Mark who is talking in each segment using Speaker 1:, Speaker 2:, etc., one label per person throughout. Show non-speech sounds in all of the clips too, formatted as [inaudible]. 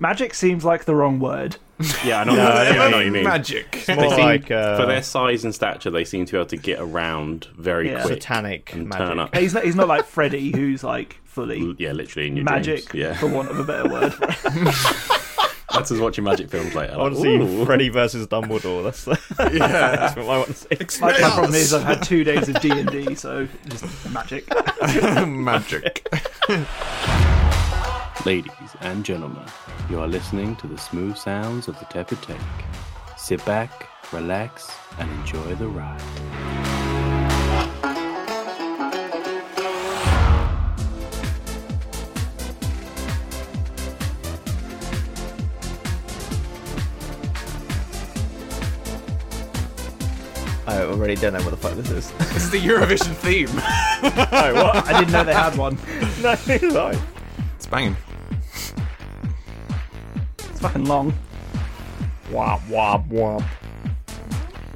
Speaker 1: Magic seems like the wrong word.
Speaker 2: Yeah, I know, I know what you mean.
Speaker 3: Magic.
Speaker 2: They
Speaker 4: More
Speaker 2: seem-
Speaker 4: like uh,
Speaker 2: for their size and stature, they seem to be able to get around very
Speaker 1: Yeah.
Speaker 2: quick
Speaker 4: satanic
Speaker 2: and
Speaker 4: magic.
Speaker 2: turn up.
Speaker 1: He's not. He's not like
Speaker 4: [laughs]
Speaker 1: Freddy, who's like fully
Speaker 2: Yeah, literally in your
Speaker 1: magic,
Speaker 2: Dreams.
Speaker 1: for
Speaker 2: Yeah,
Speaker 1: want of a better word.
Speaker 2: [laughs]
Speaker 4: [laughs]
Speaker 2: that's us watching magic films later.
Speaker 4: I want to see Freddy versus Dumbledore. That's, [laughs]
Speaker 1: [laughs]
Speaker 4: that's what I want to see.
Speaker 1: My, my
Speaker 3: Yes.
Speaker 1: problem is I've had two days of D and D, so just magic.
Speaker 3: [laughs] Magic.
Speaker 2: [laughs] Ladies and gentlemen, you are listening to the smooth sounds of the Tepid Take. Sit back, relax, and enjoy the ride.
Speaker 4: I already don't know what the fuck
Speaker 1: [laughs]
Speaker 4: this is.
Speaker 3: It's the
Speaker 4: [laughs]
Speaker 3: Eurovision theme.
Speaker 4: no, what? [laughs]
Speaker 1: I didn't know they had one.
Speaker 4: No, no.
Speaker 3: It's banging.
Speaker 1: It's fucking long.
Speaker 4: Womp womp womp.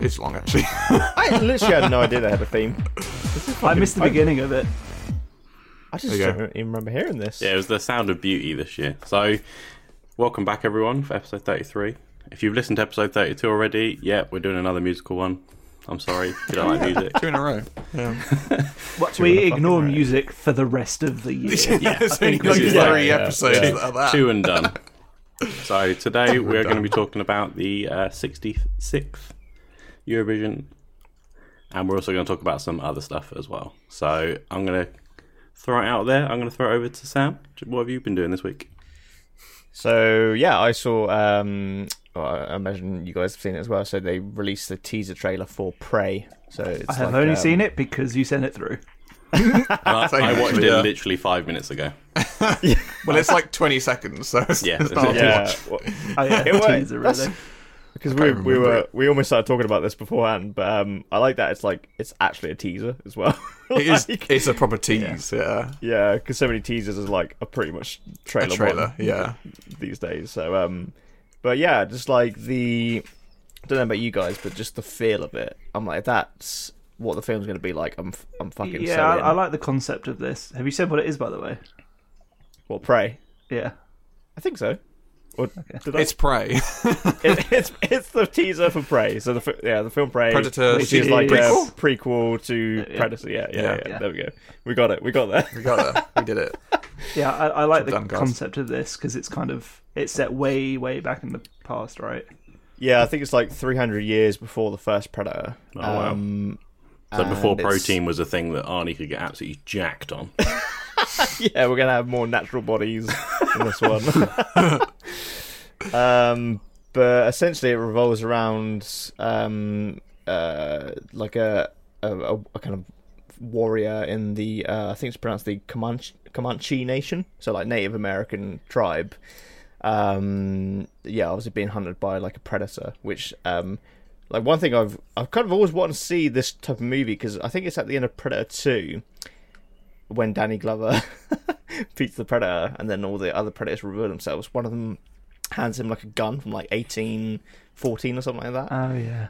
Speaker 3: It's long, actually.
Speaker 4: I literally had no idea they had a theme.
Speaker 1: I missed the beginning of it.
Speaker 4: I just
Speaker 3: There you go.
Speaker 4: don't even remember hearing this.
Speaker 2: Yeah, it was the sound of beauty this year. So, welcome back, everyone, for episode 33. If you've listened to episode 32 already, yeah, we're doing another musical one. I'm sorry if you don't like [laughs] music.
Speaker 3: Two in a row.
Speaker 1: What, we
Speaker 4: fucking
Speaker 1: ignore
Speaker 4: right.
Speaker 1: music for the rest of the
Speaker 4: [laughs]
Speaker 1: year.
Speaker 3: Yeah, it's only
Speaker 2: think this
Speaker 3: like
Speaker 2: is-
Speaker 3: three
Speaker 2: yeah,
Speaker 4: yeah,
Speaker 3: episodes
Speaker 4: yeah.
Speaker 3: that are that.
Speaker 2: Two and
Speaker 3: [laughs]
Speaker 2: done. So, today we are going to
Speaker 3: done.
Speaker 2: be talking about the uh, 66th Eurovision, and we're also going to talk about some other stuff as well. So, I'm going to throw it out there. I'm going to throw it over to Sam. What have you been doing this
Speaker 3: [laughs]
Speaker 2: week?
Speaker 4: So yeah, I saw. Um, well, I imagine you guys have seen it as well. So they released the teaser trailer for Prey. So it's
Speaker 1: I have
Speaker 4: like,
Speaker 1: only
Speaker 4: um,
Speaker 1: seen it because you sent it through.
Speaker 2: I watched it
Speaker 3: Yeah.
Speaker 2: literally five minutes ago.
Speaker 3: Well, it's like 20 seconds, so it's,
Speaker 2: Yeah,
Speaker 3: it's not
Speaker 2: yeah.
Speaker 3: yeah.
Speaker 4: Yeah, well,
Speaker 1: Oh, yeah,
Speaker 4: [laughs] It was-
Speaker 1: teaser,
Speaker 4: that's-
Speaker 1: really.
Speaker 4: because
Speaker 3: can't
Speaker 4: we,
Speaker 3: even
Speaker 4: we
Speaker 3: remember
Speaker 4: were
Speaker 3: it.
Speaker 4: we almost started talking about this beforehand, but um, I like that it's like it's actually a teaser as well. [laughs]
Speaker 3: It is,
Speaker 4: Like,
Speaker 3: it's a proper tease, yeah.
Speaker 4: yeah, because so many teasers is like a pretty much
Speaker 3: A
Speaker 4: trailer,
Speaker 3: trailer,
Speaker 4: one
Speaker 3: yeah.
Speaker 4: these days. So um, but yeah, just like the I don't know about you guys, but just the feel of it. I'm like that's what the film's going to be like. I'm f- I'm fucking
Speaker 1: Yeah,
Speaker 4: so
Speaker 1: I,
Speaker 4: in.
Speaker 1: I like the concept of this. Have you said what it is, by the way?
Speaker 4: well, Prey.
Speaker 1: Yeah.
Speaker 4: I think so. Or did I-
Speaker 3: It's Prey. [laughs]
Speaker 4: it, it's it's the teaser for Prey. So the fi- yeah, the film Prey,
Speaker 3: Predator,
Speaker 4: which is like
Speaker 3: prequel?
Speaker 4: a prequel to Predator. Yeah yeah, yeah,
Speaker 3: Yeah.
Speaker 1: Yeah.
Speaker 4: There we go. We got it. We got [laughs] there.
Speaker 3: we got there. We did it.
Speaker 1: Yeah, I, I like the
Speaker 3: done, guys.
Speaker 1: concept of this because it's kind of it's set way, way back in the past, right?
Speaker 4: Yeah, I think it's like 300 years before the first Predator. Oh,
Speaker 2: wow.
Speaker 4: um,
Speaker 2: So before
Speaker 4: and it's-
Speaker 2: protein was a thing that Arnie could get absolutely jacked on.
Speaker 4: Yeah, we're gonna have more natural bodies in this one. [laughs] um, but essentially, it revolves around um, uh, like a, a a a kind of warrior in the uh, I think it's pronounced the Comanche Comanche Nation, so like Native American tribe. Um, yeah, obviously being hunted by like a predator, which um, like one thing I've I've kind of always wanted to see this type of movie because I think it's at the end of Predator Two when Danny Glover [laughs] beats the Predator and then all the other Predators reveal themselves, one of them hands him like a gun from like 1814 or something like that.
Speaker 1: Oh yeah.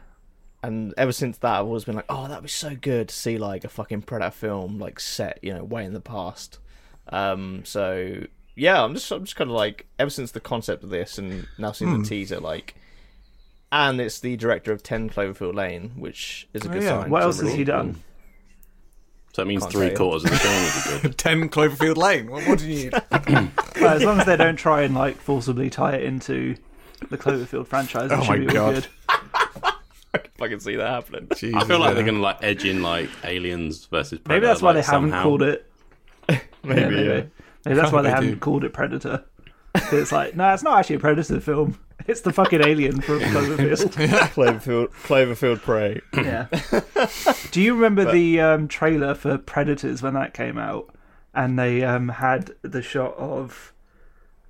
Speaker 4: And ever since that, I've always been like, oh, that'd be so good to see like a fucking Predator film like set, you know, way in the past. Um, so yeah, I'm just I'm just kind of like ever since the concept of this and now seeing
Speaker 1: Hmm.
Speaker 4: the teaser, like, and it's the director of Ten Cloverfield Lane, which is a good
Speaker 3: yeah.
Speaker 4: sign.
Speaker 1: Oh, What
Speaker 4: So
Speaker 1: else has
Speaker 4: really-
Speaker 1: he done?
Speaker 2: So it means
Speaker 4: Can't
Speaker 2: three
Speaker 4: say it.
Speaker 2: quarters of the film would be good.
Speaker 3: 10 Cloverfield Lane. What more do you [laughs] need?
Speaker 1: [laughs] Well, as long as they don't try and like forcibly tie it into the Cloverfield franchise, it
Speaker 3: Oh
Speaker 1: should
Speaker 3: my
Speaker 1: be all
Speaker 3: God.
Speaker 1: good.
Speaker 4: I can fucking see that happening.
Speaker 2: I feel like they're going to like edge in like aliens versus predator.
Speaker 1: Maybe that's why
Speaker 2: like,
Speaker 1: they haven't
Speaker 2: somehow.
Speaker 1: called it.
Speaker 4: Maybe,
Speaker 1: [laughs] maybe.
Speaker 4: yeah.
Speaker 1: Maybe that's why they
Speaker 3: They
Speaker 1: haven't
Speaker 3: do.
Speaker 1: called it Predator. [laughs] 'Cause It's like, no, it's not actually a Predator film. [laughs] It's the fucking alien [laughs] from Cloverfield.
Speaker 4: [laughs] Cloverfield, Cloverfield Prey.
Speaker 1: [laughs] yeah. [laughs] Do you remember the um, trailer for Predators when that came out? And they um, had the shot of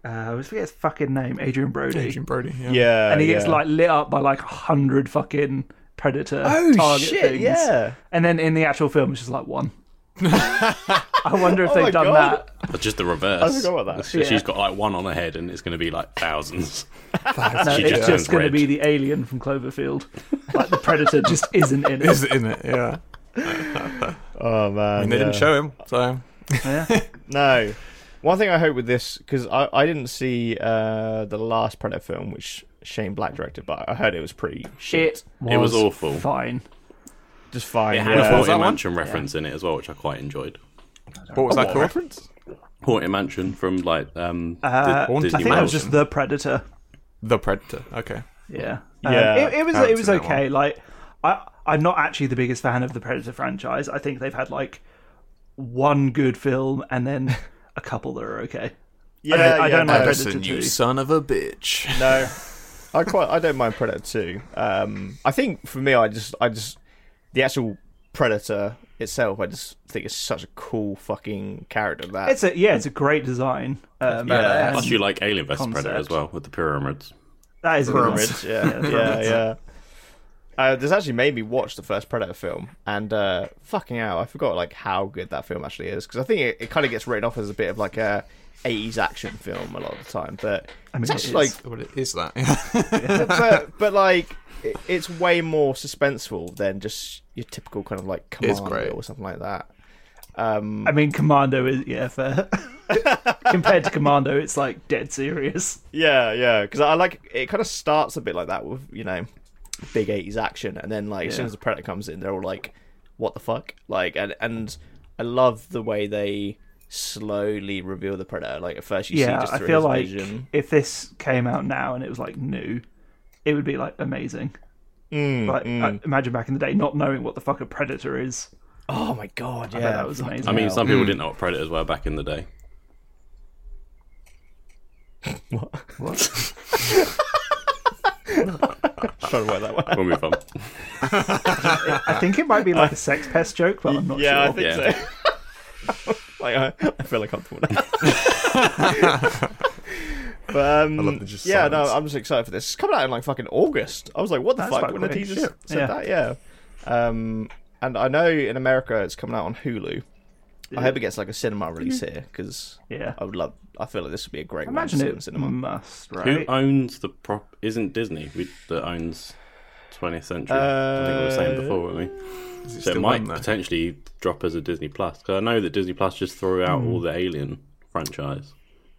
Speaker 1: uh, I always forget his fucking name, Adrian Brody,
Speaker 3: Adrian Brody, yeah.
Speaker 4: Yeah,
Speaker 1: and he gets
Speaker 4: yeah.
Speaker 1: like lit up by like a hundred fucking Predator
Speaker 4: oh
Speaker 1: target
Speaker 4: shit,
Speaker 1: things.
Speaker 4: yeah.
Speaker 1: And then in the actual film, it's just like one. I [laughs] wonder if
Speaker 4: my
Speaker 1: they've done
Speaker 4: God.
Speaker 2: But just the reverse.
Speaker 4: I forgot about that.
Speaker 2: She-
Speaker 1: Yeah.
Speaker 2: She's got like one on her head, and it's going to be like thousands.
Speaker 1: that. [laughs] No,
Speaker 2: She
Speaker 1: Uh, it's
Speaker 2: just
Speaker 1: just
Speaker 2: turns
Speaker 1: going to
Speaker 2: red.
Speaker 1: be the alien from Cloverfield. Like the predator just isn't in [laughs] it.
Speaker 3: [laughs] Is it in it? Yeah.
Speaker 4: Oh man,
Speaker 3: And they didn't
Speaker 4: yeah.
Speaker 3: show him, so.
Speaker 1: Yeah.
Speaker 4: No, One thing I hope with this, because I, I didn't see uh, the last Predator film, which Shane Black directed, but I heard it was pretty shit.
Speaker 1: It
Speaker 2: It was awful.
Speaker 1: Fine.
Speaker 4: Just fine.
Speaker 2: It had
Speaker 4: yeah.
Speaker 2: a
Speaker 3: was that
Speaker 2: Haunted
Speaker 3: one?
Speaker 2: Mansion reference in it as well, which I quite enjoyed.
Speaker 3: What was that called?
Speaker 2: Haunted Mansion from like um, Di-
Speaker 1: Uh, I
Speaker 3: Haunted
Speaker 1: think
Speaker 2: Disney
Speaker 1: that
Speaker 2: Mountain.
Speaker 1: was just the Predator.
Speaker 3: The Predator. Okay.
Speaker 1: Yeah,
Speaker 4: Yeah.
Speaker 1: Um, it, it was
Speaker 3: I
Speaker 1: it was
Speaker 3: haven't seen that
Speaker 1: okay. Like, I I'm not actually the biggest fan of the Predator franchise. I think they've had like one good film and then a couple that are okay.
Speaker 4: Yeah,
Speaker 1: I don't- I don't
Speaker 4: no,
Speaker 1: like
Speaker 4: it's-
Speaker 1: Predator two.
Speaker 3: son of a bitch. [laughs]
Speaker 4: No, I quite I don't mind Predator two. Um, I think for me, I just I just the actual Predator itself, I just think it's such a cool fucking character. That
Speaker 1: It's a yeah, it's a great design. Um,
Speaker 4: Yeah.
Speaker 1: and
Speaker 2: Plus, you like Alien vs Predator
Speaker 1: concept.
Speaker 2: as well with the pyramids.
Speaker 1: that is a good one.
Speaker 4: Pyramid, [laughs]
Speaker 1: [laughs]
Speaker 4: yeah, yeah, yeah. Uh, this actually made me watch the first Predator film, and uh, fucking hell, I forgot like how good that film actually is because I think it, it kind of gets written off as a bit of like a '80s action film a lot of the time, but
Speaker 1: mean,
Speaker 4: it's
Speaker 1: it
Speaker 4: actually
Speaker 1: is.
Speaker 4: like,
Speaker 3: What is
Speaker 1: [laughs]
Speaker 3: that? [laughs]
Speaker 4: but, but like, it, it's way more suspenseful than just your typical kind of like
Speaker 3: It's
Speaker 4: commando
Speaker 3: great.
Speaker 4: or something like that. Um,
Speaker 1: I mean, Commando is yeah
Speaker 4: [laughs]
Speaker 1: fair. Compared to Commando, it's like dead serious.
Speaker 4: Yeah, yeah. Because I like it. Kind of starts a bit like that with you know, big eighties action, and then like as soon
Speaker 1: Yeah.
Speaker 4: as the predator comes in, they're all like, "What the fuck?" Like, and and I love the way they slowly reveal the predator. Like at first, you see
Speaker 1: yeah,
Speaker 4: just
Speaker 1: I
Speaker 4: through
Speaker 1: feel
Speaker 4: his
Speaker 1: like
Speaker 4: vision.
Speaker 1: if this came out now and it was like new, it would be like amazing.
Speaker 4: Mm,
Speaker 1: Like
Speaker 4: mm.
Speaker 1: I, imagine back in the day not knowing what the fuck a predator is.
Speaker 4: oh my god, yeah,
Speaker 1: bet that was
Speaker 4: [laughs] fucking
Speaker 1: amazing.
Speaker 2: I mean,
Speaker 4: hell.
Speaker 2: some people didn't know what predators were back in the day.
Speaker 4: What? [laughs]
Speaker 1: What?
Speaker 4: Trying to work that one.
Speaker 2: We'll move on.
Speaker 1: I think it might be
Speaker 4: [laughs]
Speaker 1: like a sex pest joke, but I'm not
Speaker 4: yeah,
Speaker 1: sure.
Speaker 4: I think so. [laughs] like, I, I feel like
Speaker 3: [laughs]
Speaker 4: comfortable now. [laughs] but um,
Speaker 3: love the just
Speaker 4: yeah,
Speaker 3: silence.
Speaker 4: no, I'm just excited for this. It's coming out in like fucking August. I was like, what the
Speaker 1: That's
Speaker 4: fuck?
Speaker 1: quite
Speaker 4: When did
Speaker 1: quick.
Speaker 4: he just
Speaker 1: Shit.
Speaker 4: said
Speaker 1: Yeah.
Speaker 4: that? Yeah. Um, and I know in America it's coming out on Hulu. I hope it gets like a
Speaker 1: Mhm.
Speaker 4: cinema release here because
Speaker 1: Yeah.
Speaker 4: I would love. I feel like this would be a great
Speaker 1: I
Speaker 4: one to
Speaker 1: imagine
Speaker 4: see in
Speaker 1: it
Speaker 4: cinema.
Speaker 1: must,
Speaker 2: Who
Speaker 1: right?
Speaker 2: owns the prop? Isn't Disney we, that owns 20th Century? I think we were saying before, weren't we?
Speaker 3: Is it
Speaker 2: So it
Speaker 3: still
Speaker 2: might
Speaker 3: on there?
Speaker 2: potentially drop as a Disney Plus because I know that Disney Plus just threw out all the Alien franchise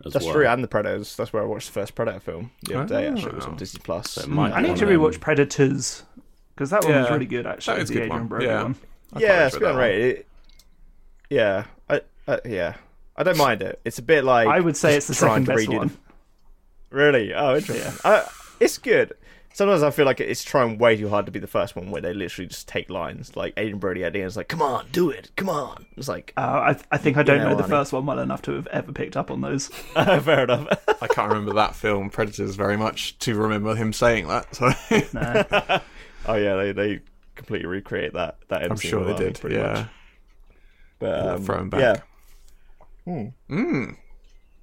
Speaker 2: as
Speaker 4: That's
Speaker 2: well.
Speaker 4: true, and the Predators. That's where I watched the first Predator film the other day.
Speaker 3: Oh.
Speaker 4: Actually, it was on Disney Plus.
Speaker 2: So it might
Speaker 1: I
Speaker 2: be
Speaker 1: need
Speaker 2: one
Speaker 1: to
Speaker 2: of them.
Speaker 1: rewatch Predators because that one was
Speaker 3: Yeah.
Speaker 1: really good, actually.
Speaker 3: That is a
Speaker 1: the
Speaker 3: good
Speaker 1: Adrian
Speaker 3: one.
Speaker 1: Brody
Speaker 3: Yeah.
Speaker 1: one.
Speaker 3: I quite
Speaker 4: yeah, it's
Speaker 3: enjoyed
Speaker 4: been
Speaker 3: that
Speaker 4: right. It, yeah, I, I yeah, I don't mind it. It's a bit like
Speaker 1: I would say
Speaker 4: just
Speaker 1: it's the
Speaker 4: trying
Speaker 1: second
Speaker 4: to
Speaker 1: best
Speaker 4: redo
Speaker 1: one.
Speaker 4: the- Really? Oh, interesting. Uh, it's good. Sometimes I feel like it's trying way too hard to be the first one where they literally just take lines like Aiden Brody idea is like, "Come on, do it, come on." It's
Speaker 3: [laughs]
Speaker 4: like, [laughs]
Speaker 1: Uh, I, I think I don't
Speaker 4: know
Speaker 1: know the
Speaker 4: what I mean.
Speaker 1: first one well enough to have ever picked up on those.
Speaker 4: fair enough.
Speaker 3: I can't remember that film Predators very much to remember him saying that. So
Speaker 1: No.
Speaker 4: [laughs] oh yeah, they they completely recreate that that.
Speaker 3: I'm sure they did.
Speaker 4: pretty
Speaker 3: Yeah,
Speaker 4: much. But um,
Speaker 3: thrown back.
Speaker 4: Yeah,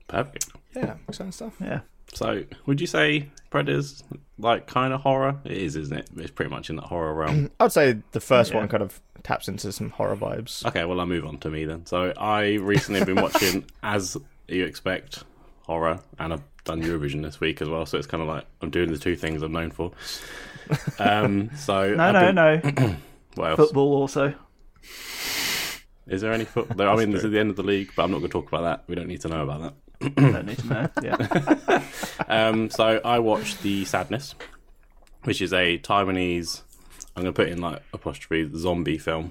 Speaker 2: Perfect.
Speaker 4: yeah, exciting stuff.
Speaker 1: yeah.
Speaker 2: So, would you say Predators like kind of horror? It is, isn't it? It's pretty much in that horror [clears throat] realm.
Speaker 4: I'd say the first
Speaker 1: Yeah.
Speaker 4: one kind of taps into some horror vibes.
Speaker 2: okay, well, I'll move on to me then. So, I recently been [laughs] watching, as you expect, horror, and I've done Eurovision this week as well. So it's kind of like I'm doing the two things I'm known for. Um, [laughs] so
Speaker 1: No,
Speaker 2: I've
Speaker 1: no,
Speaker 2: been-
Speaker 1: no.
Speaker 2: What else?
Speaker 1: Football also.
Speaker 2: Is there any football? I mean, this is the end of the league, but I'm not going to talk about that. We don't need to know about that.
Speaker 1: don't need to know. Yeah.
Speaker 2: Um, so I watched The Sadness, which is a Taiwanese, I'm going to put in like apostrophe, zombie film.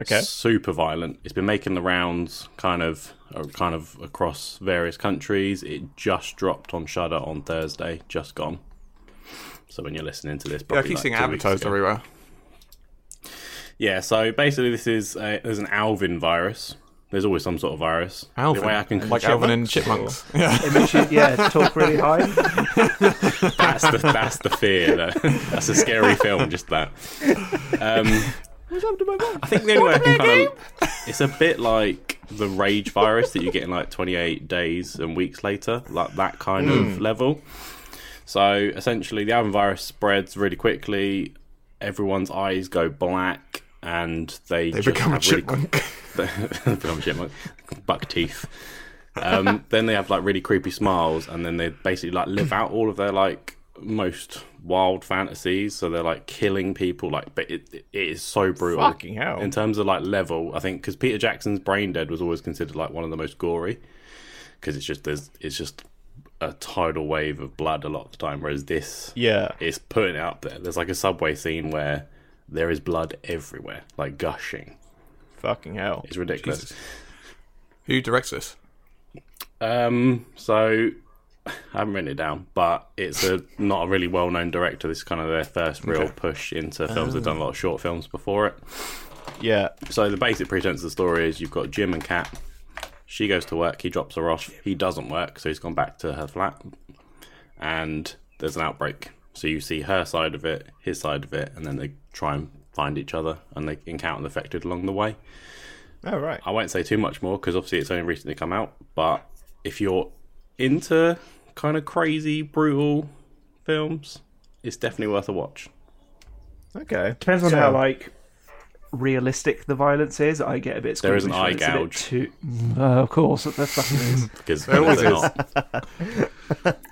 Speaker 4: Okay.
Speaker 2: Super violent. It's been making the rounds kind of uh, kind of across various countries. It just dropped on Shudder on Thursday, just gone. So when you're listening to this,
Speaker 3: yeah I
Speaker 2: probably
Speaker 3: keep
Speaker 2: like
Speaker 3: seeing
Speaker 2: two weeks
Speaker 3: advertised
Speaker 2: ago.
Speaker 3: everywhere.
Speaker 2: Yeah, so basically, this is a, there's an Alvin virus. There's always some sort of virus.
Speaker 3: Alvin,
Speaker 2: The way I can
Speaker 3: like Alvin and Chipmunks. Yeah,
Speaker 1: It makes you, yeah, talk really high.
Speaker 2: that's the that's the fear. Though. That's a scary film. Just that. Um, I think the only way I can kind of it's a bit like the rage virus that you get in like 28 days and weeks later, like that kind
Speaker 3: Hmm.
Speaker 2: of level. So essentially, the Alvin virus spreads really quickly. Everyone's eyes go black, and they
Speaker 3: they become a
Speaker 2: really
Speaker 3: chipmunk.
Speaker 2: [laughs] become chipmunk, buck teeth. Um, [laughs] then they have like really creepy smiles, and then they basically like live out all of their like most wild fantasies. So they're like killing people, like, but it, it is so brutal.
Speaker 4: Fucking hell.
Speaker 2: In terms of like level, I think because Peter Jackson's Brain Dead was always considered like one of the most gory. because it's just there's it's just a tidal wave of blood a lot of the time. Whereas this,
Speaker 4: Yeah.
Speaker 2: it's putting it out there. There's like a subway scene where there is blood everywhere, like gushing.
Speaker 4: Fucking hell.
Speaker 2: It's ridiculous.
Speaker 3: Who directs this?
Speaker 2: Um, so [laughs] I haven't written it down, but it's a not a really well known director. This is kind of their first real push into films. They've done a lot of short films before it.
Speaker 4: Yeah.
Speaker 2: So the basic pretense of the story is you've got Jim and Kat. She goes to work. He drops her off. He doesn't work, so he's gone back to her flat. And there's an outbreak. So you see her side of it, his side of it, and then they try and find each other, and they encounter the affected along the way.
Speaker 4: All Oh, right.
Speaker 2: I won't say too much more because obviously it's only recently come out. But if you're into kind of crazy, brutal films, it's definitely worth a watch.
Speaker 4: Okay.
Speaker 1: Depends on
Speaker 4: So-
Speaker 1: how like realistic the violence is. I get a bit.
Speaker 2: There is an
Speaker 1: squeamish
Speaker 2: eye
Speaker 1: when it's a bit
Speaker 2: gouge.
Speaker 1: Too... Uh, of course, there fucking is.
Speaker 2: Because it's
Speaker 4: [laughs]
Speaker 2: not.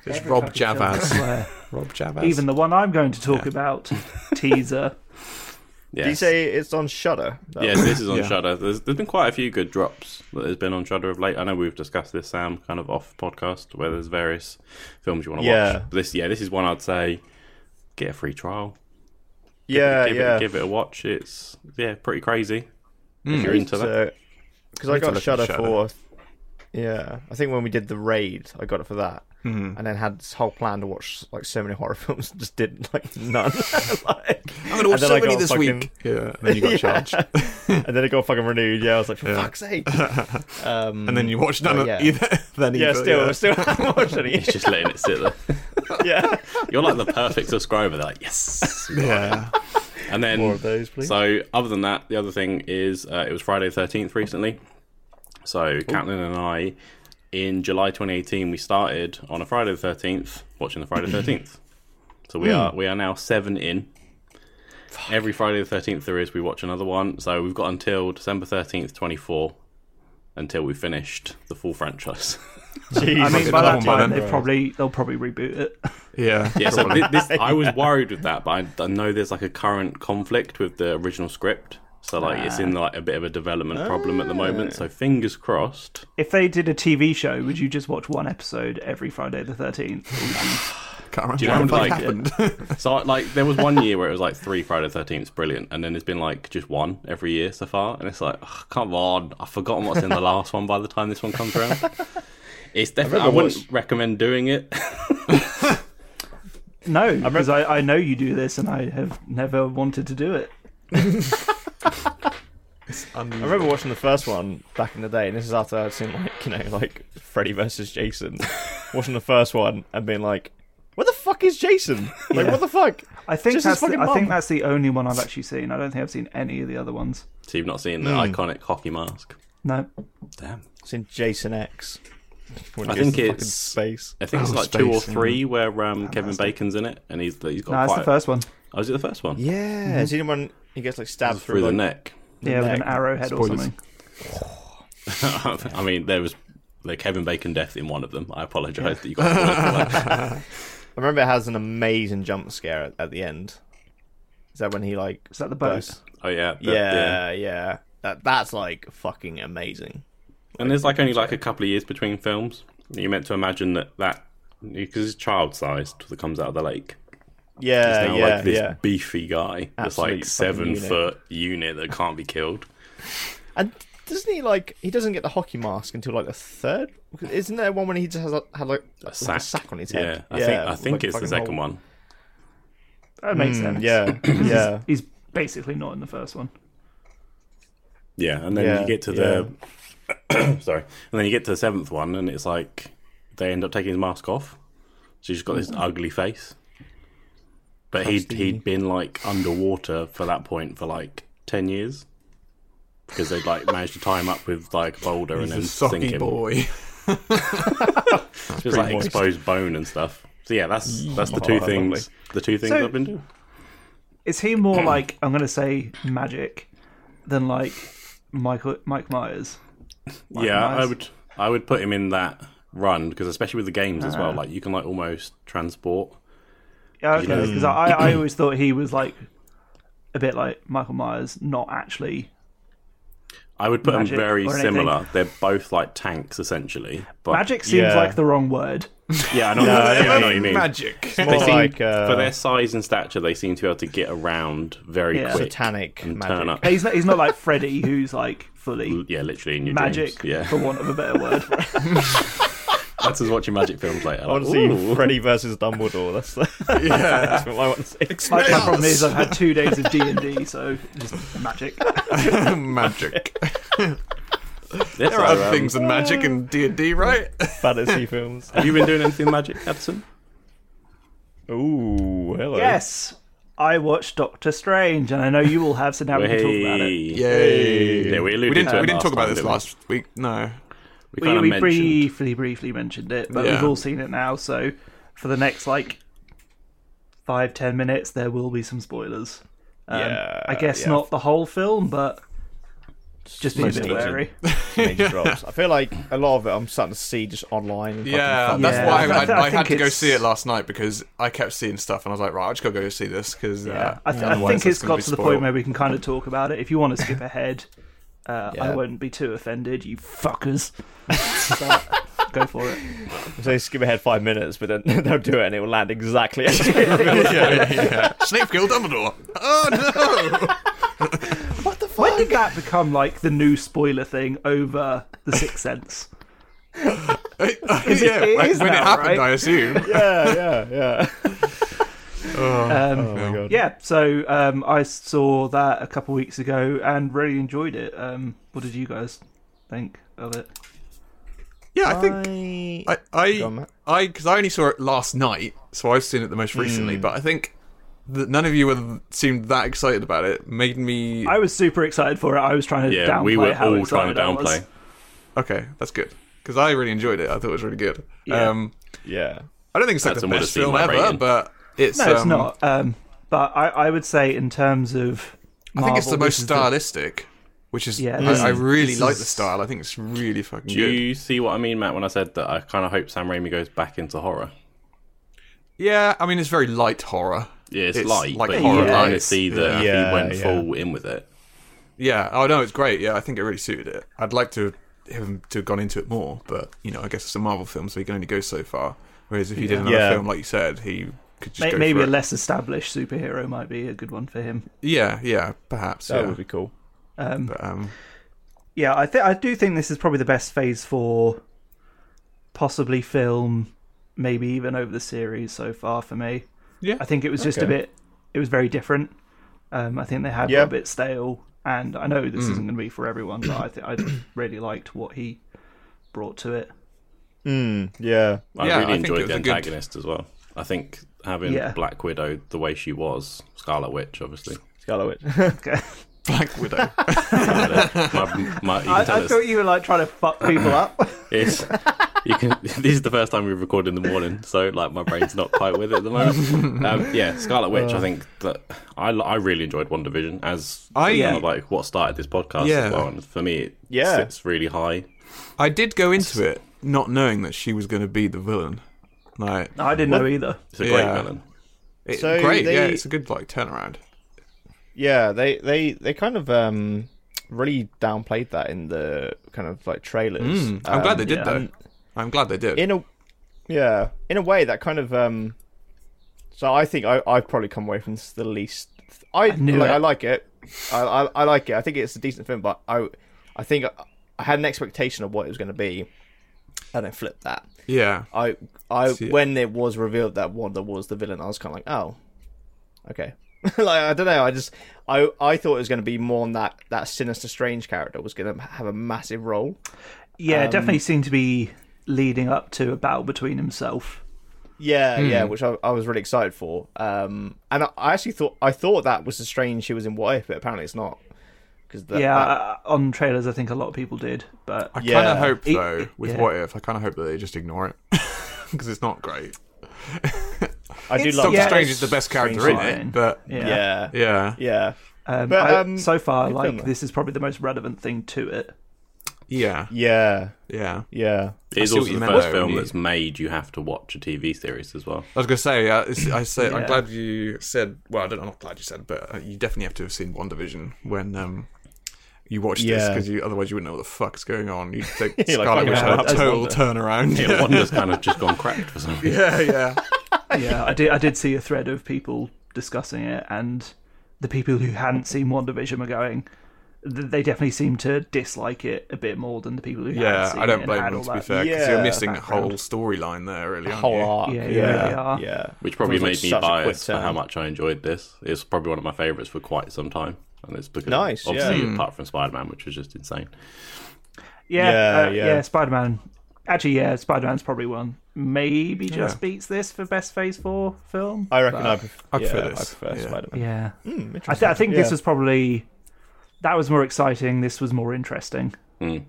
Speaker 3: It's Rob
Speaker 1: fucking film, I
Speaker 3: Javaz.
Speaker 1: swear.
Speaker 3: Rob Javaz.
Speaker 1: Even the one I'm going to talk
Speaker 2: [laughs]
Speaker 1: about, teaser.
Speaker 2: Yeah.
Speaker 4: Did you say it's on Shudder? That
Speaker 2: Yeah,
Speaker 4: one?
Speaker 2: so this is on
Speaker 3: Yeah.
Speaker 2: Shudder. There's, there's been quite a few good drops that there's been on Shudder of late. I know we've discussed this, Sam, kind of off podcast, where there's various films you want to
Speaker 4: Yeah.
Speaker 2: watch. This, yeah, this is one I'd say get a free trial.
Speaker 4: Yeah.
Speaker 2: give
Speaker 4: yeah.
Speaker 2: It, give it a watch. It's yeah, pretty crazy.
Speaker 4: Mm.
Speaker 2: If you're into
Speaker 4: uh,
Speaker 2: that,
Speaker 4: Because I
Speaker 3: need to
Speaker 4: got
Speaker 3: look at
Speaker 4: Shudder
Speaker 3: Shudder.
Speaker 4: for. Yeah, I think when we did the raid, I got it for that, and then had this whole plan to watch like so many horror [laughs] films, and just did like none. [laughs] like,
Speaker 3: [laughs] I'm going to
Speaker 4: and then
Speaker 3: watch so
Speaker 4: I
Speaker 3: many
Speaker 4: got
Speaker 3: this
Speaker 4: fucking-
Speaker 3: week. Yeah, and then you got
Speaker 4: Yeah.
Speaker 3: charged.
Speaker 4: [laughs] and then it got fucking renewed. Yeah, I was like, for
Speaker 3: Yeah.
Speaker 4: fuck's
Speaker 3: [laughs]
Speaker 4: sake. Um,
Speaker 3: And then you watch none
Speaker 4: Oh,
Speaker 3: of
Speaker 4: yeah.
Speaker 3: either. Then
Speaker 4: yeah,
Speaker 3: either,
Speaker 4: still,
Speaker 3: yeah.
Speaker 4: still [laughs] haven't watched
Speaker 2: [laughs]
Speaker 4: any.
Speaker 3: [laughs]
Speaker 2: it's just letting it sit there.
Speaker 4: yeah,
Speaker 2: You're like the perfect subscriber. They're like, yes.
Speaker 3: Yeah.
Speaker 2: And then
Speaker 4: more of those, please.
Speaker 2: So, other than that, the other thing is uh, it was Friday the 13th recently. So, Catelyn and I, in July 2018, we started on a Friday the 13th watching the
Speaker 4: [clears throat]
Speaker 2: Friday the 13th. So,
Speaker 4: Hmm.
Speaker 2: we are we are now seven in. Every Friday the 13th there is, we watch another one. So, we've got until December 13th, 24, until we finished the full franchise.
Speaker 4: Jeez.
Speaker 1: I mean,
Speaker 3: Fucking
Speaker 1: by
Speaker 3: love
Speaker 1: that
Speaker 3: 'em,
Speaker 1: time
Speaker 3: man.
Speaker 1: they probably they'll probably reboot it. [laughs]
Speaker 3: Yeah.
Speaker 2: Yeah, so
Speaker 3: probably.
Speaker 2: thi- this, I was worried with that, but I, I know there's like a current conflict with the original script. So like it's in like a bit of a development problem at the moment. So fingers crossed.
Speaker 1: If they did a TV show, would you just watch one episode every Friday the thirteenth?
Speaker 3: Can't remember
Speaker 2: Do you know
Speaker 3: what
Speaker 2: what
Speaker 3: the fuck
Speaker 2: I'm
Speaker 3: happened.
Speaker 2: So like there was one year where it was like three Friday Thirteenths, brilliant, and then it's been like just one every year so far, and it's like ugh, come on, I've forgotten what's in the last one by the time this one comes around. It's definitely I,
Speaker 4: remember
Speaker 2: wouldn't recommend doing it. [laughs]
Speaker 1: No, because I, I know you do this, and I have never wanted to do it.
Speaker 4: I remember watching the first one back in the day, and this is after I'd seen like you know like Freddy versus Jason, watching the first one and being like, "Where the fuck is Jason? Like,
Speaker 1: Yeah.
Speaker 4: what the fuck?"
Speaker 1: I think
Speaker 4: Just his
Speaker 1: that's the,
Speaker 4: fucking
Speaker 1: I think
Speaker 4: mum.
Speaker 1: that's the only one I've actually seen. I don't think I've seen any of the other ones.
Speaker 2: So you've not seen the iconic hockey mask.
Speaker 1: No,
Speaker 2: Damn.
Speaker 4: It's in Jason X. When
Speaker 2: I
Speaker 4: he goes
Speaker 2: think
Speaker 4: to fucking
Speaker 2: it's-
Speaker 4: space.
Speaker 2: I think it's
Speaker 3: Oh,
Speaker 2: like two or
Speaker 3: space, yeah.
Speaker 2: three where um, Kevin
Speaker 1: that's the-
Speaker 2: Bacon's in it, and he's he's got
Speaker 1: no, that's
Speaker 2: quite.
Speaker 1: the first one.
Speaker 2: Oh, is it the first one?
Speaker 4: Yeah,
Speaker 1: Mm-hmm.
Speaker 4: is anyone he gets like stabbed
Speaker 2: through the
Speaker 4: like,
Speaker 2: neck.
Speaker 1: Yeah, with an
Speaker 4: neck.
Speaker 1: arrowhead or
Speaker 3: Spoilers.
Speaker 1: something.
Speaker 2: [laughs] I mean, there was the Kevin Bacon death in one of them. I apologise that you got spoiled [laughs] for that.
Speaker 4: I remember it has an amazing jump scare at, at the end. Is that when he like?
Speaker 1: Is that the boat?
Speaker 4: bursts?
Speaker 2: Oh yeah, the-
Speaker 4: Yeah, yeah. That that's like fucking amazing.
Speaker 2: And there's like only like a couple of years between films. You're meant to imagine that that because it's child sized that comes out of the lake. It's
Speaker 4: Yeah,
Speaker 2: now
Speaker 4: Uh, yeah,
Speaker 2: like this
Speaker 4: yeah.
Speaker 2: beefy guy, that's
Speaker 4: Absolute
Speaker 2: like
Speaker 4: fucking
Speaker 2: seven
Speaker 4: unit.
Speaker 2: foot unit that can't be killed.
Speaker 4: And doesn't he like? He doesn't get the hockey mask until like the third. Isn't there one when he just has a, had like,
Speaker 2: A
Speaker 4: like,
Speaker 2: sack,
Speaker 4: a sack on his head?
Speaker 2: Yeah, I think I think
Speaker 4: like,
Speaker 2: it's the
Speaker 4: fucking
Speaker 2: second
Speaker 4: whole-
Speaker 2: one.
Speaker 1: That makes sense.
Speaker 4: Mm, [laughs] Yeah, yeah.
Speaker 2: [laughs]
Speaker 1: he's basically not in the first one.
Speaker 2: Yeah, and then
Speaker 4: Yeah,
Speaker 2: you get to the [coughs] sorry, and then you get to the seventh one, and it's like they end up taking his mask off, so he's got this ugly face. But he'd he'd been like underwater for that point for like ten years because they'd like managed to tie him up with like a boulder and
Speaker 3: He's
Speaker 2: then
Speaker 3: a
Speaker 2: sink
Speaker 3: socky
Speaker 2: him,
Speaker 3: boy.
Speaker 2: just like
Speaker 4: moist.
Speaker 2: exposed bone and stuff. So yeah, that's that's the two
Speaker 4: that's
Speaker 2: things. The two things
Speaker 1: So-
Speaker 2: I've been doing.
Speaker 1: Is he more like I'm going to say magic than like Michael Mike Myers? Mike
Speaker 2: yeah, I
Speaker 1: Myers?
Speaker 2: would I would put him in that run because especially with the games as well, like you can like almost transport.
Speaker 1: Yeah, okay. Because I, I always thought he was like a bit like Michael Myers, not actually
Speaker 2: I would put
Speaker 1: Magic
Speaker 2: them very
Speaker 1: or anything.
Speaker 2: similar. They're both like tanks essentially. But
Speaker 1: Magic seems
Speaker 4: Yeah.
Speaker 1: like the wrong word.
Speaker 2: Yeah, I know, I know what you mean.
Speaker 3: Magic.
Speaker 4: More
Speaker 2: seem-
Speaker 4: like uh,
Speaker 2: For their size and stature, they seem to be able to get around very
Speaker 1: Yeah.
Speaker 2: quick.
Speaker 4: satanic
Speaker 2: and
Speaker 4: magic.
Speaker 2: turn up.
Speaker 1: He's not, he's not like Freddy, who's like fully
Speaker 2: Yeah, literally in your
Speaker 1: magic,
Speaker 2: dreams. Yeah,
Speaker 1: [laughs]
Speaker 2: [laughs]
Speaker 1: for want of a better word.
Speaker 2: that's us watching magic films [laughs] later.
Speaker 4: I want to see Freddy versus Dumbledore. That's,
Speaker 2: [laughs]
Speaker 4: the,
Speaker 3: Yeah.
Speaker 4: that's what I want to see.
Speaker 1: My, my problem is I've had two days of D and D, so just magic.
Speaker 3: [laughs] magic.
Speaker 2: Yes,
Speaker 3: There are
Speaker 2: so, um, [laughs]
Speaker 3: things in magic and D and D, right?
Speaker 4: Fantasy films.
Speaker 2: Have you been doing anything magic, Edison?
Speaker 4: Ooh, hello.
Speaker 1: Yes, I watched Doctor Strange, and I know you all have, so now we can talk about it.
Speaker 2: Hey.
Speaker 3: [laughs] Yay!
Speaker 2: Yeah, we alluded
Speaker 3: didn't.
Speaker 2: to it
Speaker 3: we didn't
Speaker 2: last
Speaker 3: talk about
Speaker 2: time,
Speaker 3: this
Speaker 2: didn't we?
Speaker 3: last week. No.
Speaker 2: We
Speaker 1: We,
Speaker 2: kind
Speaker 1: we
Speaker 2: of mentioned.
Speaker 1: briefly, briefly mentioned it, but
Speaker 3: Yeah.
Speaker 1: we've all seen it now. So for the next like five, ten minutes, there will be some spoilers. Um,
Speaker 4: Yeah,
Speaker 1: I guess
Speaker 4: yeah.
Speaker 1: not the whole film, but just be a
Speaker 4: Most
Speaker 1: bit
Speaker 4: of it.
Speaker 1: wary.
Speaker 4: Major drops. I feel like a lot of it I'm starting to see just online. and
Speaker 3: Yeah,
Speaker 4: fucking-
Speaker 3: that's
Speaker 1: Yeah.
Speaker 3: why
Speaker 1: [laughs]
Speaker 3: I,
Speaker 1: I th- I
Speaker 3: I, I had
Speaker 1: think
Speaker 3: to go
Speaker 1: it's-
Speaker 3: see it last night because I kept seeing stuff and I was like, right, I just gotta go see this because
Speaker 1: Yeah,
Speaker 3: uh,
Speaker 1: I, th- I
Speaker 3: otherwise
Speaker 1: think
Speaker 3: that's
Speaker 1: it's
Speaker 3: gonna
Speaker 1: got
Speaker 3: be
Speaker 1: to the
Speaker 3: spoiled.
Speaker 1: point where we can kind of talk about it. If you want to skip ahead, uh, I
Speaker 4: Yeah.
Speaker 1: won't be too offended, you fuckers. But go for it.
Speaker 4: So skip ahead five minutes, but then [laughs] they'll do it and it will land exactly. [laughs]
Speaker 3: [laughs] yeah, yeah, yeah. Snape killed Dumbledore. Oh no!
Speaker 1: When did that become like the new spoiler thing over The Sixth Sense?
Speaker 3: [laughs] yeah,
Speaker 1: it [laughs]
Speaker 3: when,
Speaker 1: is
Speaker 3: when it
Speaker 1: now,
Speaker 3: happened,
Speaker 1: right? [laughs]
Speaker 3: I assume.
Speaker 4: yeah, yeah, yeah.
Speaker 1: Um,
Speaker 4: [laughs] Oh my god.
Speaker 1: Yeah, so um, I saw that a couple weeks ago and really enjoyed it. Um, what did you guys think of it?
Speaker 3: Yeah, I think
Speaker 4: think
Speaker 3: I,
Speaker 4: Go on,
Speaker 3: I,
Speaker 4: Matt.
Speaker 3: I, because I only saw it last night, so I've seen it the most recently. But I think that none of you were, seemed that excited about it. Made me
Speaker 1: I was super excited for it. I was trying to
Speaker 2: Yeah,
Speaker 1: downplay
Speaker 2: we were
Speaker 1: how
Speaker 2: all trying
Speaker 1: excited
Speaker 2: to
Speaker 1: I was.
Speaker 2: downplay.
Speaker 3: okay. That's good because I really enjoyed it. I thought it was really good.
Speaker 1: Yeah.
Speaker 3: Um,
Speaker 4: yeah.
Speaker 3: I don't think it's like
Speaker 2: That's
Speaker 3: the
Speaker 2: a modest
Speaker 3: best film
Speaker 2: cinema
Speaker 3: ever,
Speaker 2: rating.
Speaker 3: but it's
Speaker 1: No, it's
Speaker 3: um,
Speaker 1: not. Um, but I, I would say in terms of,
Speaker 3: I think it's the
Speaker 1: Marvel,
Speaker 3: most
Speaker 1: this is
Speaker 3: stylistic, which is
Speaker 1: Yeah,
Speaker 3: I,
Speaker 1: this
Speaker 3: I
Speaker 1: is-
Speaker 3: really
Speaker 1: this
Speaker 3: like
Speaker 1: is-
Speaker 3: the style. I think it's really fucking
Speaker 2: Do
Speaker 3: good.
Speaker 2: you see what I mean, Matt, when I said that I kind of hope Sam Raimi goes back into horror?
Speaker 3: Yeah, I mean it's very light horror.
Speaker 2: Yeah, it's,
Speaker 3: It's
Speaker 2: light,
Speaker 3: like
Speaker 2: but you
Speaker 3: horror
Speaker 2: can kind
Speaker 3: light.
Speaker 2: of see that
Speaker 4: Yeah,
Speaker 2: he went
Speaker 4: yeah.
Speaker 2: full in with it.
Speaker 3: Yeah. Oh no, it's great. Yeah, I think it really suited it. I'd like to him to have gone into it more, but you know, I guess it's a Marvel film, so he can only go so far. Whereas if he did another
Speaker 4: Yeah.
Speaker 3: film, like you said, he could just
Speaker 1: may-
Speaker 3: go
Speaker 1: maybe
Speaker 3: for
Speaker 1: a
Speaker 3: it.
Speaker 1: less established superhero might be a good one for him.
Speaker 3: Yeah, yeah, perhaps.
Speaker 1: Oh,
Speaker 4: That
Speaker 3: yeah.
Speaker 4: would be cool.
Speaker 1: Um,
Speaker 3: But, um,
Speaker 1: yeah, I think I do think this is probably the best phase for possibly film, maybe even over the series so far for me.
Speaker 3: yeah,
Speaker 1: I think it was just a
Speaker 4: Okay.
Speaker 1: bit. It was very different. Um, I think they had got
Speaker 4: Yeah. Hmm.
Speaker 1: a bit stale, and I know this isn't going to be for everyone, but I think I
Speaker 4: [coughs]
Speaker 1: really liked what he brought to it. [laughs]
Speaker 4: Mm, yeah.
Speaker 2: I
Speaker 3: Yeah, I
Speaker 2: really
Speaker 3: think it
Speaker 2: enjoyed
Speaker 3: was
Speaker 2: the
Speaker 3: a good-
Speaker 2: antagonist as well. I think having
Speaker 1: Yeah.
Speaker 2: Black Widow the way she was, Scarlet Witch,
Speaker 3: [laughs]
Speaker 2: obviously.
Speaker 4: Scarlet Witch. [laughs]
Speaker 1: Okay.
Speaker 3: [laughs] Black Widow.
Speaker 2: uh, my, my, you can
Speaker 1: I,
Speaker 2: tell
Speaker 1: I
Speaker 2: it's-
Speaker 1: thought you were like trying to [coughs] fuck people up.
Speaker 2: It's you can. [laughs] This is the first time we've recorded in the morning, so like my brain's not quite with it at the
Speaker 3: [laughs]
Speaker 2: moment. Um, yeah, Scarlet Witch.
Speaker 3: Uh.
Speaker 2: I think that I, I really enjoyed One Division as
Speaker 3: I-
Speaker 2: you know,
Speaker 3: Yeah.
Speaker 2: like what started this podcast
Speaker 3: Yeah.
Speaker 2: as well. And for me, it
Speaker 4: Yeah.
Speaker 2: sits really high.
Speaker 3: I did go into it not knowing that she was going to be the villain. Like,
Speaker 1: No, I didn't know either.
Speaker 2: It's a
Speaker 3: Yeah.
Speaker 2: great villain.
Speaker 3: it's
Speaker 4: So
Speaker 3: great. Yeah,
Speaker 4: they-
Speaker 3: it's a good like turnaround.
Speaker 4: Yeah, they they they kind of um really downplayed that in the kind of like trailers.
Speaker 3: Mm, I'm glad they
Speaker 4: Um,
Speaker 3: did
Speaker 1: yeah.
Speaker 3: though. I'm glad they did.
Speaker 4: in a yeah, in a way that kind of um so I think I I've probably come away from this the least I I,
Speaker 1: knew
Speaker 4: like,
Speaker 1: it.
Speaker 4: I like it. I, I I like it. I think it's a decent film, but I I think I, I had an expectation of what it was going to be and I flipped that.
Speaker 3: yeah,
Speaker 4: I I
Speaker 3: See it.
Speaker 4: when it was revealed that Wanda was the villain, I was kind of like, oh, okay. [laughs] like I don't know. I just I I thought it was going to be more on that that sinister strange character was going to have a massive role.
Speaker 1: Yeah, it definitely seemed to be leading up to a battle between himself.
Speaker 4: Yeah,
Speaker 3: Hmm.
Speaker 4: yeah, which I, I was really excited for. Um, and I, I actually thought I thought that was the strange she was in What If, but apparently it's not. Because
Speaker 1: Yeah, uh, on trailers, I think a lot of people did, but
Speaker 3: I kind
Speaker 4: Yeah.
Speaker 3: of hope
Speaker 1: It-
Speaker 3: though with
Speaker 1: yeah.
Speaker 3: what if I kind of hope that they just ignore it [laughs] because it's not great.
Speaker 4: I do
Speaker 1: it's-
Speaker 4: love
Speaker 3: Doctor
Speaker 1: Yeah,
Speaker 3: Strange
Speaker 1: it's
Speaker 3: is the best
Speaker 4: strange
Speaker 3: character in
Speaker 1: line.
Speaker 3: it, but
Speaker 1: yeah,
Speaker 4: Yeah, yeah,
Speaker 3: yeah,
Speaker 4: yeah,
Speaker 1: Um,
Speaker 4: But,
Speaker 1: I-
Speaker 4: um,
Speaker 1: so far,
Speaker 4: good film,
Speaker 1: like
Speaker 4: though.
Speaker 1: this is probably the most relevant thing to it.
Speaker 3: [laughs] yeah,
Speaker 4: yeah,
Speaker 3: yeah.
Speaker 4: yeah.
Speaker 2: It's
Speaker 3: see what
Speaker 2: also
Speaker 3: you
Speaker 2: the
Speaker 3: meant,
Speaker 2: first
Speaker 3: though,
Speaker 2: film
Speaker 3: when you-
Speaker 2: that's made you have to watch a TV series as well.
Speaker 3: I was gonna say, uh, it's, I said,
Speaker 1: Yeah.
Speaker 3: I'm glad you said. Well, I don't, I'm not glad you said, but uh, you definitely have to have seen One Division when um, you watch this
Speaker 4: Yeah.
Speaker 3: because you otherwise you wouldn't know what the fuck's going on.
Speaker 4: [laughs]
Speaker 3: You'd think
Speaker 4: You're like,
Speaker 3: Scarlet
Speaker 4: fucking
Speaker 3: Witch
Speaker 4: hell,
Speaker 3: had a
Speaker 4: that's
Speaker 3: total
Speaker 4: wonder.
Speaker 3: turnaround.
Speaker 4: [laughs]
Speaker 2: Yeah, Wanda's kind of just gone cracked
Speaker 3: [laughs]
Speaker 2: for something.
Speaker 3: yeah, yeah.
Speaker 1: yeah, I did. I did see a thread of people discussing it, and the people who hadn't seen WandaVision were going. th- They definitely seem to dislike it a bit more than the people who
Speaker 3: Yeah,
Speaker 1: had seen
Speaker 3: I
Speaker 1: it
Speaker 3: don't
Speaker 1: and
Speaker 3: blame
Speaker 1: had
Speaker 3: them
Speaker 1: all
Speaker 3: to be
Speaker 1: that-
Speaker 3: fair because
Speaker 4: Yeah.
Speaker 3: you're missing a
Speaker 1: background.
Speaker 3: whole storyline there, really.
Speaker 4: The
Speaker 3: aren't
Speaker 4: whole
Speaker 3: you?
Speaker 4: arc.
Speaker 1: Yeah, you really
Speaker 4: yeah,
Speaker 1: are.
Speaker 4: yeah.
Speaker 2: Which probably
Speaker 4: Everyone's
Speaker 2: made me
Speaker 4: such a quick
Speaker 2: biased for how
Speaker 4: turn.
Speaker 2: much I enjoyed this. It's probably one of my favourites for quite some time. And it's because
Speaker 4: Nice,
Speaker 2: obviously
Speaker 3: Hmm.
Speaker 4: yeah.
Speaker 2: apart from Spider Man, which was just insane.
Speaker 1: Yeah,
Speaker 4: Yeah,
Speaker 1: uh,
Speaker 4: yeah.
Speaker 1: yeah. Spider Man. Actually, yeah, Spider Man's probably one. Maybe just beats this for best Phase Four film.
Speaker 4: I reckon I, pref-
Speaker 3: I prefer
Speaker 4: yeah,
Speaker 3: this.
Speaker 4: I prefer
Speaker 3: Yeah.
Speaker 4: Spider-Man.
Speaker 1: Yeah,
Speaker 4: Hmm,
Speaker 1: I, th- I think this
Speaker 4: Yeah.
Speaker 1: was probably that was more exciting. This was more interesting.
Speaker 2: Mm.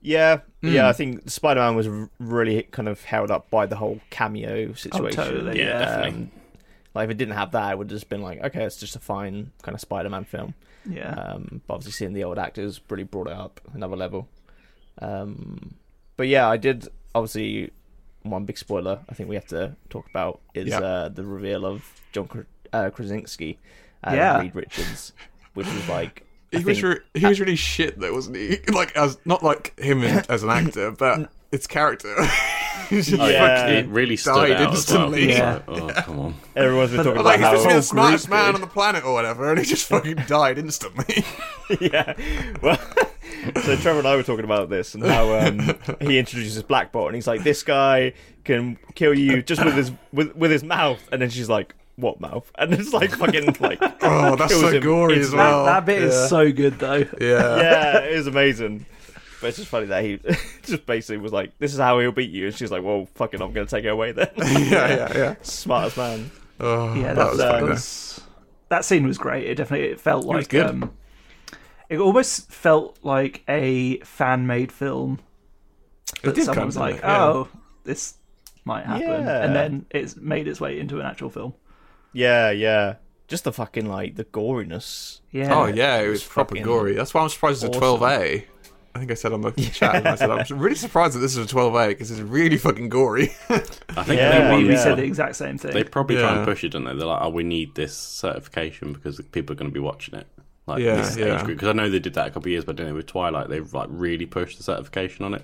Speaker 4: Yeah, yeah.
Speaker 1: Hmm.
Speaker 4: I think Spider-Man was r- really kind of held up by the whole cameo situation.
Speaker 1: Oh,
Speaker 4: Um,
Speaker 1: totally,
Speaker 2: Yeah,
Speaker 1: Yeah.
Speaker 2: definitely.
Speaker 4: Like if it didn't have that, it would have just been like, okay, it's just a fine kind of Spider-Man film.
Speaker 1: Yeah,
Speaker 4: Um, but obviously, seeing the old actors really brought it up another level. Um, but yeah, I did obviously one big spoiler. I think we have to talk about is
Speaker 3: Yeah.
Speaker 4: uh, the reveal of John Kr- uh, Krasinski and
Speaker 1: Yeah.
Speaker 4: Reed Richards, which was like I
Speaker 3: He was
Speaker 4: think-
Speaker 3: re- he was really shit though, wasn't he? [laughs] Like as not like him in, as
Speaker 1: [laughs]
Speaker 3: an actor, but its character. [laughs] He's just
Speaker 2: Oh,
Speaker 4: Yeah.
Speaker 2: It really stood
Speaker 3: Died
Speaker 2: out
Speaker 3: instantly.
Speaker 2: As
Speaker 1: Yeah.
Speaker 2: well. It's like, oh, come on.
Speaker 4: everyone's
Speaker 3: [laughs]
Speaker 4: been talking
Speaker 1: But,
Speaker 4: about
Speaker 3: Like he's
Speaker 4: how
Speaker 3: supposed to be the smartest
Speaker 1: group
Speaker 3: man
Speaker 1: did.
Speaker 3: on the planet or whatever, and he just fucking died instantly.
Speaker 4: [laughs]
Speaker 3: [laughs]
Speaker 4: yeah. Well, so Trevor and I were talking about this and how um, he introduces Black Bolt, and he's like, "This guy can kill you just with his with, with his mouth," and then she's like, "What mouth?" And it's like fucking like,
Speaker 3: [laughs] oh, that's
Speaker 4: Kills
Speaker 3: so
Speaker 4: him
Speaker 3: gory as
Speaker 4: instantly.
Speaker 1: that,
Speaker 3: well.
Speaker 1: that bit is so good though.
Speaker 3: yeah.
Speaker 4: yeah, it was amazing. But it's just funny that he [laughs] just basically was like, "This is how he'll beat you," and she's like, "Well, fucking, I'm gonna take her away then."
Speaker 3: [laughs] yeah, yeah, yeah.
Speaker 4: Smartest man.
Speaker 3: Oh,
Speaker 1: Yeah,
Speaker 3: that
Speaker 1: that,
Speaker 3: was
Speaker 1: that
Speaker 3: funny.
Speaker 1: was,
Speaker 3: though.
Speaker 1: [laughs] that scene was great. It definitely it felt
Speaker 3: was
Speaker 1: like
Speaker 3: good.
Speaker 1: um, it almost felt like a fan made film. That
Speaker 3: did
Speaker 1: someone
Speaker 3: come,
Speaker 1: was
Speaker 3: didn't
Speaker 1: like,
Speaker 3: it? Yeah.
Speaker 1: "Oh, this might happen,"
Speaker 4: Yeah.
Speaker 1: and then it's made its way into an actual film.
Speaker 4: Yeah, yeah. Just the fucking like the goriness.
Speaker 1: Yeah.
Speaker 3: Oh yeah, it was proper
Speaker 4: fucking
Speaker 3: gory. That's why I'm surprised it's a
Speaker 4: awesome.
Speaker 3: 12A. I think I said on the chat. I said I'm really surprised that this is a 12A because it's really fucking gory.
Speaker 2: I think
Speaker 4: Yeah,
Speaker 2: they want
Speaker 1: we, we
Speaker 4: yeah.
Speaker 1: said the exact same thing.
Speaker 2: Oh, They probably try
Speaker 3: Yeah.
Speaker 2: and push it, don't they? They're like, oh, we need this certification because people are going to be watching it. Like
Speaker 3: Yeah,
Speaker 2: this
Speaker 3: yeah.
Speaker 2: age group. Because I know they did that a couple of years, but I don't know with Twilight, they like really pushed the certification on it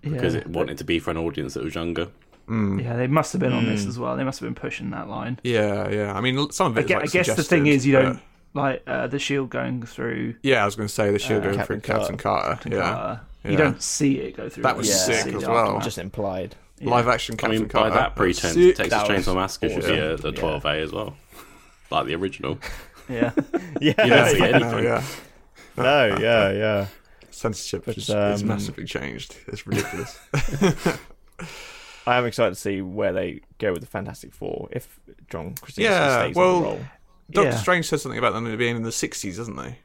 Speaker 2: because
Speaker 1: yeah.
Speaker 2: it wanted to be for an audience that was younger.
Speaker 1: yeah, they must have been on this as well. They must have been pushing that line.
Speaker 3: yeah, yeah. I mean, l- some of
Speaker 1: I
Speaker 3: it.
Speaker 1: gue-
Speaker 3: like,
Speaker 1: I guess the
Speaker 3: suggested,
Speaker 1: thing is, you
Speaker 3: but-
Speaker 1: don't like uh, the shield going through.
Speaker 3: Yeah, I was going to say the shield going
Speaker 4: Captain
Speaker 3: through Captain Carter.
Speaker 1: Uh, Captain
Speaker 3: yeah.
Speaker 1: Carter.
Speaker 3: Yeah.
Speaker 1: You don't see it go through.
Speaker 3: That was
Speaker 1: you just
Speaker 4: sick
Speaker 1: see
Speaker 3: as
Speaker 1: the
Speaker 3: well.
Speaker 1: aftermath.
Speaker 4: Just implied.
Speaker 3: Live action
Speaker 2: I
Speaker 3: Captain
Speaker 2: mean,
Speaker 3: Carter.
Speaker 2: by that pretense,
Speaker 3: Sick.
Speaker 2: Texas
Speaker 4: That was
Speaker 2: Chainsaw Massacre should be a, a
Speaker 4: awesome.
Speaker 2: 12A as well, like the original.
Speaker 1: Yeah.
Speaker 4: Yeah,
Speaker 2: don't
Speaker 4: yeah,
Speaker 2: see
Speaker 4: yeah.
Speaker 2: it.
Speaker 3: No, yeah.
Speaker 4: no, yeah, yeah.
Speaker 3: Censorship
Speaker 4: But,
Speaker 3: is, is
Speaker 4: um,
Speaker 3: massively changed.
Speaker 1: [laughs]
Speaker 3: It's ridiculous.
Speaker 4: I am excited to see where they go with the Fantastic Four if John Krasinski
Speaker 3: Yeah,
Speaker 4: stays
Speaker 3: well-
Speaker 4: on the role.
Speaker 3: Doctor
Speaker 1: Yeah.
Speaker 3: Strange said something about them being in the 60s, doesn't they?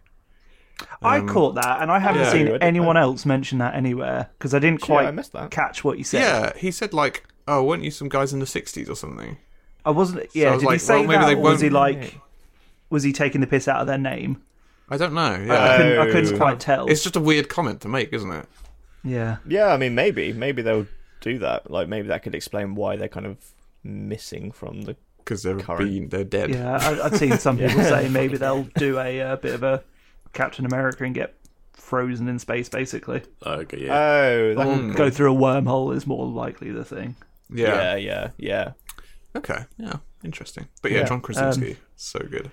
Speaker 1: [laughs] I caught that, and I haven't
Speaker 3: Um, yeah.
Speaker 1: seen
Speaker 4: Yeah, I did
Speaker 1: anyone else mention that anywhere because I didn't
Speaker 4: Shit, I
Speaker 1: quite
Speaker 4: missed that.
Speaker 1: catch what you said.
Speaker 3: Yeah, he said, like, oh, weren't you some guys in the 60s or something?
Speaker 1: I wasn't. Yeah,
Speaker 3: I was
Speaker 1: did he
Speaker 3: like,
Speaker 1: say
Speaker 3: well, maybe
Speaker 1: that?
Speaker 3: they
Speaker 1: or was he
Speaker 3: won't-
Speaker 1: like, was he taking the piss out of their name?
Speaker 3: I don't know. Yeah.
Speaker 1: I couldn't, I couldn't
Speaker 4: Oh.
Speaker 1: quite tell.
Speaker 3: it's just a weird comment to make, isn't it?
Speaker 1: Yeah,
Speaker 4: Yeah, I mean, maybe, maybe they'll do that. Like, maybe that could explain why they're kind of missing from the.
Speaker 3: Because they're
Speaker 4: Current.
Speaker 3: being, they're dead.
Speaker 1: yeah. I, I've seen some people say maybe they'll do a uh, bit of a Captain America and get frozen in space, basically.
Speaker 2: Okay, yeah.
Speaker 4: Oh, that
Speaker 3: Hmm.
Speaker 4: could-
Speaker 1: Go through a wormhole is more likely the thing.
Speaker 4: yeah,
Speaker 3: Yeah.
Speaker 4: yeah, yeah,
Speaker 3: Okay. Yeah. Interesting. But yeah,
Speaker 4: Yeah.
Speaker 3: John Krasinski,
Speaker 1: um,
Speaker 3: so good.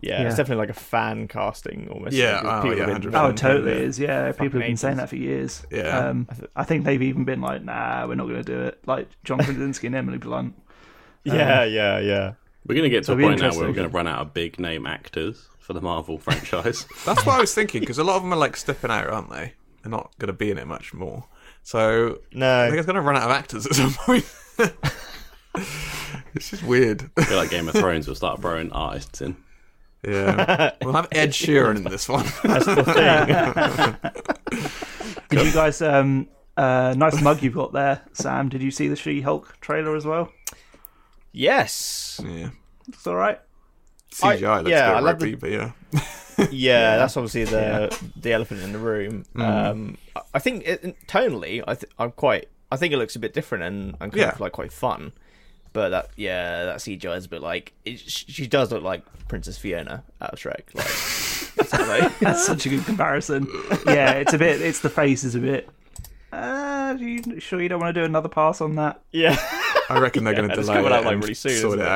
Speaker 4: yeah,
Speaker 1: Yeah.
Speaker 4: It's definitely like a fan casting almost.
Speaker 3: Yeah,
Speaker 4: Like,
Speaker 3: oh,
Speaker 4: people
Speaker 3: yeah,
Speaker 4: have been-
Speaker 3: 100%.
Speaker 1: Oh, it totally is. Yeah, people have been
Speaker 4: ages.
Speaker 1: saying that for years.
Speaker 3: Yeah.
Speaker 1: um, I think they've even been like, "Nah, we're not going to do it." Like
Speaker 3: [laughs]
Speaker 1: John Krasinski and Emily Blunt.
Speaker 4: Yeah,
Speaker 1: Um,
Speaker 4: yeah, yeah.
Speaker 2: We're going to get to a
Speaker 1: It'll be
Speaker 2: point now
Speaker 1: interesting.
Speaker 2: where we're going to run out of big name actors for the Marvel [laughs] franchise.
Speaker 3: That's what I was thinking because a lot of them are like stepping out, aren't they? They're not going to be in it much more. So I think
Speaker 4: No,
Speaker 3: it's going to run out of actors at some point. [laughs] it's just weird.
Speaker 2: I feel like Game of Thrones will start throwing artists in.
Speaker 3: Yeah. We'll have Ed Sheeran in this one.
Speaker 1: Did you guys? Um, uh, nice mug you've got there, Sam. Did you see the She-Hulk trailer as well?
Speaker 4: yes,
Speaker 3: [laughs] yeah.
Speaker 1: It's all
Speaker 3: [laughs]
Speaker 1: right.
Speaker 3: CGI
Speaker 4: I-
Speaker 3: looks
Speaker 4: yeah, I
Speaker 3: good,
Speaker 4: love
Speaker 3: ropey, but yeah.
Speaker 4: yeah, that's obviously the the elephant in the room. Um, I- I think it, tonally, I th- I'm quite. I think it looks a bit different and, and kind of
Speaker 3: Yeah.
Speaker 4: like quite fun. But that, yeah, that CGI is a bit like [laughs] it, sh- she does look like Princess Fiona out of Shrek. Like,
Speaker 1: That's [laughs] such a good
Speaker 3: [laughs]
Speaker 1: comparison. Yeah, it's a bit. It's the face is a bit. Uh, you sure you don't want to do another pass on that?
Speaker 4: Yeah.
Speaker 3: I reckon they're
Speaker 4: [laughs]
Speaker 3: going
Speaker 4: Yeah,
Speaker 3: to
Speaker 4: it's
Speaker 3: delay
Speaker 4: coming
Speaker 3: it
Speaker 4: out, like,
Speaker 3: and
Speaker 4: really soon,
Speaker 3: sort
Speaker 4: isn't
Speaker 3: it
Speaker 4: it?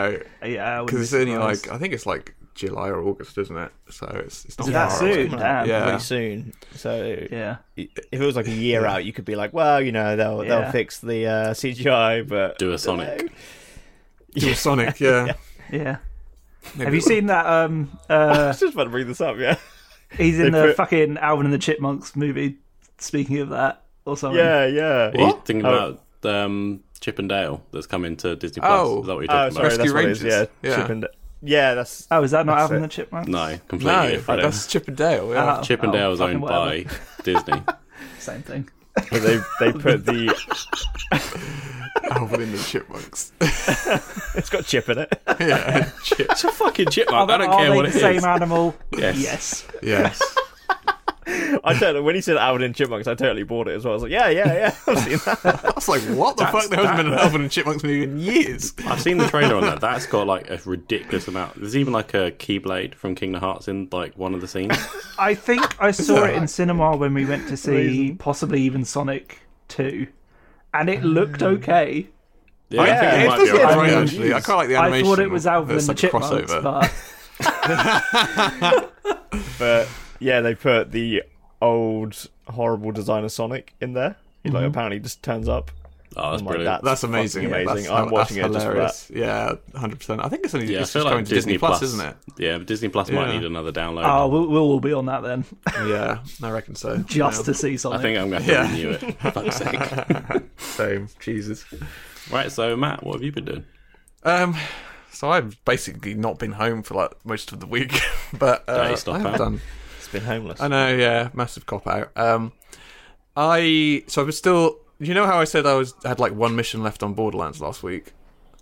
Speaker 3: out
Speaker 1: Yeah, I wouldn't
Speaker 3: because
Speaker 1: be
Speaker 3: it's only
Speaker 1: surprised.
Speaker 3: like I think it's like July or August, isn't it? So it's it's not
Speaker 1: Is it that
Speaker 3: far
Speaker 1: soon?
Speaker 3: away.
Speaker 1: Dude, damn.
Speaker 3: Yeah.
Speaker 4: Pretty soon. So
Speaker 1: yeah.
Speaker 4: i- if it was like a year out, you could be like, well, you know, they'll
Speaker 1: Yeah.
Speaker 4: they'll fix the uh, CGI, but
Speaker 2: Do a Sonic.
Speaker 3: Dual
Speaker 4: [laughs]
Speaker 3: Sonic, yeah.
Speaker 1: Yeah.
Speaker 3: Maybe
Speaker 1: Have you
Speaker 3: it will.
Speaker 1: seen that? Um, uh,
Speaker 4: I was [laughs] just about to bring this up. Yeah.
Speaker 1: he's in
Speaker 4: They
Speaker 1: the
Speaker 4: put-
Speaker 1: fucking Alvin and the Chipmunks movie. Speaking of that, or something.
Speaker 4: Yeah. Yeah.
Speaker 2: Are you thinking
Speaker 4: Oh.
Speaker 2: about um, Chip and Dale that's coming to Disney Plus?
Speaker 3: Oh.
Speaker 2: Is that what you're
Speaker 4: Oh,
Speaker 2: talking
Speaker 4: sorry.
Speaker 2: about?
Speaker 3: Rescue
Speaker 4: that's what it is,
Speaker 3: Rangers.
Speaker 4: Yeah.
Speaker 3: Yeah.
Speaker 4: Chip and- yeah. That's.
Speaker 1: Oh, is that not
Speaker 4: That's
Speaker 1: Alvin
Speaker 4: it.
Speaker 1: and the Chipmunks?
Speaker 2: No, completely.
Speaker 3: No,
Speaker 2: different.
Speaker 3: that's Chip and Dale. Yeah.
Speaker 4: Uh-huh.
Speaker 3: [laughs]
Speaker 1: Oh,
Speaker 2: Chip and
Speaker 1: oh,
Speaker 2: Dale is
Speaker 1: fucking
Speaker 2: owned
Speaker 1: whatever.
Speaker 2: by Disney.
Speaker 1: Same thing.
Speaker 4: But they
Speaker 3: [laughs]
Speaker 4: they put the.
Speaker 3: Alvin and Oh, the
Speaker 4: [laughs]
Speaker 3: Chipmunks. [laughs]
Speaker 4: It's got chip in it.
Speaker 3: yeah, Chip.
Speaker 2: It's a fucking chipmunk. I don't
Speaker 1: Are
Speaker 2: care
Speaker 1: they
Speaker 2: what
Speaker 1: the
Speaker 2: it is.
Speaker 1: same animal?
Speaker 2: Yes.
Speaker 1: yes.
Speaker 3: Yes.
Speaker 4: I totally when he said Alvin and Chipmunks, I totally bought it as well. I was like, yeah, yeah, yeah. I've seen that.
Speaker 3: [laughs] I was like, what the fuck? There hasn't been an Alvin and Chipmunks movie in years.
Speaker 2: I've seen the trailer on that. That's got like a ridiculous amount. There's even like a keyblade from Kingdom Hearts in like one of the
Speaker 3: [laughs]
Speaker 2: scenes.
Speaker 1: I think I saw it in cinema when we went to see possibly even Sonic 2. And
Speaker 4: Ah.
Speaker 1: it looked okay.
Speaker 2: Yeah,
Speaker 4: Yeah,
Speaker 2: I think it might be
Speaker 4: it
Speaker 3: does
Speaker 2: all
Speaker 3: look
Speaker 1: alright.
Speaker 3: great,
Speaker 1: Yeah.
Speaker 3: actually. I quite like the
Speaker 1: I
Speaker 3: animation.
Speaker 1: thought it was Alvin and
Speaker 3: There's
Speaker 1: the
Speaker 3: like a
Speaker 1: Chipmunks,
Speaker 3: crossover.
Speaker 1: but
Speaker 4: But yeah, they put the old horrible designer Sonic in there. He like
Speaker 3: Mm-hmm.
Speaker 4: apparently just turns up.
Speaker 2: Oh, that's
Speaker 4: I'm like,
Speaker 2: brilliant.
Speaker 4: that's-
Speaker 3: That's amazing.
Speaker 4: Fucking amazing.
Speaker 3: That's,
Speaker 4: I'm
Speaker 3: that's
Speaker 4: watching it just for
Speaker 3: hilarious. Yeah, hundred percent. I think it's only
Speaker 2: yeah,
Speaker 3: it's
Speaker 2: I feel
Speaker 3: just
Speaker 2: like
Speaker 3: going to Disney Plus, isn't it?
Speaker 2: Yeah, but Disney Plus might
Speaker 3: Yeah.
Speaker 2: need another download.
Speaker 1: oh, we'll, we'll all be on that then,
Speaker 3: Yeah, I reckon so.
Speaker 1: just to
Speaker 3: yeah.
Speaker 1: see Sonic.
Speaker 2: I think I'm going to
Speaker 3: Yeah.
Speaker 2: renew it. Fuck's sake.
Speaker 3: [laughs] same. Jesus.
Speaker 2: Right, so Matt, what have you been doing?
Speaker 3: Um, so I've basically not been home for like most of the week, [laughs] but uh,
Speaker 2: Don't stop
Speaker 3: I have
Speaker 2: that.
Speaker 3: done.
Speaker 4: It's been homeless.
Speaker 3: I know. Yeah, massive cop out. Um, I so I was still. You know how I said I was had like one mission left on Borderlands last week.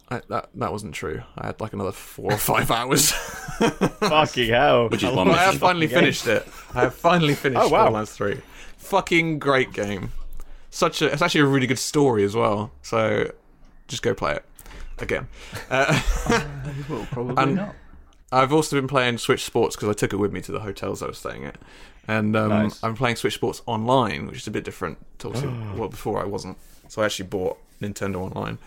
Speaker 3: I, that that wasn't true. I had like another four or five [laughs] hours.
Speaker 4: Fucking hell.
Speaker 2: Which is
Speaker 4: I
Speaker 2: one
Speaker 4: love
Speaker 3: I
Speaker 2: mission.
Speaker 3: have
Speaker 4: this
Speaker 3: finally
Speaker 4: fucking game.
Speaker 3: finished it. I have finally finished
Speaker 4: Oh, wow.
Speaker 3: Borderlands 3. Fucking great game. Such a, it's actually a really good story as well. So just go play it again. Uh,
Speaker 1: Well, probably
Speaker 3: And-
Speaker 1: not.
Speaker 3: I've also been playing Switch Sports because I took it with me to the hotels I was staying at, and um,
Speaker 4: Nice. Ah.
Speaker 3: I'm playing Switch Sports online, which is a bit different to obviously well before I wasn't. So I actually bought Nintendo Online.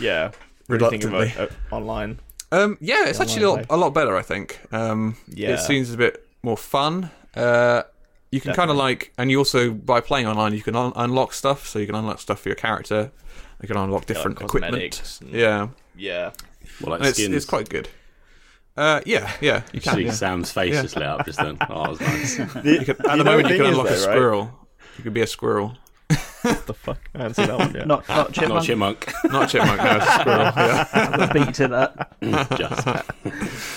Speaker 4: Yeah. What do you think
Speaker 3: Reluctantly.
Speaker 4: about, uh, online.
Speaker 3: Um, yeah, it's
Speaker 4: The
Speaker 3: actually a
Speaker 4: online
Speaker 3: lot, a lot better, I think. Um,
Speaker 4: Yeah.
Speaker 3: It seems a bit more fun. Uh, you can kind of
Speaker 4: Definitely.
Speaker 3: like, and you also, by playing online, you can un- unlock stuff. So you can unlock stuff for your character. You can unlock different equipment.
Speaker 4: cosmetics and-
Speaker 3: Yeah.
Speaker 4: Yeah.
Speaker 2: Well, like
Speaker 3: And it's,
Speaker 2: skins.
Speaker 3: it's quite good. Uh, yeah, yeah. You can.
Speaker 2: See
Speaker 3: yeah.
Speaker 2: Sam's face
Speaker 3: Yeah.
Speaker 2: just lit up just
Speaker 3: [laughs]
Speaker 2: then. Oh, that was nice.
Speaker 3: You can- at the moment, you can unlock a squirrel. You could be a squirrel.
Speaker 4: What the fuck? I haven't seen that
Speaker 3: [laughs]
Speaker 4: one yet.
Speaker 1: Not not
Speaker 2: Not
Speaker 1: chipmunk.
Speaker 2: chipmunk.
Speaker 3: Not a chipmunk, no, it's
Speaker 4: [laughs]
Speaker 3: a squirrel. Yeah.
Speaker 1: I beat to that.
Speaker 2: just.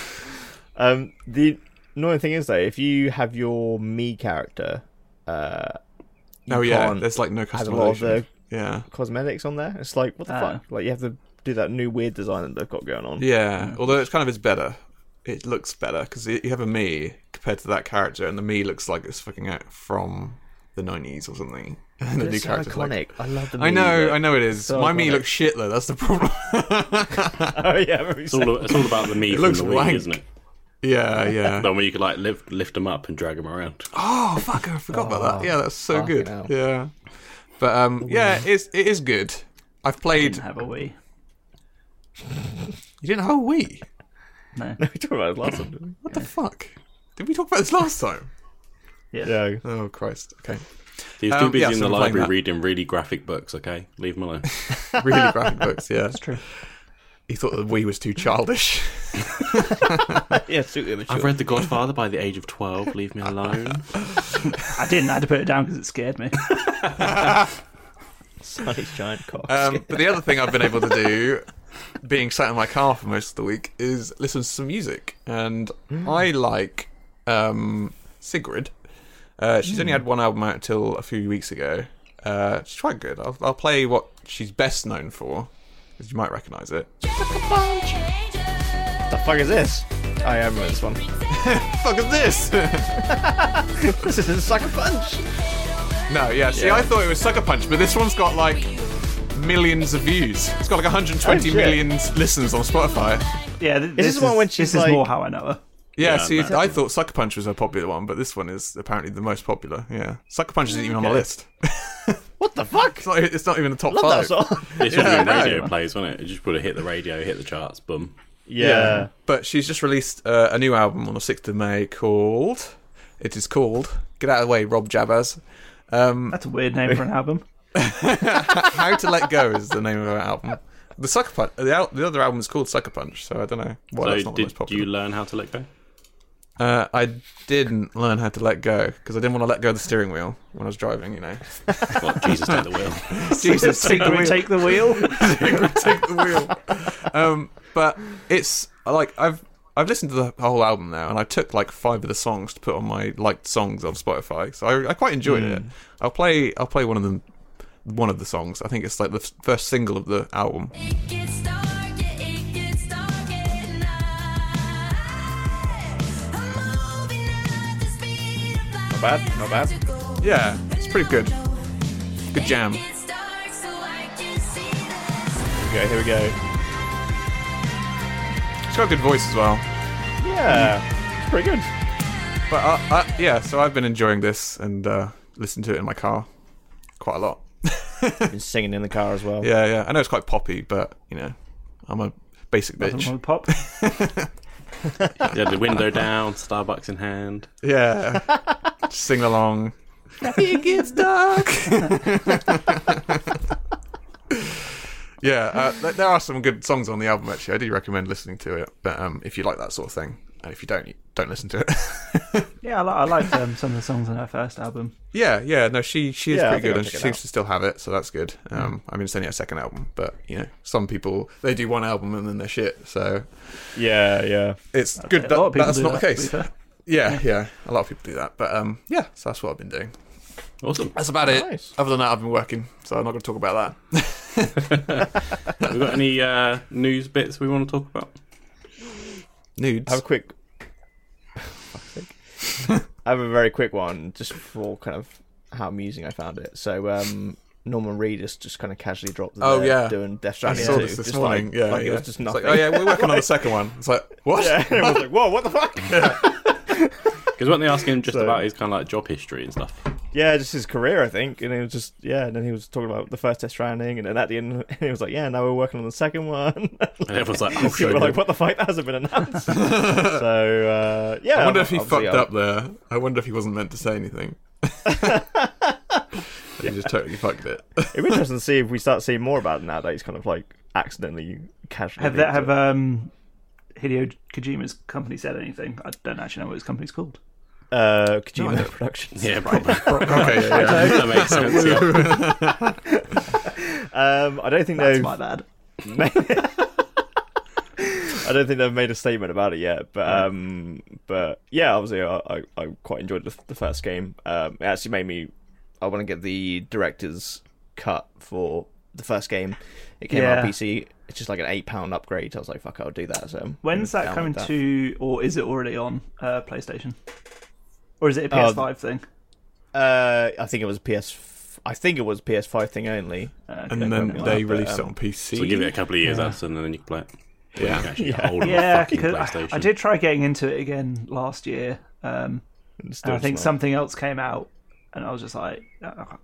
Speaker 4: Um, the annoying thing is though, if you have your me character, uh, you
Speaker 3: Oh, yeah.
Speaker 4: can't
Speaker 3: There's like no
Speaker 4: have a lot of
Speaker 3: customization.
Speaker 4: the
Speaker 3: Yeah.
Speaker 4: cosmetics on there. It's like what the
Speaker 1: Ah.
Speaker 4: fuck? Like you have to do that new weird design that they've got going on.
Speaker 3: Oh. Yeah, although it's kind of is better. It looks better because you have a me compared to that character, and the me looks like it's fucking out from the nineties or something. [laughs] And the
Speaker 4: It's so
Speaker 3: character's like-
Speaker 4: iconic. I love the.
Speaker 3: I
Speaker 4: me
Speaker 3: know,
Speaker 4: look.
Speaker 3: I know it is.
Speaker 4: so
Speaker 3: My me
Speaker 4: iconic.
Speaker 3: looks shit though. That's the [laughs] problem.
Speaker 4: [laughs] Oh yeah, I remember you
Speaker 2: It's
Speaker 4: [laughs]
Speaker 2: all,
Speaker 4: saying-
Speaker 2: it's all about the me from
Speaker 3: looks
Speaker 2: the Wii,
Speaker 3: wank.
Speaker 2: isn't it?
Speaker 3: yeah, yeah.
Speaker 2: The
Speaker 4: [laughs]
Speaker 2: one where you could like lift lift them up and drag them around.
Speaker 3: Oh fuck! I forgot about that. Yeah, that's so
Speaker 4: fucking
Speaker 3: good.
Speaker 4: hell.
Speaker 3: Yeah, but um, yeah, it's it is good. I've played.
Speaker 1: Have a wee.
Speaker 3: You didn't have a Wii.
Speaker 1: No.
Speaker 4: we talked about it last time. Didn't
Speaker 3: What the fuck? Did we talk about this last time?
Speaker 1: Yeah.
Speaker 4: we? Yeah.
Speaker 3: Oh Christ! [laughs] Okay,
Speaker 2: He was too
Speaker 3: Um,
Speaker 2: busy
Speaker 3: yeah,
Speaker 2: in
Speaker 3: so
Speaker 2: the
Speaker 3: I'm playing
Speaker 2: library
Speaker 3: that.
Speaker 2: reading really graphic books. Okay, leave him alone.
Speaker 3: really graphic books. Yeah, that's
Speaker 1: true.
Speaker 3: He thought the Wii was too [laughs] childish.
Speaker 4: [laughs] yeah, suit immature.
Speaker 2: I've read The Godfather by the age of twelve. Leave me [laughs] alone.
Speaker 1: I didn't. I had to put it down because it scared
Speaker 4: [laughs]
Speaker 1: me.
Speaker 4: Sonny's giant cock.
Speaker 3: Um, but the other thing I've been able to do, being sat in my car for most of the week, is listen to some music. And I like um, Sigrid. Uh, she's only had one album out till a few weeks ago. Uh, she's quite good. I'll, I'll play what she's best known for, because you might recognise it.
Speaker 4: the fuck is this? I am in this one. [laughs]
Speaker 3: fuck is this? [laughs]
Speaker 4: this is a sucker punch.
Speaker 3: no, yeah. See, I thought it was Sucker Punch, but this one's got like millions of views. It's got like
Speaker 4: Oh,
Speaker 3: 120
Speaker 4: shit.
Speaker 3: million listens on Spotify.
Speaker 1: Yeah. th-
Speaker 4: Is this the one when
Speaker 1: this
Speaker 4: she's
Speaker 1: is more
Speaker 4: like-
Speaker 1: how I know her.
Speaker 3: Yeah,
Speaker 2: Yeah,
Speaker 3: see,
Speaker 2: no.
Speaker 3: I thought Sucker Punch was a popular one, but this one is apparently the most popular. Yeah, Sucker Punch isn't even on my
Speaker 4: Okay.
Speaker 3: list. [laughs]
Speaker 4: What the fuck?
Speaker 3: It's not, it's not even the top
Speaker 4: Love
Speaker 3: five.
Speaker 4: that
Speaker 3: [laughs]
Speaker 4: song.
Speaker 2: It's what
Speaker 3: Yeah,
Speaker 2: the
Speaker 3: I
Speaker 2: radio plays, wasn't it? It just would have hit the radio, hit the charts, boom.
Speaker 4: yeah.
Speaker 3: But she's just released uh, a new album on the 6th of May called. It is called Get Out of the Way, Rob Javaz. Um, [laughs]
Speaker 1: That's a weird name for an album.
Speaker 3: How to Let Go is the name of her album. The Sucker Punch. The, al- the other album is called Sucker Punch, so I don't know why that's
Speaker 2: so
Speaker 3: not the
Speaker 2: did
Speaker 3: most popular.
Speaker 2: you learn how to let go?
Speaker 3: Uh, I didn't learn how to let go because I didn't want to let go of the steering wheel when I was driving, you know.
Speaker 2: What, Jesus take the wheel.
Speaker 3: [laughs] [laughs] Jesus, [laughs] take the
Speaker 1: Secret
Speaker 3: wheel.
Speaker 1: take the wheel.
Speaker 3: [laughs] take the wheel. Um, but it's like I've I've listened to the whole album now, and I took like five of the songs to put on my liked songs on Spotify. So I, I quite enjoyed it. I'll play I'll play one of them, one of the songs. I think it's like the f- first single of the album.
Speaker 5: It gets dark, yeah, it gets dark at night. I'm moving at the speed of light.
Speaker 4: Not bad, not bad.
Speaker 3: Yeah, it's pretty good. Good jam.
Speaker 5: It gets dark, so I can see the sun.
Speaker 4: Okay, here we go.
Speaker 3: It's got a good voice as well.
Speaker 4: Yeah. It's pretty good.
Speaker 3: But I, I, yeah, so I've been enjoying this and uh, listened to it in my car quite a lot.
Speaker 4: Been singing in the car as well.
Speaker 3: Yeah, yeah. I know it's quite poppy, but you know, I'm a basic
Speaker 1: Doesn't
Speaker 3: bitch.
Speaker 1: want to pop.
Speaker 2: You had the window down, Starbucks in hand.
Speaker 3: [laughs] Yeah. Just sing along. it gets dark. yeah, uh, th- there are some good songs on the album. Actually, I do recommend listening to it. But um, if you like that sort of thing, and if you don't, you don't listen to it. [laughs]
Speaker 1: Yeah, I, li- I liked um, some of the songs on her first album.
Speaker 3: yeah, yeah. No, she she is
Speaker 4: Yeah, I
Speaker 3: pretty
Speaker 4: think
Speaker 3: good,
Speaker 4: I'll
Speaker 3: and she
Speaker 4: check it
Speaker 3: seems
Speaker 4: out.
Speaker 3: to still have it, so that's good. Um, I mean, it's only her second album, but you know, some people they do one album and then they're shit. So
Speaker 4: Yeah, yeah.
Speaker 3: it's
Speaker 1: a
Speaker 3: good.
Speaker 1: lot
Speaker 3: That,
Speaker 1: of people
Speaker 3: that's
Speaker 1: do
Speaker 3: not
Speaker 1: that,
Speaker 3: the
Speaker 1: to be
Speaker 3: case.
Speaker 1: fair.
Speaker 3: Yeah, yeah. A lot of people do that, but um, yeah. So that's what I've been doing.
Speaker 2: Awesome.
Speaker 3: That's about
Speaker 4: Nice.
Speaker 3: it. Other than that, I've been working, so I'm not going to talk about that.
Speaker 2: Have we got any uh, news bits we want to talk about?
Speaker 3: Nudes.
Speaker 4: I have a quick. [laughs] Fuck's sake. I have a very quick one, just for kind of how amusing I found it. So um, Norman Reedus just kind of casually dropped. that
Speaker 3: Oh,
Speaker 4: they're
Speaker 3: yeah.
Speaker 4: doing Death
Speaker 3: I
Speaker 4: Stranding
Speaker 3: saw
Speaker 4: 2,
Speaker 3: this this
Speaker 4: just
Speaker 3: morning.
Speaker 4: Like,
Speaker 3: yeah,
Speaker 4: like it
Speaker 3: yeah.
Speaker 4: was just
Speaker 3: It's like,
Speaker 4: nothing.
Speaker 3: oh
Speaker 4: [laughs]
Speaker 3: yeah, we're working on the second one. It's like what?
Speaker 4: yeah, everyone's like, "Whoa, what the fuck?"
Speaker 2: Because weren't they asking him just
Speaker 4: So-
Speaker 2: about his kind of like job history and stuff?
Speaker 4: Yeah, just his career, I think. And it was just yeah. And then he was talking about the first Death Stranding, and then at the end, [laughs] he was like, "Yeah, now we're working on the second one." [laughs]
Speaker 2: And everyone's like, oh,
Speaker 4: People
Speaker 2: sure.
Speaker 4: were like, "What the fuck? That hasn't been
Speaker 3: [laughs]
Speaker 4: announced." so uh, yeah,
Speaker 3: I wonder if he
Speaker 4: obviously,
Speaker 3: fucked
Speaker 4: uh,
Speaker 3: up there. I wonder if he wasn't meant to say anything. [laughs] he just totally fucked it. [laughs]
Speaker 4: It'd be interesting to see if we start seeing more about it now that he's kind of like accidentally casually.
Speaker 1: Have that
Speaker 4: leaked
Speaker 1: have
Speaker 4: it.
Speaker 1: um, Hideo Kojima's company said anything? I don't actually know what his company's called.
Speaker 4: uh,
Speaker 3: No, I
Speaker 4: Kojima
Speaker 3: don't-
Speaker 4: Productions?
Speaker 2: Yeah, probably.
Speaker 3: okay, [laughs] yeah, yeah.
Speaker 2: that makes sense. [laughs]
Speaker 3: [laughs]
Speaker 2: Yeah.
Speaker 4: Um, I don't think
Speaker 1: That's
Speaker 4: they've.
Speaker 1: my bad.
Speaker 4: [laughs] I don't think they've made a statement about it yet, but um, but yeah, obviously I, I, I quite enjoyed the, the first game. Um, it actually made me I want to get the director's cut for the first game. It came out
Speaker 1: Yeah.
Speaker 4: PC. It's just like an eight pound upgrade. I was like, fuck, I'll do that. So
Speaker 1: When's that
Speaker 4: download
Speaker 1: coming
Speaker 4: that.
Speaker 1: to, or is it already on uh, PlayStation? Or is it a PS5 thing?
Speaker 4: Uh, I think it was PS. I think it was PS5 thing only.
Speaker 1: Uh, okay.
Speaker 3: And then
Speaker 4: Yeah,
Speaker 3: they
Speaker 4: but,
Speaker 3: released
Speaker 4: um,
Speaker 3: it on PC.
Speaker 2: So give it a couple of years, Addison, and then you can play it.
Speaker 3: Yeah.
Speaker 2: yeah.
Speaker 1: yeah,
Speaker 2: fucking
Speaker 1: 'cause I,
Speaker 2: PlayStation.
Speaker 1: I did try getting into it again last year, um, and I think something else came out, and I was just like, oh,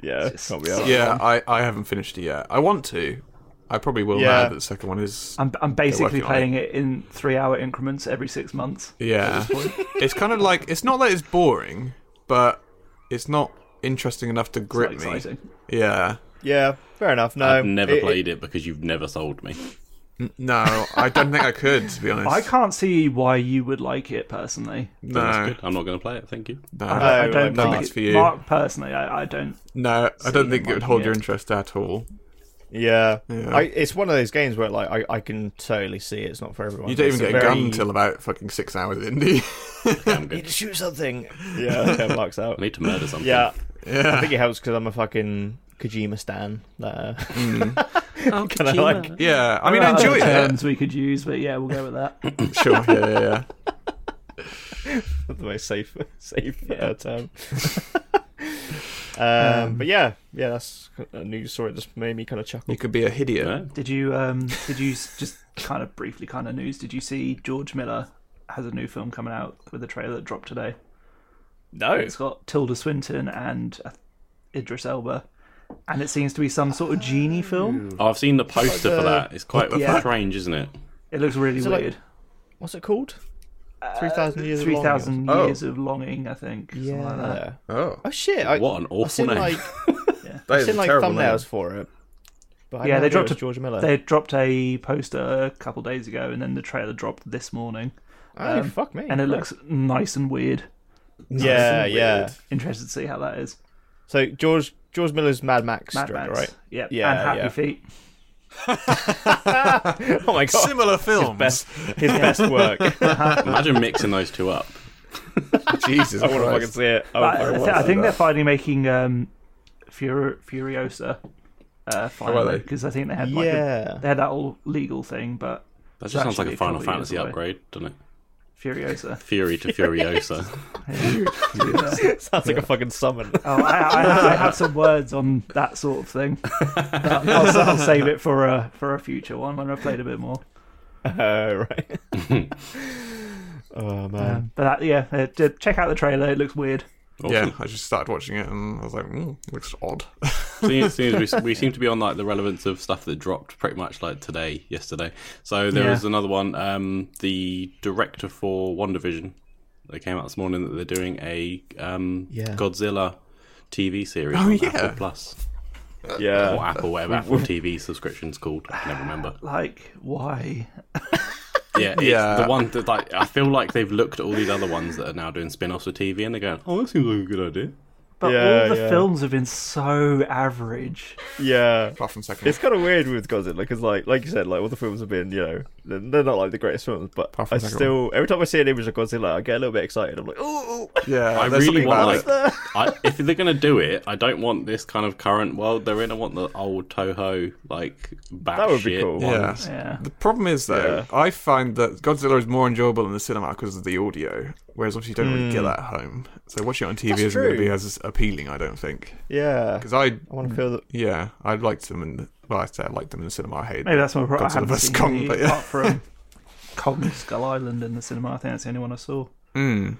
Speaker 4: Yeah,
Speaker 1: just-
Speaker 4: can't be arsed.
Speaker 3: yeah, I, I haven't finished it yet. I want to. I probably will
Speaker 4: Yeah.
Speaker 3: now that the second one is.
Speaker 1: I'm I'm basically
Speaker 3: working on it.
Speaker 1: playing it in three hour increments every
Speaker 3: Mm.
Speaker 1: six months.
Speaker 3: Yeah. [laughs] it's kind of like it's not that it's boring, but it's not interesting enough to grip
Speaker 1: Quite
Speaker 3: me.
Speaker 1: exciting.
Speaker 3: Yeah.
Speaker 4: Yeah, fair enough. No,
Speaker 2: I've never
Speaker 4: Um, it- it-
Speaker 2: played it because you've never sold me.
Speaker 3: No, I don't think I could, to be honest.
Speaker 1: I can't see why you would like it personally.
Speaker 3: No,
Speaker 2: That's good. I'm not going to play it. Thank you.
Speaker 3: no,
Speaker 1: I,
Speaker 4: No,
Speaker 1: I don't
Speaker 4: like,
Speaker 1: think
Speaker 3: nothing's
Speaker 1: it-
Speaker 3: for you.
Speaker 1: Mark personally, I, I don't.
Speaker 3: no. I don't
Speaker 1: See,
Speaker 3: think it
Speaker 1: like,
Speaker 3: would hold your
Speaker 1: yeah.
Speaker 3: interest at all.
Speaker 4: Yeah,
Speaker 3: Yeah.
Speaker 4: I, it's one of those games where like I, I can totally see it's not for everyone.
Speaker 3: You don't
Speaker 4: It's
Speaker 3: even get a
Speaker 4: very-
Speaker 3: gun until about fucking six hours in, do you? [laughs]
Speaker 2: Yeah, I'm
Speaker 4: you
Speaker 2: good.
Speaker 4: need to shoot something. Yeah, yeah, marks out.
Speaker 2: I [laughs] need to murder something.
Speaker 4: Yeah, I
Speaker 3: Yeah,
Speaker 4: think it helps because I'm a fucking Kojima stan. That uh,
Speaker 3: Mm.
Speaker 4: [laughs]
Speaker 1: Oh,
Speaker 4: kind of like
Speaker 3: yeah. I mean,
Speaker 1: There
Speaker 3: I
Speaker 1: are
Speaker 3: enjoy
Speaker 1: other
Speaker 3: it.
Speaker 1: terms we could use, but yeah, we'll go with that.
Speaker 3: [laughs] Sure. Yeah, yeah, yeah.
Speaker 4: the most safe safe uh,
Speaker 3: [laughs]
Speaker 4: term. um, but yeah, yeah, that's a news story. that Just made me kind of chuckle.
Speaker 3: You could be a hideous.
Speaker 2: No?
Speaker 1: Did you um? Did you s- just kind of briefly, kind of news? Did you see George Miller has a new film coming out with a trailer that dropped today.
Speaker 6: No.
Speaker 1: It's got Tilda Swinton and uh, Idris Elba, and it seems to be some sort of genie film.
Speaker 2: Oh, I've seen the poster for that. It's quite
Speaker 1: fuck?
Speaker 2: strange, isn't it?
Speaker 1: It looks really
Speaker 4: So, like,
Speaker 1: weird.
Speaker 4: What's it called? Three thousand years. of
Speaker 1: Uh, Three thousand
Speaker 3: Oh.
Speaker 1: years of longing, I think.
Speaker 4: Longing.
Speaker 1: something like that.
Speaker 4: Yeah.
Speaker 3: Oh,
Speaker 4: Oh shit! I,
Speaker 2: What an awful
Speaker 4: I've seen
Speaker 2: name.
Speaker 4: like
Speaker 3: that
Speaker 4: I've
Speaker 3: is a
Speaker 4: seen like
Speaker 3: terrible
Speaker 4: thumbnails [laughs]
Speaker 3: name.
Speaker 4: for it. But I
Speaker 1: Yeah,
Speaker 4: had no
Speaker 1: they
Speaker 4: idea it
Speaker 1: dropped
Speaker 4: was
Speaker 1: a-
Speaker 4: George Miller.
Speaker 1: They dropped a poster a couple days ago, and then the trailer dropped this morning,
Speaker 4: oh
Speaker 1: um,
Speaker 4: fuck me!
Speaker 1: and it
Speaker 4: Right.
Speaker 1: looks nice and weird.
Speaker 4: yeah, yeah.
Speaker 1: Interested to see how that is.
Speaker 4: So George George Miller's Mad Max,
Speaker 1: Mad
Speaker 4: straight,
Speaker 1: Max,
Speaker 4: right?
Speaker 1: Yep.
Speaker 4: Yeah,
Speaker 1: and Happy
Speaker 4: yeah.
Speaker 1: Feet.
Speaker 4: [laughs] Oh my god!
Speaker 3: Similar
Speaker 4: [laughs]
Speaker 3: films.
Speaker 4: Best his best work. [laughs] I
Speaker 2: [laughs] Imagine mixing those two up.
Speaker 3: Jesus
Speaker 4: want to fucking
Speaker 3: Christ.
Speaker 4: see it. Oh, I,
Speaker 1: But I,
Speaker 4: wanna fucking
Speaker 1: thi-
Speaker 4: watch
Speaker 1: I
Speaker 4: it.
Speaker 1: think they're finally making um, Fur- Furiosa. Uh, finally,
Speaker 3: they?
Speaker 1: because I think they had like a,
Speaker 4: Oh, yeah.
Speaker 1: they had that whole legal thing, but
Speaker 2: That just sounds like
Speaker 1: actually a
Speaker 2: a Final
Speaker 1: couple of years
Speaker 2: Fantasy
Speaker 1: away.
Speaker 2: upgrade, doesn't it?
Speaker 1: Furiosa.
Speaker 4: [laughs]
Speaker 2: Fury to Furiosa.
Speaker 1: Yeah.
Speaker 4: [laughs] Sounds like a
Speaker 1: [laughs]
Speaker 4: fucking summon. [laughs]
Speaker 1: oh, I, I, I have some words on that sort of thing. But I'll, I'll save it for a for a future one when I've played a bit more.
Speaker 4: Oh [laughs] right. oh man.
Speaker 1: Um, but that, yeah, uh, j- check out the trailer. It looks weird.
Speaker 2: Awesome.
Speaker 3: Yeah, I just started watching it and I was like, mm, looks odd.
Speaker 2: [laughs] seeing, seeing as we, we seem to be on like the relevance of stuff that dropped pretty much like today, yesterday. So there
Speaker 1: Yeah.
Speaker 2: was another one. Um, the director for One Division, they came out this morning that they're doing a um,
Speaker 4: Yeah.
Speaker 2: Godzilla TV series
Speaker 3: Oh,
Speaker 2: on
Speaker 3: yeah.
Speaker 2: Apple Plus
Speaker 4: Yeah.
Speaker 2: or Apple, whatever Apple TV subscription's called. I can never remember.
Speaker 1: Like, why?
Speaker 2: Yeah, it's
Speaker 3: Yeah.
Speaker 2: the one that like I feel like they've looked at all these other ones that are now doing spin-offs of TV and they're going, oh, that seems like a good idea.
Speaker 1: But
Speaker 4: Yeah,
Speaker 1: all the
Speaker 4: yeah.
Speaker 1: films have been so average.
Speaker 4: Yeah.
Speaker 3: Apart from second.
Speaker 4: It's kind of weird with Godzilla because, like, like you said, like all the films have been, you know, they're, they're not like the greatest films, but
Speaker 3: Apart from
Speaker 4: I
Speaker 3: Megalon.
Speaker 4: still every time I see an image of Godzilla, I get a little bit excited. I'm like, oh,
Speaker 3: yeah,
Speaker 2: I
Speaker 3: there's
Speaker 2: really
Speaker 3: something about
Speaker 2: want
Speaker 3: it.
Speaker 2: like [laughs] I, if they're gonna do it, I don't want this kind of current world they're in. I want the old Toho like bat
Speaker 4: That would be
Speaker 2: shit
Speaker 4: cool.
Speaker 2: ones.
Speaker 3: Yeah.
Speaker 1: Yeah.
Speaker 3: The problem is though, I find that Godzilla is more enjoyable in the cinema because of the audio, whereas obviously you don't really
Speaker 1: Hmm.
Speaker 3: get that at home. So watching it on TV
Speaker 4: That's
Speaker 3: isn't going to be
Speaker 4: true.
Speaker 3: as appealing, I don't think.
Speaker 4: yeah,
Speaker 3: Because I,
Speaker 4: I want to feel that.
Speaker 3: yeah, I liked them in. The, well, I say I liked them in the cinema. I hate.
Speaker 1: Maybe that's my problem. I
Speaker 3: Godzilla
Speaker 1: haven't
Speaker 3: vs
Speaker 1: seen
Speaker 3: Kong,
Speaker 1: any
Speaker 3: but yeah.
Speaker 1: apart from
Speaker 3: [laughs]
Speaker 1: Kong Skull Island in the cinema. I think that's the only one I saw.
Speaker 3: Mm,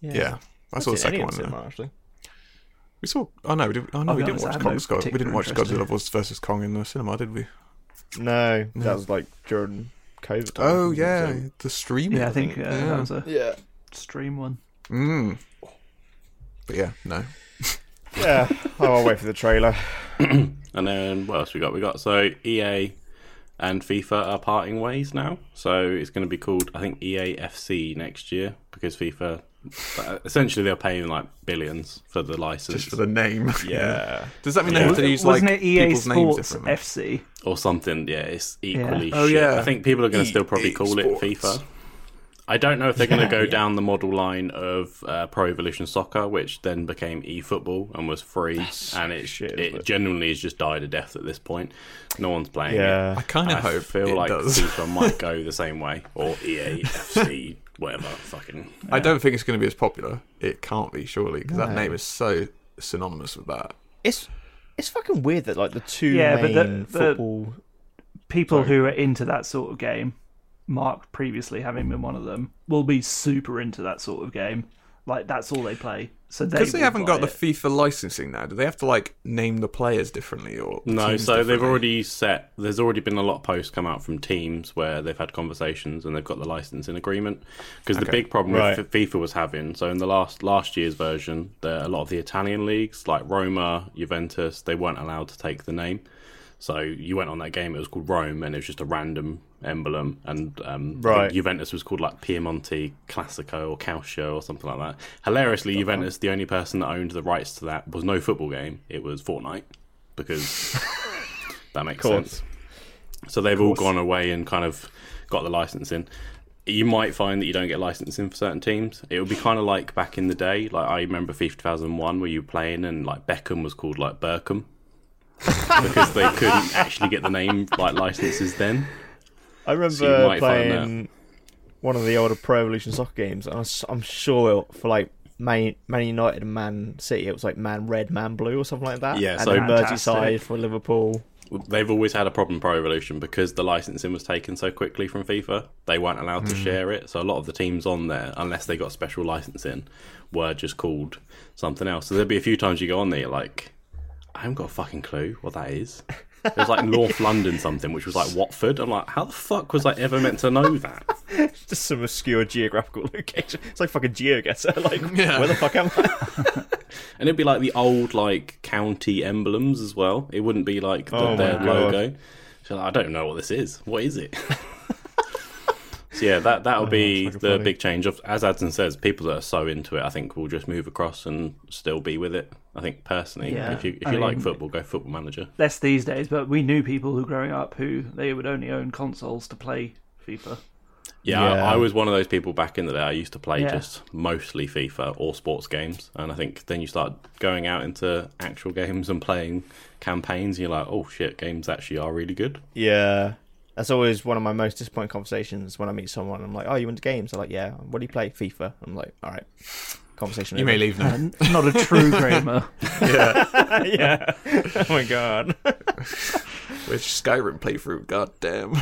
Speaker 3: yeah, I saw the second one. though.
Speaker 4: actually.
Speaker 3: We saw. Oh no, we didn't. Oh no,
Speaker 1: I'll
Speaker 3: we
Speaker 1: be
Speaker 3: didn't
Speaker 1: honest, I
Speaker 3: watch
Speaker 1: had
Speaker 3: Kong
Speaker 1: no
Speaker 3: Skull. We didn't
Speaker 1: particular
Speaker 3: watch
Speaker 1: interest in
Speaker 3: Godzilla vs versus Kong in the cinema, did we?
Speaker 4: No, that was like during COVID. Time,
Speaker 3: Oh
Speaker 4: wasn't it?
Speaker 3: yeah,
Speaker 4: So-
Speaker 3: the stream.
Speaker 1: Yeah, I think uh,
Speaker 3: Yeah.
Speaker 1: that was a
Speaker 4: yeah,
Speaker 1: stream one.
Speaker 3: Mm. But yeah, no.
Speaker 4: yeah. Oh, I'll wait for the trailer.
Speaker 2: And then what else we got? We got so EA and FIFA are parting ways now. So it's going to be called I think E EAFC next year because FIFA uh, essentially they're paying like billions for the license
Speaker 3: Just for the name.
Speaker 4: [laughs]
Speaker 3: [laughs]
Speaker 4: Yeah,
Speaker 3: Does that mean they
Speaker 2: Yeah.
Speaker 3: have to use
Speaker 1: Wasn't
Speaker 3: like
Speaker 1: it EA
Speaker 3: people's names
Speaker 1: Sports
Speaker 3: differently?
Speaker 1: FC?
Speaker 2: or something. Yeah, it's equally
Speaker 1: Yeah.
Speaker 3: Oh,
Speaker 2: shit.
Speaker 3: yeah.
Speaker 2: I think people are going to still probably
Speaker 3: EA
Speaker 2: call
Speaker 3: Sports.
Speaker 2: it FIFA. I don't know if they're going to go down the model line of uh, Pro Evolution Soccer, which then became eFootball and was free, and it
Speaker 4: shit,
Speaker 2: it
Speaker 4: but-
Speaker 2: genuinely has just died a death at this point. No one's playing it.
Speaker 4: yeah.
Speaker 3: I kind of hope
Speaker 2: feel
Speaker 3: it
Speaker 2: like [laughs]
Speaker 3: does.
Speaker 2: FIFA
Speaker 3: [laughs]
Speaker 2: might go the same way or E EA FC whatever fucking.
Speaker 3: I don't think it's going to be as popular. It can't be surely because that name is so synonymous with that.
Speaker 4: It's it's fucking weird that like the two
Speaker 1: Yeah, but
Speaker 4: main
Speaker 1: the- the-
Speaker 4: football.
Speaker 1: People who are into that sort of game, Mark previously having been one of them, will be super into that sort of game. Like that's all they play. So
Speaker 3: Because they
Speaker 1: will
Speaker 3: haven't got
Speaker 1: buy
Speaker 3: the
Speaker 1: it.
Speaker 3: FIFA licensing now. Do they have to like name the players differently or the
Speaker 2: No,
Speaker 3: teams
Speaker 2: so they've
Speaker 3: differently?
Speaker 2: already set. There's already been a lot of posts come out from teams where they've had conversations and they've got the licensing agreement. Because the big problem
Speaker 4: Right.
Speaker 2: with FIFA was having, so in the last last year's version, the, a lot of the Italian leagues like Roma, Juventus, they weren't allowed to take the name. So you went on that game. It was called Rome, and it was just a random emblem. And um, I think
Speaker 4: Right.
Speaker 2: Juventus was called like Piemonte Classico or Calcio or something like that. Hilariously, Juventus, the only person that owned the rights to that was no football game. It was Fortnite because that makes
Speaker 4: course.
Speaker 2: sense. So they've all gone away and kind of got the licensing. You might find that you don't get licensing for certain teams. It would be kind of like back in the day. Like I remember FIFA 2001 where you were playing and like Beckham was called like Burkham [laughs] because they couldn't actually get the name like licenses then.
Speaker 4: I remember
Speaker 2: So you might find
Speaker 4: playing one of the older Pro Evolution Soccer games, and I s- I'm sure for like Man, Man United and Man City, it was like Man Red, Man Blue, or something like that.
Speaker 2: Yeah,
Speaker 4: and
Speaker 2: so-
Speaker 4: then
Speaker 1: Fantastic.
Speaker 4: Merseyside for Liverpool. [laughs]
Speaker 2: they've always had a problem Pro Evolution because the licensing was taken so quickly from FIFA. They weren't allowed to share it, so a lot of the teams on there, unless they got special licensing, were just called something else. So there'd be a few times you go on there, you're like, I haven't got a fucking clue what that is. It was like North London something, which was like Watford. I'm like, how the fuck was I ever meant to know that?
Speaker 4: Just some obscure geographical [laughs] location. It's like fucking GeoGuessr. [laughs] Like,
Speaker 3: Yeah.
Speaker 4: where the fuck am I?
Speaker 2: And it'd be like the old like county emblems as well. It wouldn't be like the,
Speaker 4: Oh
Speaker 2: their
Speaker 4: my God.
Speaker 2: logo. So I don't know what this is. What is
Speaker 4: [laughs]
Speaker 2: it? so yeah, that that'll be
Speaker 4: Oh, fucking
Speaker 2: the
Speaker 4: funny.
Speaker 2: big change. Of as Adson says, people that are so into it, I think will just move across and still be with it. I think personally,
Speaker 1: Yeah.
Speaker 2: if you if you
Speaker 1: I
Speaker 2: like
Speaker 1: mean-
Speaker 2: football, go Football Manager.
Speaker 1: Less these days, but we knew people who growing up who they would only own consoles to play FIFA.
Speaker 2: Yeah, I-
Speaker 4: Yeah.
Speaker 2: I, was one of those people back in the day. I used to play
Speaker 1: Yeah.
Speaker 2: just mostly FIFA or sports games, and I think then you start going out into actual games and playing campaigns. And you're like, oh shit, games actually are really good.
Speaker 4: Yeah. That's always one of my most disappointing conversations when I meet someone. I'm like, oh, you into games? They're like, yeah. What do you play? FIFA. I'm like, all right. Conversation.
Speaker 3: You
Speaker 4: over.
Speaker 3: may leave [laughs] now.
Speaker 1: And not a true gamer.
Speaker 4: [laughs] yeah. oh my god.
Speaker 3: Which Skyrim playthrough? God damn.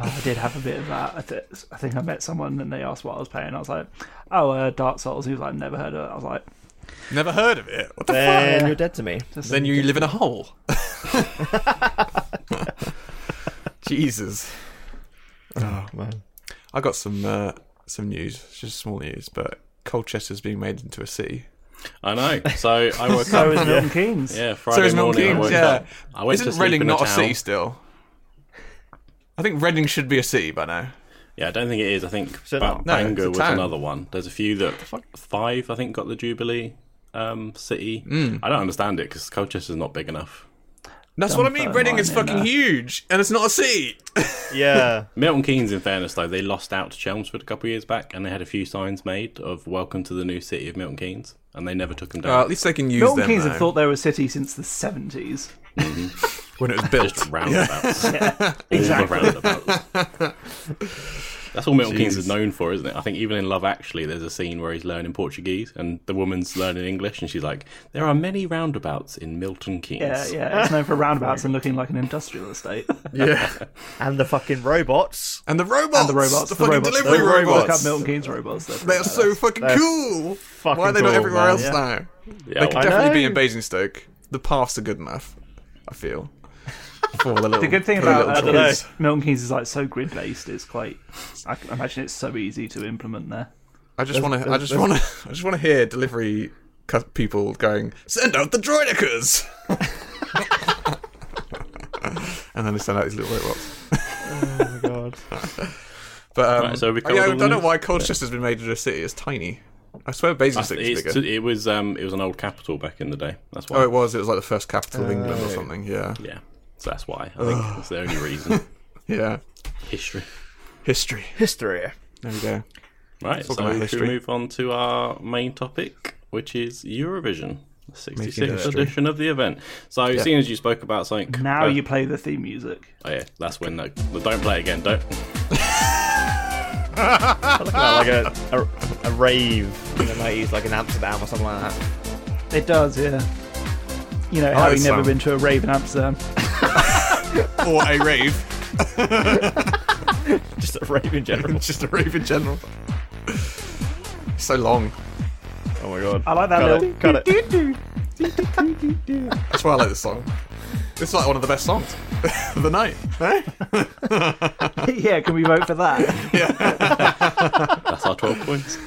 Speaker 1: Oh, I did have a bit of that. I, th- I think I met someone and they asked what I was playing. I was like, "Oh, uh, Dark Souls." He was like, "Never heard of it." I was like,
Speaker 3: [laughs] Never heard of it. What
Speaker 4: [laughs]
Speaker 3: the
Speaker 4: Then you're dead to me.
Speaker 1: Just
Speaker 3: [laughs] Then you live in a hole. Jesus.
Speaker 4: Oh man.
Speaker 3: I got some uh, some news, It's just small news, but Colchester's being made into a city.
Speaker 2: I know. So I
Speaker 3: [laughs]
Speaker 2: woke
Speaker 1: so
Speaker 2: up.
Speaker 1: "Oh, is Milton Keynes."
Speaker 2: Yeah, Friday
Speaker 3: is Milton
Speaker 2: morning. I
Speaker 3: Keynes,
Speaker 2: woke
Speaker 3: yeah.
Speaker 2: up. I went to
Speaker 3: Isn't
Speaker 2: sleep
Speaker 3: Reading
Speaker 2: in a
Speaker 3: not a,
Speaker 2: towel.
Speaker 3: city still? I think Reading should be a city by now.
Speaker 2: Yeah, I don't think it is. I think
Speaker 4: So
Speaker 2: ba-
Speaker 4: no,
Speaker 3: no, it's
Speaker 2: Bangor
Speaker 3: a
Speaker 2: was
Speaker 3: town.
Speaker 2: another one. There's a few that five I think got the Jubilee um, city.
Speaker 3: Hmm.
Speaker 2: I don't understand it because Colchester's not big enough.
Speaker 3: That's what I mean.
Speaker 1: Dunfermline
Speaker 3: Reading is
Speaker 1: in
Speaker 3: fucking
Speaker 1: there.
Speaker 3: huge, and it's not a city.
Speaker 4: Yeah.
Speaker 2: Milton Keynes, in fairness, though, they lost out to Chelmsford a couple of years back, and they had a few signs made of "Welcome to the new city of Milton Keynes," and they never took them
Speaker 3: Well,
Speaker 2: down.
Speaker 3: at least they can use
Speaker 1: Milton
Speaker 3: them
Speaker 1: Keynes
Speaker 3: now,
Speaker 1: have thought they were a city since the seventies.
Speaker 3: when it was
Speaker 2: [laughs]
Speaker 3: built.
Speaker 1: [laughs]
Speaker 2: Just roundabouts,
Speaker 1: Exactly.
Speaker 2: all the roundabouts. That's all Milton Keynes is known for, isn't it? I think even in Love Actually, there's a scene where he's learning Portuguese, and the woman's learning English, and she's like, "There are many roundabouts in Milton Keynes."
Speaker 1: Yeah, yeah. It's known
Speaker 3: [laughs]
Speaker 1: for roundabouts and looking like an industrial estate.
Speaker 3: yeah,
Speaker 4: And the fucking robots.
Speaker 3: and the robots,
Speaker 1: And the robots,
Speaker 3: the,
Speaker 1: the,
Speaker 3: fucking
Speaker 1: robots,
Speaker 3: delivery
Speaker 1: the Look up
Speaker 3: robots.
Speaker 1: Milton Keynes robots. They're
Speaker 3: They
Speaker 1: [laughs]
Speaker 3: are so fucking cool.
Speaker 4: fucking
Speaker 3: Why are they not
Speaker 4: cool,
Speaker 3: everywhere
Speaker 4: man.
Speaker 3: else
Speaker 4: Yeah.
Speaker 3: now?
Speaker 2: Yeah,
Speaker 3: They
Speaker 2: well,
Speaker 3: could definitely be
Speaker 4: know.
Speaker 3: in Basingstoke. The paths are good enough. I feel. For the,
Speaker 1: [laughs]
Speaker 3: little,
Speaker 1: The good thing
Speaker 3: for the
Speaker 1: about
Speaker 3: little
Speaker 1: uh,
Speaker 4: know.
Speaker 3: toys.
Speaker 1: is [laughs] Milton Keynes is like so grid based. It's quite. I can imagine it's so easy to implement there.
Speaker 3: I just want to. I
Speaker 4: there's-
Speaker 3: just
Speaker 4: there's-
Speaker 3: want to. [laughs] I just want to hear delivery cu- people going, "Send out the droidicas," [laughs] and then they send out these little robots.
Speaker 4: Oh my god.
Speaker 3: But um,
Speaker 2: Right, so we
Speaker 3: yeah, I
Speaker 2: covered all
Speaker 3: don't
Speaker 2: the
Speaker 3: know
Speaker 2: news? [laughs]
Speaker 3: why Colchester's been made into a city. It's tiny. I swear Basingstoke's
Speaker 2: it's-
Speaker 3: bigger.
Speaker 2: it was um, it was an old capital back in the day. That's why.
Speaker 3: oh, it was. It was like the first capital
Speaker 4: Oh,
Speaker 3: of England or something. Yeah,
Speaker 2: Yeah, so that's why. I
Speaker 3: [sighs]
Speaker 2: think that's the only reason.
Speaker 3: yeah.
Speaker 2: History.
Speaker 3: History.
Speaker 4: History.
Speaker 3: There we
Speaker 4: [laughs]
Speaker 3: go.
Speaker 2: Right,
Speaker 3: Talking
Speaker 2: so
Speaker 3: about
Speaker 2: should
Speaker 3: history.
Speaker 2: we move on to our main topic, which is Eurovision, the 66th
Speaker 3: history.
Speaker 2: edition of the event. So, seeing as you spoke about something,
Speaker 1: Now
Speaker 2: uh,
Speaker 1: you play the theme music.
Speaker 2: oh yeah, that's when the, the don't play it again. Don't.
Speaker 4: like a, a,
Speaker 3: Ah.
Speaker 4: a rave in the 90s, like in Amsterdam or something like that.
Speaker 1: It does, yeah. You know,
Speaker 3: it's
Speaker 1: having never
Speaker 3: Oh, fun.
Speaker 1: been to a rave in Amsterdam.
Speaker 3: Or a rave.
Speaker 4: Just a rave in general.
Speaker 3: [laughs] just a rave in general. so long.
Speaker 4: Oh my god.
Speaker 1: I [laughs] like that
Speaker 4: Cut
Speaker 1: little.
Speaker 4: it. Cut it.
Speaker 1: [laughs]
Speaker 3: That's why I like this song. It's like one of the best songs [laughs] of the night. Eh?
Speaker 1: yeah, can we vote for that?
Speaker 2: That's our 12 points.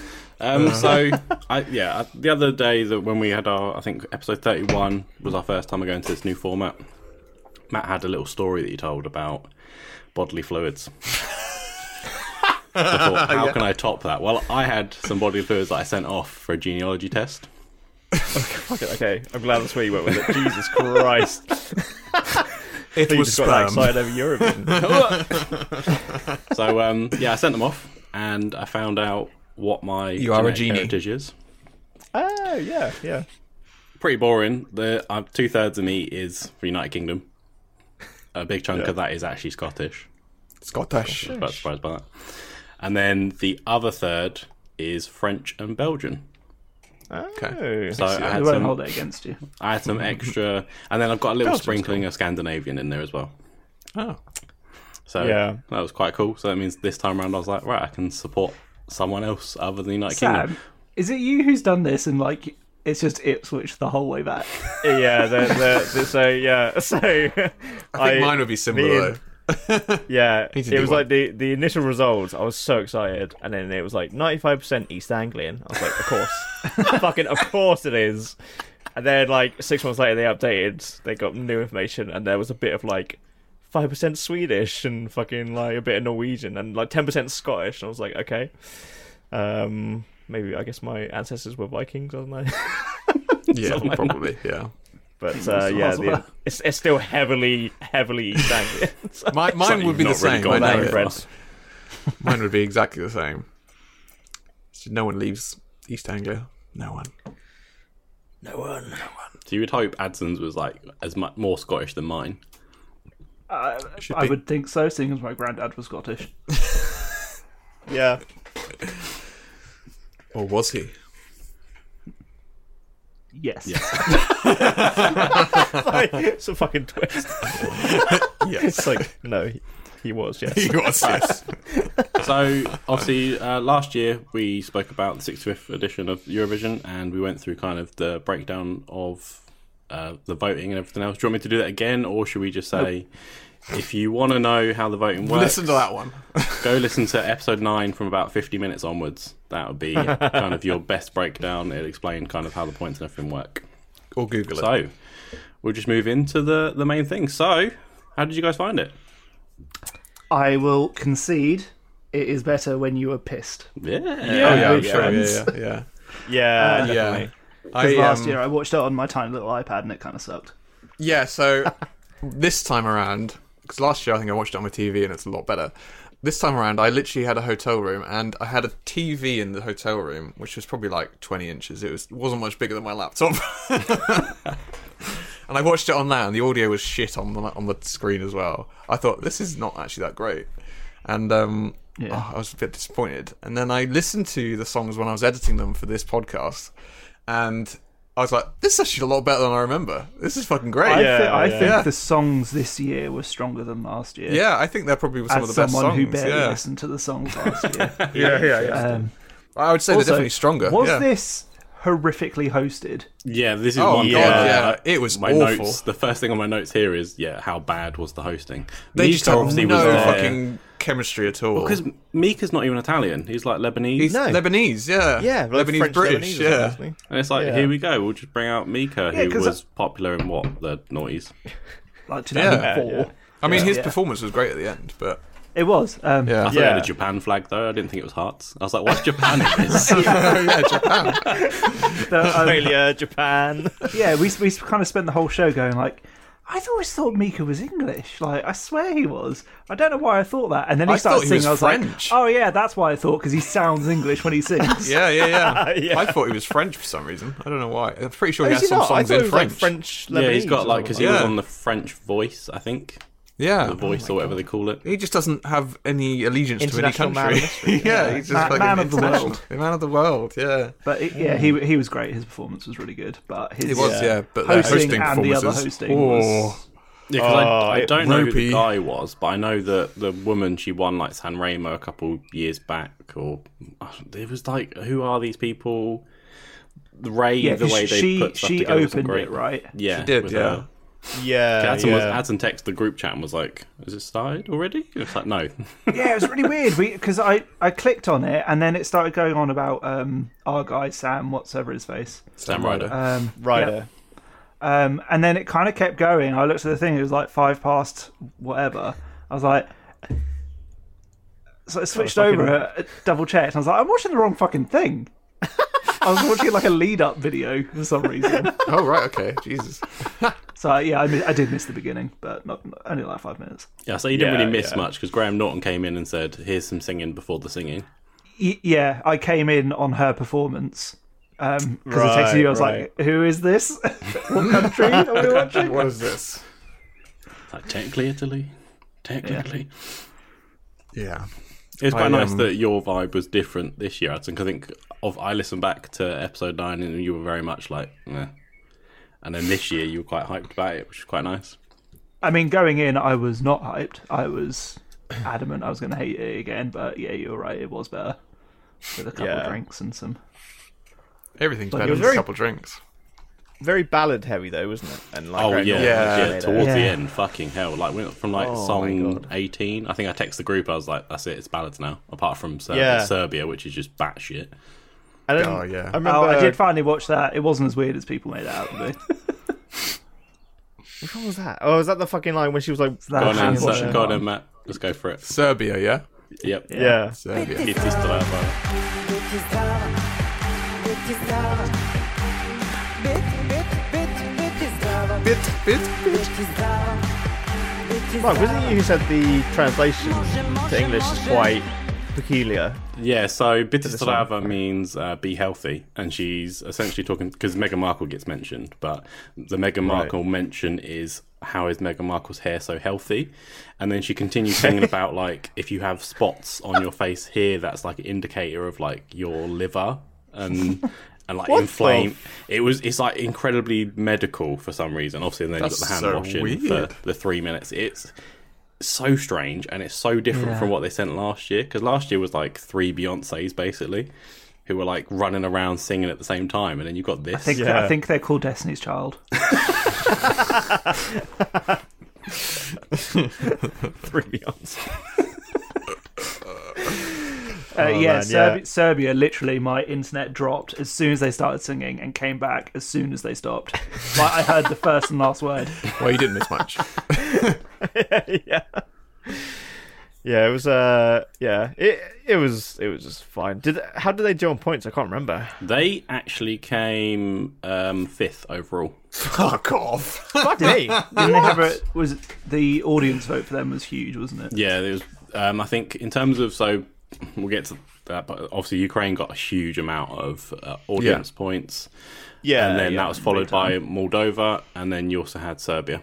Speaker 2: Um, so, I, yeah, I- the other day that when we had our, I think episode 31 was our first time going to this new format. Matt had a little story that he told about bodily fluids. I thought, how can I top that? Well, I had some bodily fluids that I sent off for a genealogy test.
Speaker 4: [laughs] Fuck it, Okay, I'm glad that's where you went with it. Jesus Christ.
Speaker 3: [laughs] It
Speaker 4: You
Speaker 3: was
Speaker 4: just got that
Speaker 3: sperm.
Speaker 4: excited over Eurovision.
Speaker 2: So um, yeah, I sent them off, and I found out what my you
Speaker 3: are a genie.
Speaker 2: heritage is.
Speaker 4: [laughs] oh, yeah, yeah.
Speaker 2: Pretty boring. The uh, two thirds of me is from United Kingdom. A big chunk of that is actually Scottish.
Speaker 3: Scottish.
Speaker 2: I was quite surprised by that. And then the other third is French and Belgian.
Speaker 4: Okay.
Speaker 2: So I
Speaker 1: They
Speaker 2: had,
Speaker 1: won't
Speaker 2: some,
Speaker 1: hold it against you.
Speaker 2: I had some extra, and then I've got a little
Speaker 3: Belgium's
Speaker 2: sprinkling of Scandinavian in there as well.
Speaker 3: Oh,
Speaker 2: So
Speaker 4: Yeah.
Speaker 2: that was quite cool. So that means this time around I was like, right, I can support someone else other than the United
Speaker 1: Sam,
Speaker 2: Kingdom.
Speaker 1: is it you who's done this and like it's just Ipswich the whole way
Speaker 3: [laughs]
Speaker 1: back?
Speaker 4: yeah, they're, they're, they're- so yeah, [laughs] so I think
Speaker 3: I think mine would be similar.
Speaker 4: me
Speaker 3: though.
Speaker 4: and- Yeah,
Speaker 3: Need to
Speaker 4: it
Speaker 3: do
Speaker 4: was
Speaker 3: one.
Speaker 4: like the the initial results. I was so excited, and then it was like ninety five percent East Anglian. I was like, of
Speaker 3: [laughs]
Speaker 4: course, fucking of course it is. And then like six months later, they updated. They got new information, and there was a bit of like five percent Swedish and fucking like a bit of Norwegian and like ten percent Scottish. And I was like, okay, um, maybe I guess my ancestors were Vikings. I don't know. [laughs]
Speaker 3: [laughs] Yeah, probably. [laughs] Yeah.
Speaker 4: But uh, yeah, the, it's, it's still heavily, heavily
Speaker 3: [laughs]
Speaker 4: East Anglian. So-
Speaker 3: My, mine
Speaker 2: you've
Speaker 3: would be the
Speaker 2: not really
Speaker 3: same.
Speaker 2: gone
Speaker 3: I
Speaker 2: that
Speaker 3: know it.
Speaker 2: far.
Speaker 4: Bread.
Speaker 3: Mine would be exactly the same. So No one leaves East Anglia. No one.
Speaker 4: No one.
Speaker 2: So you would hope Adson's was like as much more Scottish than mine.
Speaker 1: Uh,
Speaker 3: Should
Speaker 1: I
Speaker 3: be.
Speaker 1: would think so, seeing as my granddad was Scottish.
Speaker 3: [laughs]
Speaker 4: Yeah. [laughs]
Speaker 3: Or was he?
Speaker 1: Yes.
Speaker 4: it's a fucking twist.
Speaker 3: [laughs] Yes.
Speaker 4: It's like, no, he, he was, yes.
Speaker 3: [laughs] [laughs] he was, yes.
Speaker 2: So obviously, uh, last year we spoke about the 65th edition of Eurovision, and we went through kind of the breakdown of uh, the voting and everything else. Do you want me to do that again, or should we just
Speaker 3: [laughs]
Speaker 2: say, if you want to know how the voting works,
Speaker 3: Listen to that one.
Speaker 2: go listen to episode nine from about 50 minutes onwards. That would
Speaker 3: [laughs]
Speaker 2: be kind of your best breakdown. It'll explain kind of how the points and everything work.
Speaker 3: Or Google it.
Speaker 2: So we'll just move into the the main thing. So, how did you guys find it?
Speaker 1: I will concede it is better when you are pissed.
Speaker 2: Yeah,
Speaker 3: oh,
Speaker 1: yeah,
Speaker 3: yeah, I'm
Speaker 1: yeah.
Speaker 3: sure. Yeah, yeah.
Speaker 4: Yeah,
Speaker 3: Yeah. yeah.
Speaker 4: definitely.
Speaker 3: I,
Speaker 1: Last
Speaker 3: um,
Speaker 1: year I watched it on my tiny little iPad and it kind of sucked.
Speaker 3: Yeah, so this time around, because last year I think I watched it on my TV and it's a lot better. This time around, I literally had a hotel room and I had a TV in the hotel room, which was probably like 20 inches. It was wasn't much bigger than my laptop. [laughs] and I watched it on that, and the audio was shit on the on the screen as well. I thought this is not actually that great, and um,
Speaker 1: Yeah.
Speaker 3: oh, I was a bit disappointed. And then I listened to the songs when I was editing them for this podcast, and I was like, "This is actually a lot better than I remember. This is fucking great."
Speaker 1: I,
Speaker 4: Yeah,
Speaker 1: thi- I
Speaker 4: yeah.
Speaker 1: think
Speaker 3: Yeah.
Speaker 1: the songs this year were stronger than last year.
Speaker 3: Yeah, I think they're probably some
Speaker 1: As
Speaker 3: of the best
Speaker 1: someone
Speaker 3: songs.
Speaker 1: who barely
Speaker 3: yeah.
Speaker 1: listened to the songs last
Speaker 3: [laughs]
Speaker 1: year,
Speaker 3: yeah, yeah,
Speaker 1: um,
Speaker 3: I would say
Speaker 1: also,
Speaker 3: they're definitely stronger.
Speaker 1: Was
Speaker 3: yeah.
Speaker 1: this horrifically hosted?
Speaker 2: Yeah, this is
Speaker 3: Oh,
Speaker 2: one
Speaker 3: God,
Speaker 2: uh,
Speaker 3: yeah. It was
Speaker 2: my
Speaker 3: awful.
Speaker 2: notes. The first thing on my notes here is yeah, how bad was the hosting?
Speaker 3: They just
Speaker 2: Mika
Speaker 3: have
Speaker 2: obviously
Speaker 3: no
Speaker 2: was there.
Speaker 3: fucking chemistry at all.
Speaker 2: because Mika's not even Italian. He's like Lebanese,
Speaker 3: he's
Speaker 4: No.
Speaker 3: Lebanese, yeah,
Speaker 4: Yeah, like
Speaker 3: Lebanese
Speaker 4: French
Speaker 3: British,
Speaker 4: Lebanese or
Speaker 3: yeah.
Speaker 4: something,
Speaker 2: and it's like
Speaker 4: Yeah.
Speaker 2: here we go. We'll just bring out Mika,
Speaker 1: Yeah,
Speaker 2: who
Speaker 1: 'cause
Speaker 2: was popular in what the noughties.
Speaker 1: Like 2004.
Speaker 4: Yeah, yeah.
Speaker 3: I mean, his
Speaker 1: Yeah.
Speaker 3: performance was great at the end, but
Speaker 1: It was. Um,
Speaker 2: I
Speaker 3: yeah,
Speaker 2: thought they had
Speaker 4: Yeah.
Speaker 2: a Japan flag though. I didn't think it was hearts. I was like, what's
Speaker 4: [laughs]
Speaker 2: Japan in this?
Speaker 3: yeah, Japan.
Speaker 1: but, um,
Speaker 3: [laughs]
Speaker 4: Australia, Japan.
Speaker 1: yeah, we we kind of spent the whole show going like, I always thought Mika was English. Like, I swear he was. I don't know why I thought that. And then he
Speaker 3: I
Speaker 1: started
Speaker 3: thought he
Speaker 1: singing.
Speaker 3: was
Speaker 1: I was
Speaker 3: French.
Speaker 1: like, oh yeah, that's why I thought because he sounds English when he sings.
Speaker 3: [laughs] yeah, yeah, yeah.
Speaker 4: [laughs] Yeah.
Speaker 3: I thought he was French for some reason. I don't know why. I'm pretty sure
Speaker 4: Oh,
Speaker 3: he
Speaker 4: is
Speaker 3: has some
Speaker 4: not? I
Speaker 3: songs
Speaker 4: thought it
Speaker 3: in
Speaker 4: was like
Speaker 3: French.
Speaker 4: French Lebanese.
Speaker 2: yeah, he's got
Speaker 4: or
Speaker 2: like because he
Speaker 4: something
Speaker 2: was
Speaker 3: Yeah.
Speaker 2: on the French Voice, I think, the
Speaker 4: Oh
Speaker 3: Yeah,
Speaker 2: Voice or whatever they call it.
Speaker 3: he just doesn't have any allegiance to any
Speaker 4: International
Speaker 3: country.
Speaker 4: man of mystery,
Speaker 3: [laughs] yeah,
Speaker 4: yeah.
Speaker 3: he's just
Speaker 1: Man-
Speaker 3: fucking
Speaker 1: man of the
Speaker 3: international.
Speaker 1: world.
Speaker 3: man of the world. Yeah,
Speaker 1: But it, yeah, he he was great. His performance was really good. But his
Speaker 3: it was.
Speaker 4: Yeah.
Speaker 3: Yeah, but their
Speaker 1: hosting,
Speaker 3: hosting
Speaker 1: and the other
Speaker 3: performances.
Speaker 1: hosting
Speaker 3: Oh.
Speaker 1: was.
Speaker 2: Yeah, 'cause
Speaker 4: Oh,
Speaker 2: I, I
Speaker 4: it-
Speaker 2: don't know who
Speaker 3: ropey.
Speaker 2: the guy was, but I know that the woman she won like San Remo a couple years back, or it was like, who are these people? Ray,
Speaker 1: Yeah,
Speaker 2: the
Speaker 1: 'cause
Speaker 2: way they
Speaker 1: she
Speaker 2: put stuff
Speaker 1: she
Speaker 2: together wasn't
Speaker 1: opened
Speaker 2: great.
Speaker 1: it
Speaker 2: [laughs]
Speaker 1: right.
Speaker 2: Yeah,
Speaker 3: She did,
Speaker 2: with
Speaker 3: yeah.
Speaker 2: her.
Speaker 4: Yeah,
Speaker 2: Adson was
Speaker 4: yeah.
Speaker 2: Adson texted the group chat and was like, "Has it started already?" It's like, "No." [laughs]
Speaker 1: yeah, it was really weird because I, I clicked on it and then it started going on about um, our guy Sam, whatsoever his face.
Speaker 2: Sam Ryder.
Speaker 1: Um,
Speaker 4: Ryder.
Speaker 1: yeah. Um, and then it kind of kept going. I looked at the thing; it was like five past whatever. I was like, so I switched over, uh, double checked. and I was like, I'm watching the wrong fucking thing. [laughs] I was watching like a lead up video for some
Speaker 2: [laughs]
Speaker 1: reason.
Speaker 3: Oh right, okay, Jesus.
Speaker 1: So yeah, I, mi- I did miss the beginning, but not only like five minutes.
Speaker 2: Yeah, so you didn't
Speaker 4: Yeah,
Speaker 2: really miss
Speaker 4: yeah.
Speaker 2: much because Graham Norton came in and said, "Here's some singing before the singing."
Speaker 1: Y- yeah, I came in on her performance because I texted you. I was
Speaker 4: Right,
Speaker 1: like, "Who is this? [laughs] what country are
Speaker 4: [laughs]
Speaker 1: we watching?"
Speaker 3: [laughs] What is this?
Speaker 2: It's Like technically Italy, technically.
Speaker 3: Yeah.
Speaker 2: It's quite
Speaker 3: I,
Speaker 2: nice
Speaker 3: um,
Speaker 2: that your vibe was different this year, Adson. 'cause I think of I listened back to episode nine and you were very much like, eh. and then this year you were quite hyped about it, which is quite nice.
Speaker 1: I mean, going in, I was not hyped. I was adamant I was going to hate it again, but yeah, you're right. It was better with a couple
Speaker 4: Yeah.
Speaker 1: of drinks and some.
Speaker 3: Everything's
Speaker 1: Like, it
Speaker 3: better
Speaker 1: was
Speaker 3: than a
Speaker 4: very-
Speaker 3: couple drinks.
Speaker 4: very ballad heavy though, wasn't it? And like
Speaker 2: Oh
Speaker 4: very
Speaker 2: yeah,
Speaker 4: normal
Speaker 3: Yeah.
Speaker 2: yeah,
Speaker 4: later.
Speaker 2: Towards the
Speaker 1: Yeah.
Speaker 2: end, fucking hell! Like went from like
Speaker 4: Oh, my
Speaker 2: song
Speaker 4: God.
Speaker 2: eighteen. I think I texted the group. I was like, "That's it. It's ballads now." Apart from Ser-
Speaker 4: Yeah.
Speaker 2: Serbia, which is just batshit.
Speaker 4: And then
Speaker 3: Oh, yeah.
Speaker 4: I remember.
Speaker 1: Oh, I did finally watch that. It wasn't as weird as people made it out to
Speaker 4: [laughs]
Speaker 1: be.
Speaker 4: Which one was that? Oh, was that the fucking line when she was like,
Speaker 1: that
Speaker 2: Go on, then,
Speaker 1: hand
Speaker 2: Ser-
Speaker 1: washing
Speaker 2: go on,
Speaker 1: one.
Speaker 2: then, Matt. Let's go for it.
Speaker 3: Serbia, yeah?
Speaker 2: Yep.
Speaker 4: yeah. yeah.
Speaker 3: Serbia.
Speaker 2: It is still out, bro.
Speaker 3: Bit, bit, bit.
Speaker 4: Right, wasn't it you who said the translation to English is quite peculiar? [laughs]
Speaker 2: Yeah, so Bitter
Speaker 4: This one.
Speaker 2: Strava means uh, be healthy, and she's essentially talking because Meghan Markle gets mentioned, but the Meghan Markle mention is how is Meghan Markle's hair so healthy? And then she continues singing about like if you have spots on your face here, that's like an indicator of like your liver and and like
Speaker 4: What
Speaker 2: inflame. It was it's like incredibly medical for some reason. Obviously, and then
Speaker 3: That's
Speaker 2: you've got the hand
Speaker 3: so
Speaker 2: washing
Speaker 3: weird.
Speaker 2: for the three minutes. It's so strange and it's so different
Speaker 1: Yeah.
Speaker 2: from what they sent last year because last year was like three Beyonces basically who were like running around singing at the same time and then you've got this.
Speaker 1: I think,
Speaker 4: Yeah.
Speaker 1: I think they're called Destiny's
Speaker 4: [laughs]
Speaker 1: Child.
Speaker 4: Three Beyonce.
Speaker 1: Uh, yeah,
Speaker 4: Oh, man,
Speaker 1: Serb-
Speaker 4: yeah.
Speaker 1: Serbia. Literally, my internet dropped as soon as they started singing and came back as soon as they
Speaker 4: [laughs]
Speaker 1: stopped. like, I heard the first and last word.
Speaker 3: Well, you didn't miss much.
Speaker 4: [laughs] yeah. Yeah, it was. Uh, yeah, it it was it was just fine. Did how did they do on points? I can't remember.
Speaker 2: They actually came um, fifth overall.
Speaker 3: [laughs] Fuck off.
Speaker 2: [laughs]
Speaker 4: Fuck me.
Speaker 1: Didn't they have a, was the audience vote for them was huge, wasn't it?
Speaker 2: Yeah, there was. Um, I think in terms of so we'll get to that, but obviously Ukraine got a huge amount of uh, audience points,
Speaker 4: Yeah,
Speaker 2: and then
Speaker 4: yeah,
Speaker 2: that was followed by Moldova, and then you also had Serbia.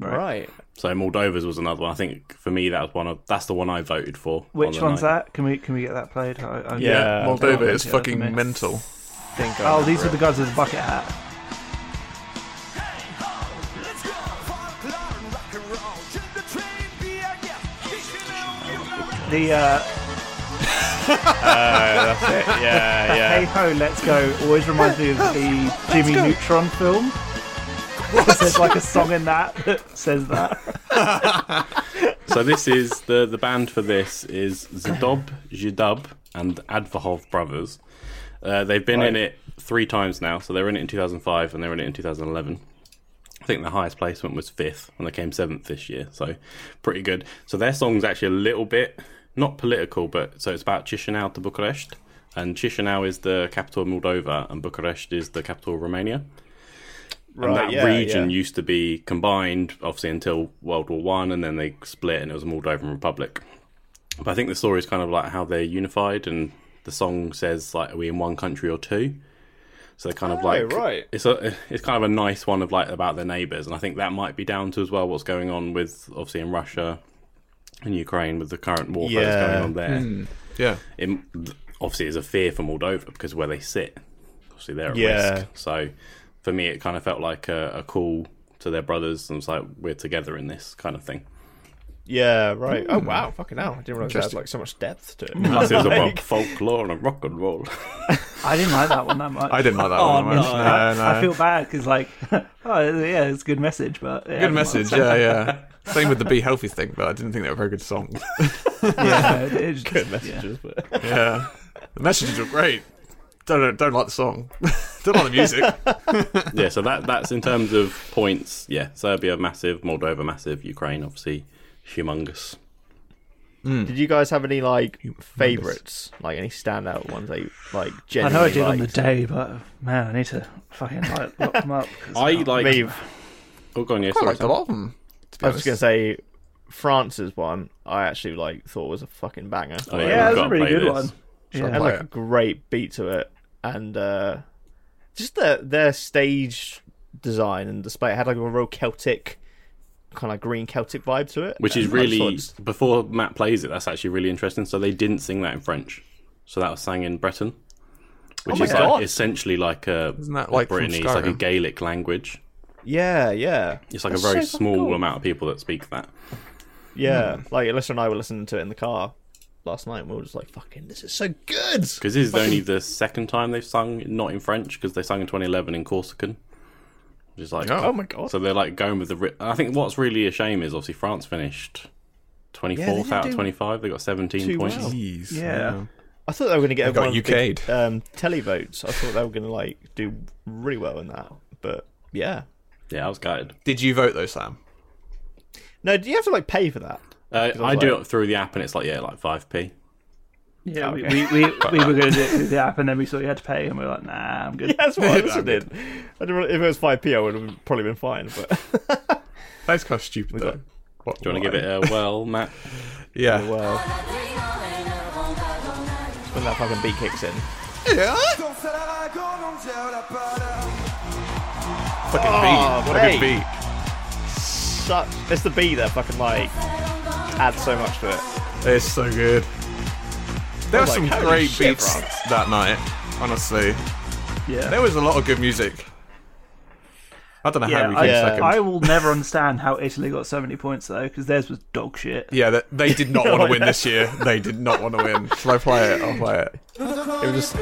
Speaker 4: right.
Speaker 2: So Moldova's was another one. I think for me that was one of that's the one I voted for. on
Speaker 1: Which
Speaker 2: the
Speaker 1: one's
Speaker 2: night.
Speaker 1: that? Can we can we get that played? I, I,
Speaker 4: Yeah,
Speaker 3: [laughs] Moldova is
Speaker 1: yeah,
Speaker 3: fucking
Speaker 1: mate.
Speaker 3: mental.
Speaker 4: Think I
Speaker 1: Oh, these
Speaker 4: remember
Speaker 1: are the guys with the bucket hat. The uh,
Speaker 4: it. [laughs] Yeah,
Speaker 1: Hey
Speaker 4: yeah.
Speaker 1: Ho, Let's Go always reminds me of the Jimmy Neutron film. There's like a song in that that says that.
Speaker 2: So this is the the band for this is Zadob, Jidub, and Advahov Brothers. Uh, they've been in it three times now. So they were in it in 2005 and they were in it in 2011. I think the highest placement was fifth, and they came seventh this year. So pretty good. So their song's actually a little bit not political, but so it's about Chisinau to Bucharest, and Chisinau is the capital of Moldova, and Bucharest is the capital of Romania
Speaker 4: Right,
Speaker 2: and that
Speaker 4: yeah,
Speaker 2: region
Speaker 4: yeah.
Speaker 2: used to be combined, obviously, until World War One, and then they split, and it was a Moldovan Republic. But I think the story is kind of like how they're unified, and the song says like, "Are we in one country or two? So they're kind of like,
Speaker 4: Oh, right.
Speaker 2: It's a, it's kind of a nice one of like about their neighbors, and I think that might be down to as well what's going on with obviously in Russia and Ukraine with the current warfare that's
Speaker 4: Yeah.
Speaker 2: going on there.
Speaker 3: Yeah.
Speaker 2: It obviously is a fear for Moldova because where they sit, obviously they're at
Speaker 4: Yeah.
Speaker 2: risk. So for me, it kind of felt like a, a call to their brothers, and it's like we're together in this kind
Speaker 1: [laughs]
Speaker 2: of thing.
Speaker 4: Yeah, right. Oh wow, fucking hell! I didn't realize there was
Speaker 3: Interesting.
Speaker 4: like so much depth to
Speaker 2: [laughs]
Speaker 4: it.
Speaker 2: Plus, Hmm. it was about folklore and rock and roll. [laughs]
Speaker 1: I didn't like that one that much.
Speaker 3: I didn't [laughs] like that
Speaker 1: Oh,
Speaker 3: one.
Speaker 1: no.
Speaker 3: much.
Speaker 1: I,
Speaker 3: no.
Speaker 1: I feel bad because like, [laughs] oh yeah, it's a good message, but yeah, I
Speaker 3: Good
Speaker 1: didn't
Speaker 3: [laughs] message, yeah, yeah. Same with the Be Healthy thing, but I didn't think they were very good songs.
Speaker 1: Like, yeah, it- it's just-
Speaker 4: [laughs] Good messages, but
Speaker 3: Yeah. The messages were great. Don't, don't, don't like the song. [laughs] don't like the [laughs] music.
Speaker 2: yeah, so that that's in terms of points. Yeah, Serbia massive, Moldova massive, Ukraine obviously humongous. Hmm.
Speaker 4: did you guys have any like favorites, like any standout ones that you like?
Speaker 1: I know I
Speaker 4: Genuinely
Speaker 1: did on the
Speaker 4: liked?
Speaker 1: day, but man, I need to fucking like, lock them up. 'cause
Speaker 2: I like.
Speaker 4: Me,
Speaker 2: oh, go on, yeah,
Speaker 3: I
Speaker 2: sorry,
Speaker 3: liked a
Speaker 2: Sam.
Speaker 3: lot of them. To be
Speaker 4: I was just
Speaker 3: honest.
Speaker 4: gonna say France's one. I actually like thought was a fucking banger.
Speaker 2: Oh,
Speaker 4: Like,
Speaker 2: we've
Speaker 1: Yeah, it was
Speaker 2: gotta
Speaker 1: a really
Speaker 2: play
Speaker 1: good
Speaker 2: this.
Speaker 1: one.
Speaker 4: it
Speaker 1: Yeah.
Speaker 4: had
Speaker 3: play
Speaker 4: like a
Speaker 3: it.
Speaker 4: great beat to it, and uh, just their their stage design and display it had like a real Celtic kind of green Celtic vibe to it,
Speaker 2: which is
Speaker 4: Um, I just thought
Speaker 2: really
Speaker 4: it's-
Speaker 2: before Matt plays it. That's actually really interesting. So they didn't sing that in French, so that was sang in Breton, which
Speaker 4: my
Speaker 2: is
Speaker 4: God.
Speaker 2: like essentially like a
Speaker 3: Oh Isn't that like from
Speaker 2: Brittany? It's like a
Speaker 3: Skyrim?
Speaker 2: Gaelic language.
Speaker 4: yeah, yeah,
Speaker 2: It's like
Speaker 4: That's
Speaker 2: a very
Speaker 4: so fucking
Speaker 2: small
Speaker 4: cool.
Speaker 2: amount of people that speak that.
Speaker 4: yeah. Like Alyssa and I were listening to it in the car last night, and we were just like, "Fucking, this is so good."
Speaker 2: Because this is only the second time they've sung not in French because they sung in 2011 in Corsican, which is like
Speaker 4: Oh my god!
Speaker 2: So they're like going with the. Ri- I think what's really a shame is obviously France finished 24th
Speaker 4: didn't
Speaker 2: out of
Speaker 4: do
Speaker 2: 25. They got 17
Speaker 4: too
Speaker 2: points.
Speaker 4: well.
Speaker 3: Jeez.
Speaker 1: Yeah.
Speaker 4: I thought they were going to get one
Speaker 3: got
Speaker 4: of the big,
Speaker 3: UK'd.
Speaker 4: um, televotes. I thought they were going to like do really well in that, but yeah.
Speaker 2: Yeah, I was gutted.
Speaker 3: Did you vote though, Sam?
Speaker 4: No, do you have to like pay for that?
Speaker 2: Uh,
Speaker 4: Because I
Speaker 2: I
Speaker 4: was
Speaker 2: do
Speaker 4: like-
Speaker 2: it through the app and it's like, yeah, like 5p.
Speaker 1: Yeah, we,
Speaker 4: Okay.
Speaker 1: we, we, we were going to do it through the app, and then we saw you had to pay, and we were like, nah, I'm good.
Speaker 4: That's what I listened in. I don't know, if it was five p, I would have probably been fine. [laughs] But
Speaker 3: That's kind of stupid though. What,
Speaker 2: Do you want to give it a well, Matt?
Speaker 3: [laughs] Yeah.
Speaker 4: well, when that fucking beat kicks in,
Speaker 3: Fucking beat. Oh, What a good
Speaker 4: mate.
Speaker 3: beat.
Speaker 4: such it's the beat that fucking like adds so much to it.
Speaker 3: It's so good. There were
Speaker 4: like,
Speaker 3: some
Speaker 4: holy
Speaker 3: great
Speaker 4: shit,
Speaker 3: beats
Speaker 4: bro.
Speaker 3: that night. Honestly,
Speaker 1: Yeah.
Speaker 3: there was a lot of good music. I don't know how
Speaker 1: Yeah,
Speaker 3: we
Speaker 1: I, uh,
Speaker 3: came
Speaker 4: yeah.
Speaker 3: second.
Speaker 1: I will never understand how Italy got so many points though, because theirs was dog shit.
Speaker 3: [laughs] Yeah, that- they did not want to win this year. They did not want to win. Shall I play it? I'll play it. It was just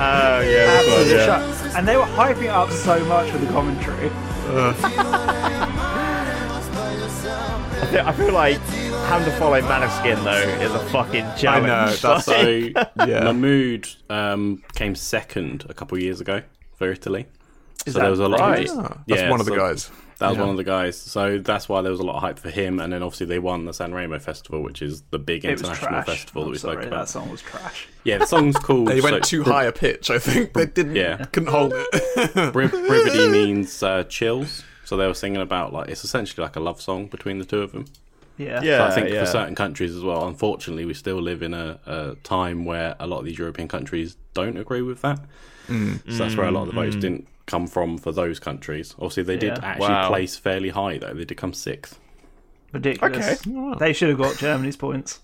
Speaker 4: Oh yeah,
Speaker 1: Absolute shit. And they were hyping it up so much with the commentary.
Speaker 4: I feel, I feel like Ham to follow Man of Skin though is a fucking
Speaker 3: I
Speaker 4: challenge. [laughs]
Speaker 3: know that's
Speaker 2: So,
Speaker 3: so
Speaker 2: Mahmood um, came second a couple of years ago for Italy.
Speaker 1: Is
Speaker 2: so
Speaker 1: that
Speaker 2: there was a lot
Speaker 1: right?
Speaker 2: of hype.
Speaker 3: Ah, that's
Speaker 2: Yeah,
Speaker 3: one of the
Speaker 2: so
Speaker 3: guys.
Speaker 2: That was
Speaker 3: Yeah.
Speaker 2: one of the guys. So that's why there was a lot of hype for him. And then obviously they won the San Remo Festival, which is the big
Speaker 1: It was
Speaker 2: international
Speaker 1: trash.
Speaker 2: festival that
Speaker 1: I'm
Speaker 2: we
Speaker 1: sorry,
Speaker 2: spoke
Speaker 1: That
Speaker 2: about.
Speaker 1: song was trash.
Speaker 2: Yeah, the
Speaker 3: [laughs]
Speaker 2: song's called.
Speaker 3: They went
Speaker 2: so-
Speaker 3: too high a pitch. I think they didn't.
Speaker 2: Yeah.
Speaker 3: couldn't hold [laughs] it.
Speaker 2: Rib- Ribbity means uh, chills. So they were singing about like it's essentially like a love song between the two of them.
Speaker 1: Yeah.
Speaker 4: Yeah,
Speaker 2: I think
Speaker 4: yeah.
Speaker 2: for certain countries as well, unfortunately, we still live in a, a time where a lot of these European countries don't agree with that.
Speaker 4: Mm.
Speaker 2: So that's where a lot of the votes didn't come from for those countries. Obviously, they did
Speaker 1: Yeah.
Speaker 2: actually
Speaker 4: Wow.
Speaker 2: place fairly high though; they did come sixth.
Speaker 1: Ridiculous.
Speaker 4: Okay.
Speaker 1: They should have got Germany's points.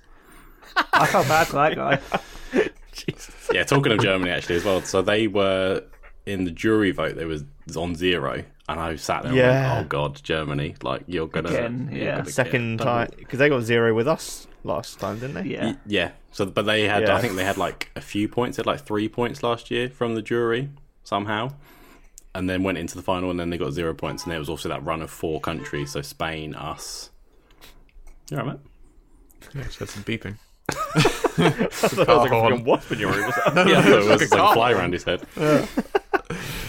Speaker 1: I felt bad for that guy.
Speaker 2: Yeah, talking of Germany actually as well. So they were in the jury vote; they was on zero, and I sat there,
Speaker 4: Yeah.
Speaker 2: and went, "Oh God, Germany! Like you're gonna
Speaker 1: Again,
Speaker 2: you're
Speaker 1: yeah.
Speaker 2: gonna get
Speaker 4: Second
Speaker 2: double."
Speaker 4: time because they got zero with us last time, didn't [laughs] they?
Speaker 1: Yeah.
Speaker 2: Yeah. So, but they had,
Speaker 4: Yeah.
Speaker 2: I think they had like a few points. They had like three points last year from the jury somehow, and then went into the final, and then they got zero points. And there was also that run of four countries, so Spain, us. You all right,
Speaker 3: yeah, she had some beeping.
Speaker 4: I thought it was like
Speaker 3: Come on.
Speaker 4: a fucking wasp in your room. or [laughs] something.
Speaker 2: mate? Yeah, so it was
Speaker 3: Like a
Speaker 2: just like
Speaker 3: car.
Speaker 2: a fly around his head.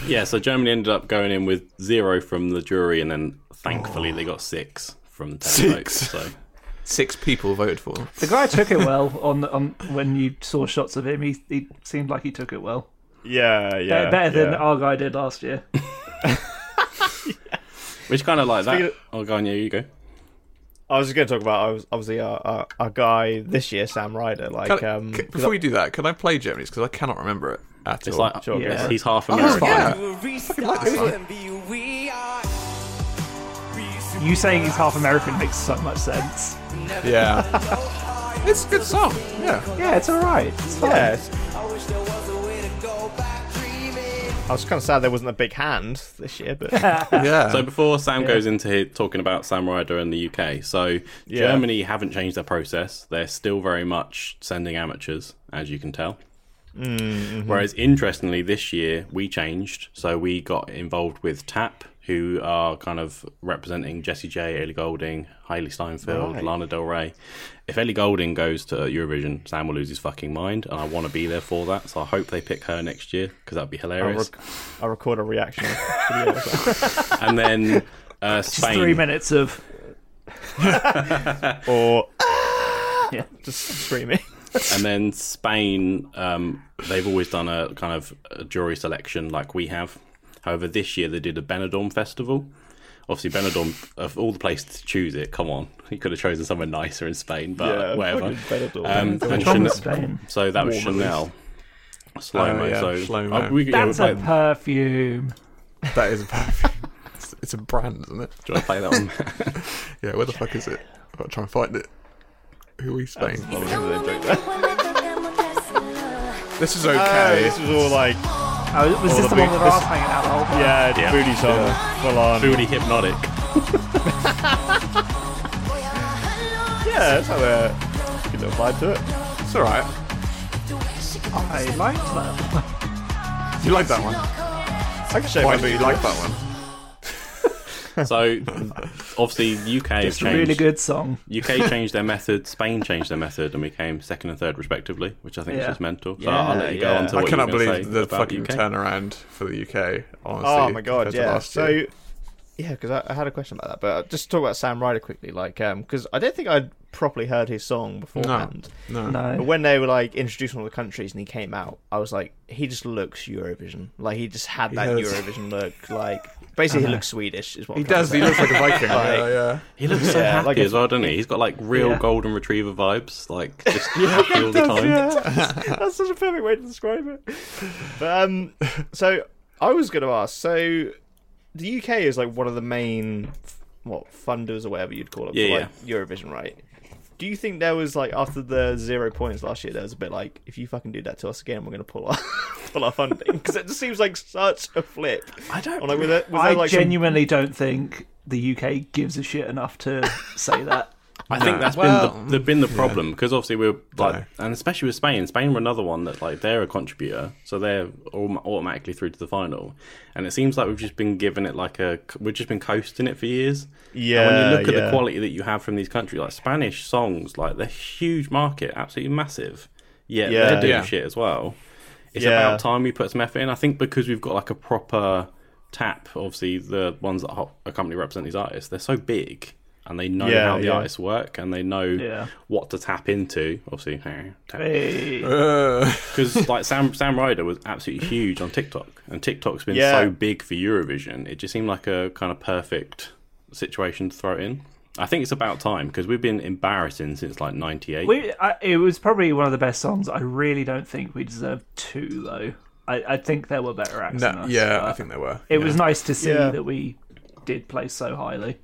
Speaker 2: Yeah. So Germany ended up going in with zero from the jury, and then thankfully they got six from the ten
Speaker 3: Six.
Speaker 2: votes. So
Speaker 3: Six people voted for. him.
Speaker 1: The guy took it well on on when you saw shots of him. He, he seemed like he took it well.
Speaker 4: yeah,
Speaker 1: Be-
Speaker 4: [laughs] yeah.
Speaker 1: Better than
Speaker 4: yeah.
Speaker 1: our guy did last year.
Speaker 2: which kind of like that.
Speaker 4: Speaking
Speaker 2: Oh, go on, yeah, you go.
Speaker 4: I was going to talk about I was obviously our, our, our guy this year, Sam Ryder. Like,
Speaker 3: Can I-
Speaker 4: um,
Speaker 3: c- before we do that, can I play Germany's? Because I cannot remember it at
Speaker 2: It's
Speaker 3: all.
Speaker 2: like
Speaker 4: Sure,
Speaker 1: yeah.
Speaker 2: he's half
Speaker 3: oh,
Speaker 2: American.
Speaker 3: yeah.
Speaker 1: You saying he's half American makes so much sense.
Speaker 3: yeah. It's a good song. Yeah.
Speaker 1: Yeah, it's all right. It's fine.
Speaker 4: yeah, it's- I was kind of sad there wasn't a big hand this year, but
Speaker 3: Yeah.
Speaker 2: So before Sam goes into here talking about Sam Ryder and the UK, so
Speaker 4: Yeah.
Speaker 2: Germany haven't changed their process. They're still very much sending amateurs, as you can tell. Whereas interestingly, this year we changed, so we got involved with TAP, who are kind of representing Jesse J, Ellie Golding, Hailey Steinfeld,
Speaker 4: Right.
Speaker 2: Lana Del Rey. If Ellie Golding goes to Eurovision, Sam will lose his fucking mind, and I want to be there for that. So I hope they pick her next year because that'd be
Speaker 4: I'll,
Speaker 2: hilarious.
Speaker 4: rec- I'll record a reaction video. or something.
Speaker 2: and then uh,
Speaker 1: Just
Speaker 2: Spain.
Speaker 1: three minutes of
Speaker 4: or
Speaker 1: yeah.
Speaker 4: just screaming.
Speaker 2: and then Spain, um, they've always done a kind of a jury selection like we have. However, this year they did a Benidorm festival. Obviously, Benidorm, of all the places to choose it, come on, [laughs] you could have chosen somewhere nicer in Spain,
Speaker 3: Uh,
Speaker 2: but
Speaker 4: Yeah,
Speaker 2: whatever.
Speaker 4: Uh, fucking Benidorm.
Speaker 2: Um,
Speaker 1: Benidorm.
Speaker 2: and
Speaker 1: From
Speaker 2: Chanel-
Speaker 1: Spain.
Speaker 2: So that was
Speaker 3: Warm at
Speaker 2: Chanel. Slow mo.
Speaker 3: Oh, yeah,
Speaker 2: so uh,
Speaker 3: slow-mo.
Speaker 2: we, yeah,
Speaker 1: That's
Speaker 2: we-
Speaker 1: a perfume.
Speaker 3: that is a perfect. It's, It's a brand, isn't it?
Speaker 2: Do you want to play that
Speaker 3: [laughs]
Speaker 2: one?
Speaker 3: Yeah, where the fuck is it? I've got to try and find it. Who we Spain? This is okay.
Speaker 6: This was all like,
Speaker 1: Oh, was
Speaker 6: All
Speaker 1: this
Speaker 6: the
Speaker 1: the one
Speaker 6: big-
Speaker 1: with
Speaker 6: this-
Speaker 1: Ralph hanging out the whole time?
Speaker 6: yeah, it's
Speaker 2: Yeah.
Speaker 6: booty song, full on.
Speaker 2: Booty hypnotic.
Speaker 6: Yeah, it's had a good little vibe to it.
Speaker 3: It's alright.
Speaker 1: I liked that.
Speaker 3: You like that one?
Speaker 6: I can show my
Speaker 3: Why do
Speaker 6: booty
Speaker 3: you
Speaker 6: like
Speaker 3: like that one?
Speaker 2: So, obviously, UK has
Speaker 1: It's a
Speaker 2: changed.
Speaker 1: really good song.
Speaker 2: UK changed their method, Spain changed their method, and we came second and third respectively, which I think
Speaker 1: Yeah.
Speaker 2: is just mental. So
Speaker 4: Yeah,
Speaker 2: I'll let you go
Speaker 4: yeah.
Speaker 2: on to
Speaker 4: I
Speaker 2: what
Speaker 3: I
Speaker 2: you
Speaker 3: cannot
Speaker 2: were gonna
Speaker 3: believe
Speaker 2: say
Speaker 3: the
Speaker 2: about
Speaker 3: fucking
Speaker 2: UK.
Speaker 3: turnaround for the UK. Honestly.
Speaker 4: Oh my
Speaker 3: compared
Speaker 4: god,
Speaker 3: to
Speaker 4: yeah.
Speaker 3: last
Speaker 4: So
Speaker 3: year.
Speaker 4: yeah, because I, I had a question about that, but I'll just talk about Sam Ryder quickly, like because I don't think I'd properly heard his song beforehand.
Speaker 3: no.
Speaker 4: But
Speaker 1: No.
Speaker 4: when they were like introducing all the countries and he came out, I was like, he just looks Eurovision. Like he just had that
Speaker 3: does.
Speaker 4: Eurovision look. Like basically, he
Speaker 3: [laughs]
Speaker 4: looks Swedish. Is what
Speaker 3: He
Speaker 4: I'm trying
Speaker 3: does.
Speaker 4: to
Speaker 3: He
Speaker 4: say.
Speaker 3: looks [laughs] like a Viking.
Speaker 4: Like-
Speaker 3: yeah, yeah.
Speaker 2: He looks so
Speaker 4: Yeah,
Speaker 2: happy
Speaker 4: like
Speaker 2: as
Speaker 4: if-
Speaker 2: well, doesn't he? He's got like real
Speaker 1: Yeah.
Speaker 2: golden retriever vibes, [laughs] like just happy all the time.
Speaker 4: [laughs] That's such a perfect way to describe it. But, um, so I was going to ask. So the UK is like one of the main what funders or whatever you'd call it
Speaker 2: Yeah,
Speaker 4: for like Eurovision, right? Do you think there was like after the zero points last year, there was a bit like if you fucking do that to us again, we're going to pull our [laughs] pull our funding because it just seems like such a flip.
Speaker 1: I don't.
Speaker 4: Or, like, was there- was
Speaker 1: I
Speaker 4: there, like, some-
Speaker 1: genuinely don't think the UK gives a shit enough to say that.
Speaker 2: I think
Speaker 3: No.
Speaker 2: that's
Speaker 3: Well,
Speaker 2: been the, the been the problem because obviously we're like,
Speaker 3: Dunno.
Speaker 2: and especially with Spain. Spain were another one that like they're a contributor, so they're all, automatically through to the final. And it seems like we've just been giving it like a we've just been coasting it for years. And when you
Speaker 4: Yeah,
Speaker 2: look at
Speaker 4: yeah.
Speaker 2: the quality that you have from these countries, like Spanish songs, like they're huge market, absolutely massive. Yet
Speaker 4: Yeah.
Speaker 2: they're doing
Speaker 3: Yeah.
Speaker 2: shit as well. It's
Speaker 4: Yeah.
Speaker 2: about time we put some effort in. I think because we've got like a proper tap. Obviously, the ones that ho- a company represent these artists, they're so big and they know
Speaker 4: Yeah,
Speaker 2: how the
Speaker 4: yeah.
Speaker 2: artists work and they know
Speaker 1: Yeah.
Speaker 2: what to tap into. Obviously, [laughs] because
Speaker 1: Hey.
Speaker 3: Uh,
Speaker 2: like Sam Sam Ryder was absolutely huge on TikTok, and TikTok's been
Speaker 4: Yeah.
Speaker 2: so big for Eurovision. It just seemed like a kind of perfect situation to throw it in. I think it's about time because we've been embarrassing since like '98.
Speaker 1: We, I, it was probably one of the best songs. I really don't think we deserve two though. I, I think there were better acts. than
Speaker 3: no,
Speaker 1: us,
Speaker 3: yeah,
Speaker 1: but
Speaker 3: I think they were.
Speaker 1: it
Speaker 3: yeah.
Speaker 1: was nice to see
Speaker 4: Yeah.
Speaker 1: that we did play so highly.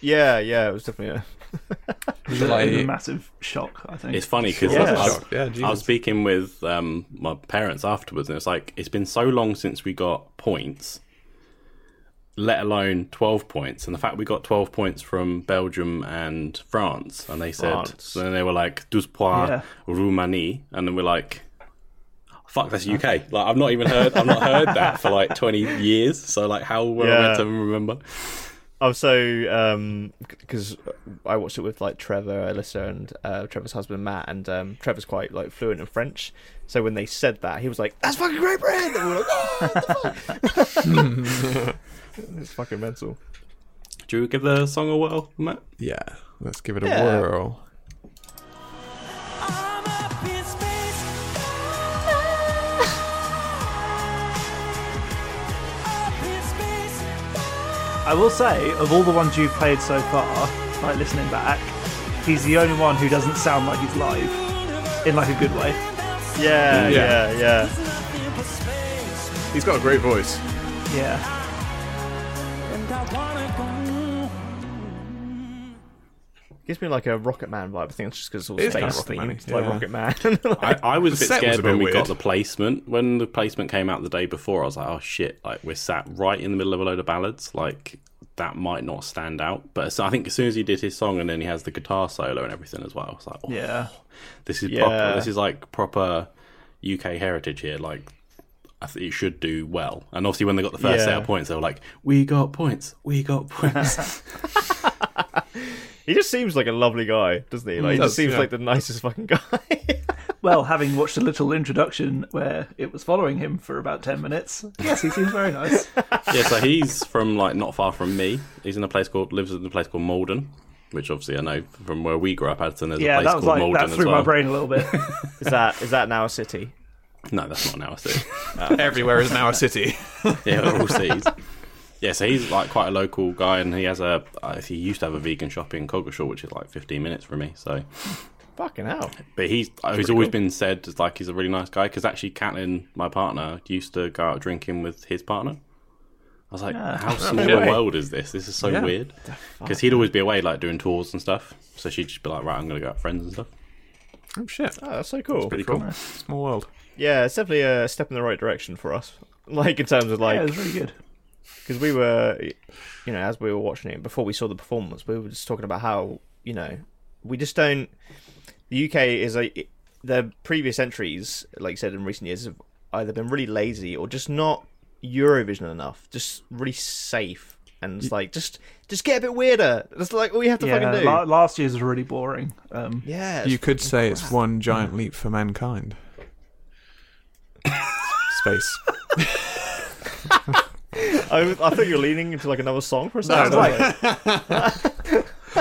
Speaker 4: Yeah, yeah, it was definitely. A,
Speaker 1: It was, a- it was a
Speaker 3: Like-
Speaker 1: massive shock. I think.
Speaker 2: It's funny because
Speaker 4: Yeah.
Speaker 3: That's a
Speaker 4: I was-
Speaker 3: shock. Yeah,
Speaker 2: I was
Speaker 3: Jesus.
Speaker 2: speaking with um, my parents afterwards, and it's like it's been so long since we got points, let alone twelve points. And the fact we got twelve points from Belgium and France, and they said,
Speaker 4: France.
Speaker 2: and then they were like douze points
Speaker 1: Yeah.
Speaker 2: Roumanie, and then we're like, fuck, that's UK. Like I've not even heard, I've not heard that for like twenty years. So like, how well
Speaker 4: Yeah.
Speaker 2: I meant to remember?
Speaker 4: Oh, so um, because I watched it with like Trevor, Alyssa, and uh, Trevor's husband Matt, and um, Trevor's quite like fluent in French. So when they said that, he was like, "That's fucking Great Britain!" And we were like, "Oh, what the fuck?" it's fucking mental.
Speaker 2: Do you give the song a whirl, Matt?
Speaker 3: Yeah, let's give it a
Speaker 4: Yeah.
Speaker 3: whirl.
Speaker 1: I will say, of all the ones you've played so far, like listening back, he's the only one who doesn't sound like he's live in like a good way.
Speaker 4: [laughs] Yeah,
Speaker 3: Yeah.
Speaker 4: yeah, yeah.
Speaker 3: He's got a great voice.
Speaker 1: Yeah,
Speaker 4: Gives me like a Rocket Man vibe. I think it's just because it's all
Speaker 3: It is
Speaker 4: space
Speaker 3: kinda Rocket Man-y,
Speaker 4: themed, like
Speaker 3: yeah.
Speaker 4: Rocket
Speaker 3: [laughs]
Speaker 4: Man. [laughs] Like,
Speaker 2: I, I was a
Speaker 3: The
Speaker 2: bit
Speaker 3: set was
Speaker 2: scared
Speaker 3: a
Speaker 2: when
Speaker 3: bit
Speaker 2: we got
Speaker 3: weird.
Speaker 2: the placement. When the placement came out the day before, I was like, oh shit, like we're sat right in the middle of a load of ballads. Like that might not stand out. But so I think as soon as he did his song and then he has the guitar solo and everything as well, I was like, oh,
Speaker 1: yeah.
Speaker 2: this is
Speaker 4: Yeah.
Speaker 2: proper. This is like proper UK heritage here. Like I think it should do well. And obviously when they got the first set
Speaker 4: Yeah.
Speaker 2: of points, they were like, we got points, we got points.
Speaker 4: he just seems like a lovely guy, doesn't he? Like, he
Speaker 3: does,
Speaker 4: just seems
Speaker 3: yeah.
Speaker 4: like the nicest fucking guy.
Speaker 1: Well, having watched a little introduction where it was following him for about ten minutes, yes, he seems very nice.
Speaker 2: yeah, so he's from like not far from me. He's in a place called lives in a place called Malden, which obviously I know from where we grew up. Addison,
Speaker 1: [laughs]
Speaker 2: there's
Speaker 1: Yeah,
Speaker 2: a place
Speaker 1: that was
Speaker 2: called
Speaker 1: like
Speaker 2: Malden
Speaker 1: that
Speaker 2: as
Speaker 1: threw
Speaker 2: well.
Speaker 1: my brain a little
Speaker 2: [laughs]
Speaker 1: bit.
Speaker 4: is that is that now a city?
Speaker 2: No, that's not now a city.
Speaker 3: [laughs] Everywhere is now a [laughs] city.
Speaker 2: yeah, we're all cities. Yeah, so he's like quite a local guy, and he has a uh, he used to have a vegan shop in Coggeshall, which is like 15 minutes from me. So,
Speaker 4: Fucking hell.
Speaker 2: but he's he's always been said as like he's a really nice guy because actually Catelyn, my partner, used to go out drinking with his partner. was like,
Speaker 1: Yeah.
Speaker 2: how small
Speaker 3: Okay.
Speaker 2: a world is this? This is so
Speaker 3: Yeah.
Speaker 2: weird. Because he'd always be away, like doing tours and stuff. So she'd just be like, right, I'm going to go out with friends and stuff.
Speaker 3: Oh shit!
Speaker 4: Oh, that's so cool.
Speaker 2: Pretty cool.
Speaker 3: Small world.
Speaker 4: Yeah, it's definitely a step in the right direction for us. Like in terms of
Speaker 1: yeah, it
Speaker 4: like
Speaker 1: was really good.
Speaker 4: because we were, you know, as we were watching it before we saw the performance, we were just talking about how you know we just don't. The UK is a their previous entries, like you said in recent years, have either been really lazy or just not Eurovision enough, just really safe, and it's like just just get a bit weirder. That's like all you have to
Speaker 1: Yeah,
Speaker 4: fucking do.
Speaker 1: la- last year's was really boring. Um, [laughs]
Speaker 4: yeah, it's
Speaker 3: You could say it's one giant leap for mankind. Space.
Speaker 4: Oh, I, was- I thought you were leaning into like another song for
Speaker 1: I
Speaker 4: a second.
Speaker 1: was like,
Speaker 3: [laughs]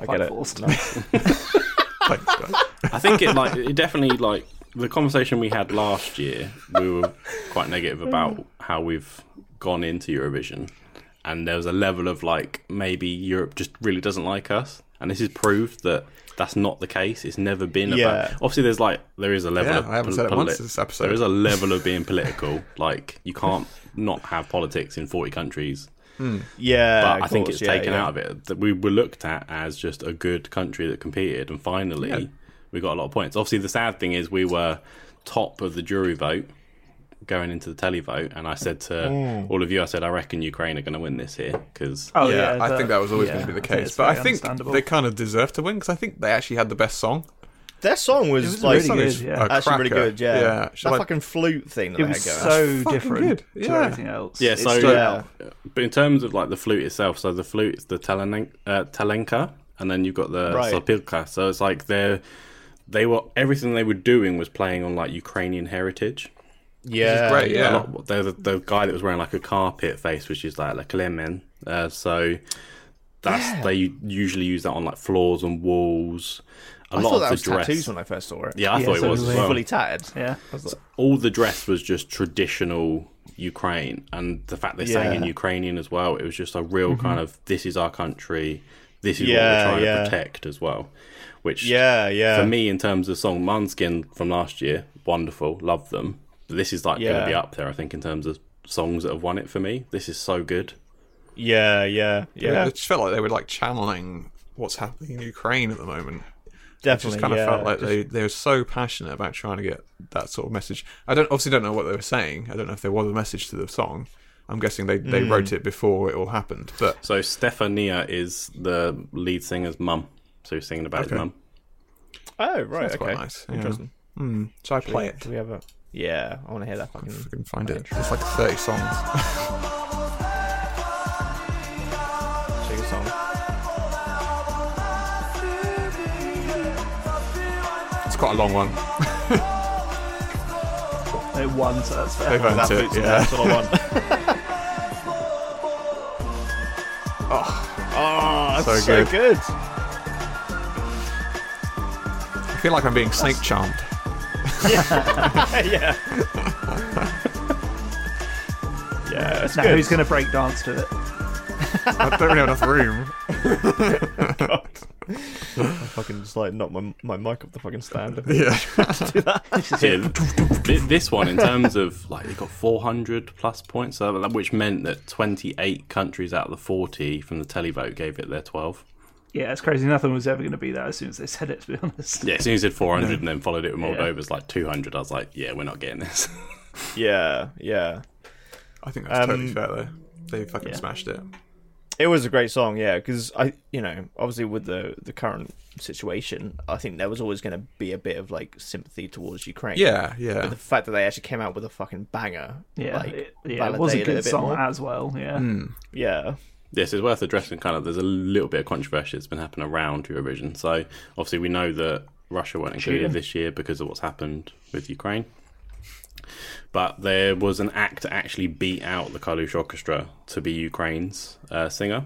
Speaker 4: I
Speaker 1: quite
Speaker 4: get it.
Speaker 1: forced.
Speaker 3: Thanks, guys.
Speaker 2: I think it like it definitely like the conversation we had last year. We were quite negative about how we've gone into Eurovision, and there was a level of like maybe Europe just really doesn't like us, and this is proof that that's not the case. It's never been
Speaker 4: Yeah.
Speaker 2: about. Obviously, there's like there is a level.
Speaker 3: Yeah,
Speaker 2: of
Speaker 3: I haven't said it
Speaker 2: poli-
Speaker 3: once this episode.
Speaker 2: There is a level of
Speaker 3: [laughs]
Speaker 2: being political. like you can't not have politics in 40 countries
Speaker 4: Yeah,
Speaker 2: but
Speaker 4: of
Speaker 2: I think
Speaker 4: course,
Speaker 2: it's
Speaker 4: yeah,
Speaker 2: taken
Speaker 4: yeah.
Speaker 2: out of it. That we were looked at as just a good country that competed, and finally we got a lot of points. Obviously, the sad thing is we were top of the jury vote going into the tele vote, and I said to
Speaker 4: Mm.
Speaker 2: all of you, I said, I reckon Ukraine are going to win this here because
Speaker 1: [laughs] Oh
Speaker 3: yeah,
Speaker 1: yeah,
Speaker 3: I think that was always
Speaker 1: yeah,
Speaker 3: going to be the
Speaker 1: I think
Speaker 3: case.
Speaker 1: it's
Speaker 3: But I
Speaker 1: very
Speaker 3: think
Speaker 1: understandable.
Speaker 3: they kind of deserve to win because I think they actually had the best song.
Speaker 4: Their song was,
Speaker 3: It was
Speaker 4: like
Speaker 1: really
Speaker 3: song
Speaker 1: good,
Speaker 3: is
Speaker 1: yeah.
Speaker 3: a
Speaker 4: actually really
Speaker 3: cracker.
Speaker 4: good. Yeah,
Speaker 3: yeah.
Speaker 4: that
Speaker 3: Shall I-
Speaker 4: fucking flute thing that
Speaker 1: it
Speaker 4: they
Speaker 1: was
Speaker 4: had going.
Speaker 1: so
Speaker 3: fucking
Speaker 1: different
Speaker 3: good,
Speaker 1: to
Speaker 3: yeah.
Speaker 1: everything else.
Speaker 2: yeah.
Speaker 1: It's
Speaker 2: So,
Speaker 1: just-
Speaker 4: yeah.
Speaker 2: but in terms of like the flute itself, so the flute is the telen- uh, Telenka, and then you've got the
Speaker 4: Right.
Speaker 2: Sopilka. So it's like they're they were everything they were doing was playing on like Ukrainian heritage.
Speaker 4: yeah,
Speaker 3: great,
Speaker 2: a
Speaker 3: yeah.
Speaker 2: lot- the, the, the guy that was wearing like a carpet face, which is like a Klemen. Uh, so that's they usually use that on like floors and walls. A
Speaker 4: I
Speaker 2: lot
Speaker 4: thought
Speaker 2: of
Speaker 4: that
Speaker 2: the
Speaker 4: was
Speaker 2: dress.
Speaker 4: tattoos when I first saw it.
Speaker 2: [laughs] yeah, I
Speaker 1: Yeah,
Speaker 2: thought it
Speaker 1: so
Speaker 2: was
Speaker 1: it
Speaker 2: as
Speaker 1: was
Speaker 2: well.
Speaker 4: fully tatted.
Speaker 1: yeah.
Speaker 2: All the dress was just traditional Ukraine, and the fact they sang in
Speaker 4: Yeah.
Speaker 2: Ukrainian as well. It was just a real
Speaker 4: Mm-hmm.
Speaker 2: kind of this is our country. This is
Speaker 4: Yeah,
Speaker 2: what we're trying
Speaker 4: yeah.
Speaker 2: to protect as well. Which
Speaker 4: Yeah, yeah.
Speaker 2: for me in terms of song Manskin from last year, wonderful, love them. But this is like going
Speaker 4: Yeah.
Speaker 2: to be up there, I think, in terms of songs that have won it for me. This is so good.
Speaker 4: yeah, yeah, yeah.
Speaker 3: It just felt like they were like channeling what's happening in Ukraine at the moment. It
Speaker 4: definitely.
Speaker 3: just kind of
Speaker 4: yeah.
Speaker 3: felt like they, they were so passionate about trying to get that sort of message. I don't obviously don't know what they were saying. I don't know if there was a message to the song. I'm guessing they, they wrote it before it all happened. But
Speaker 2: So Stefania is the lead singer's mum, so he's singing about his mum.
Speaker 4: Oh right,
Speaker 3: that's
Speaker 4: okay.
Speaker 3: quite nice. Yeah.
Speaker 4: Interesting.
Speaker 3: Mm. Shall I play it?
Speaker 4: Do we have a? Yeah, I want to hear that
Speaker 3: I
Speaker 4: fucking.
Speaker 3: if I can find it. It's like 30 songs. [laughs]
Speaker 4: Take a song.
Speaker 3: It's quite a long one.
Speaker 1: They won, so that's fair.
Speaker 3: They've earned
Speaker 4: That
Speaker 3: it.
Speaker 4: suits me,
Speaker 3: Yeah.
Speaker 4: That's what
Speaker 3: [laughs]
Speaker 4: I want. oh, oh, that's
Speaker 3: So
Speaker 4: so,
Speaker 3: good.
Speaker 4: good.
Speaker 3: I feel like I'm being snake charmed.
Speaker 4: yeah.
Speaker 3: [laughs]
Speaker 4: yeah, it's
Speaker 1: Now
Speaker 4: good.
Speaker 1: who's going to break dance to it?
Speaker 3: I don't really have enough room.
Speaker 4: fucking just like knock my my mic off the fucking
Speaker 3: [laughs]
Speaker 4: stand.
Speaker 3: Yeah.
Speaker 2: Yeah, thi- this one in terms of like they got 400 plus points, so that- which meant that 28 countries out of the 40 from the televote gave it their 12.
Speaker 1: Yeah, it's crazy. Nothing was ever going to be that as soon as they said it. To be honest,
Speaker 2: Yeah, as soon as he said 400 and then followed it with Moldova's like 200, I was like, yeah, we're not getting this. [laughs]
Speaker 4: yeah, yeah.
Speaker 3: I think that's
Speaker 4: Um,
Speaker 3: totally fair though. They fucking
Speaker 1: yeah.
Speaker 3: smashed it.
Speaker 4: It was a great song, yeah, because I, you know, obviously with the the current situation, I think there was always going to be a bit of like sympathy towards Ukraine.
Speaker 3: Yeah, yeah.
Speaker 4: the fact that they actually came out with a fucking banger,
Speaker 1: yeah,
Speaker 4: like,
Speaker 1: it, yeah, it was a
Speaker 4: validated it
Speaker 1: good
Speaker 4: a bit
Speaker 1: song
Speaker 4: more.
Speaker 1: as well. Yeah,
Speaker 3: Hmm.
Speaker 4: yeah,
Speaker 2: Yes, it's worth addressing. Kind of, there's a little bit of controversy that's been happening around Eurovision. So obviously, we know that Russia weren't included
Speaker 1: Cheating.
Speaker 2: this year because of what's happened with Ukraine. But there was an act to actually beat out the Kalush Orchestra to be Ukraine's uh, singer.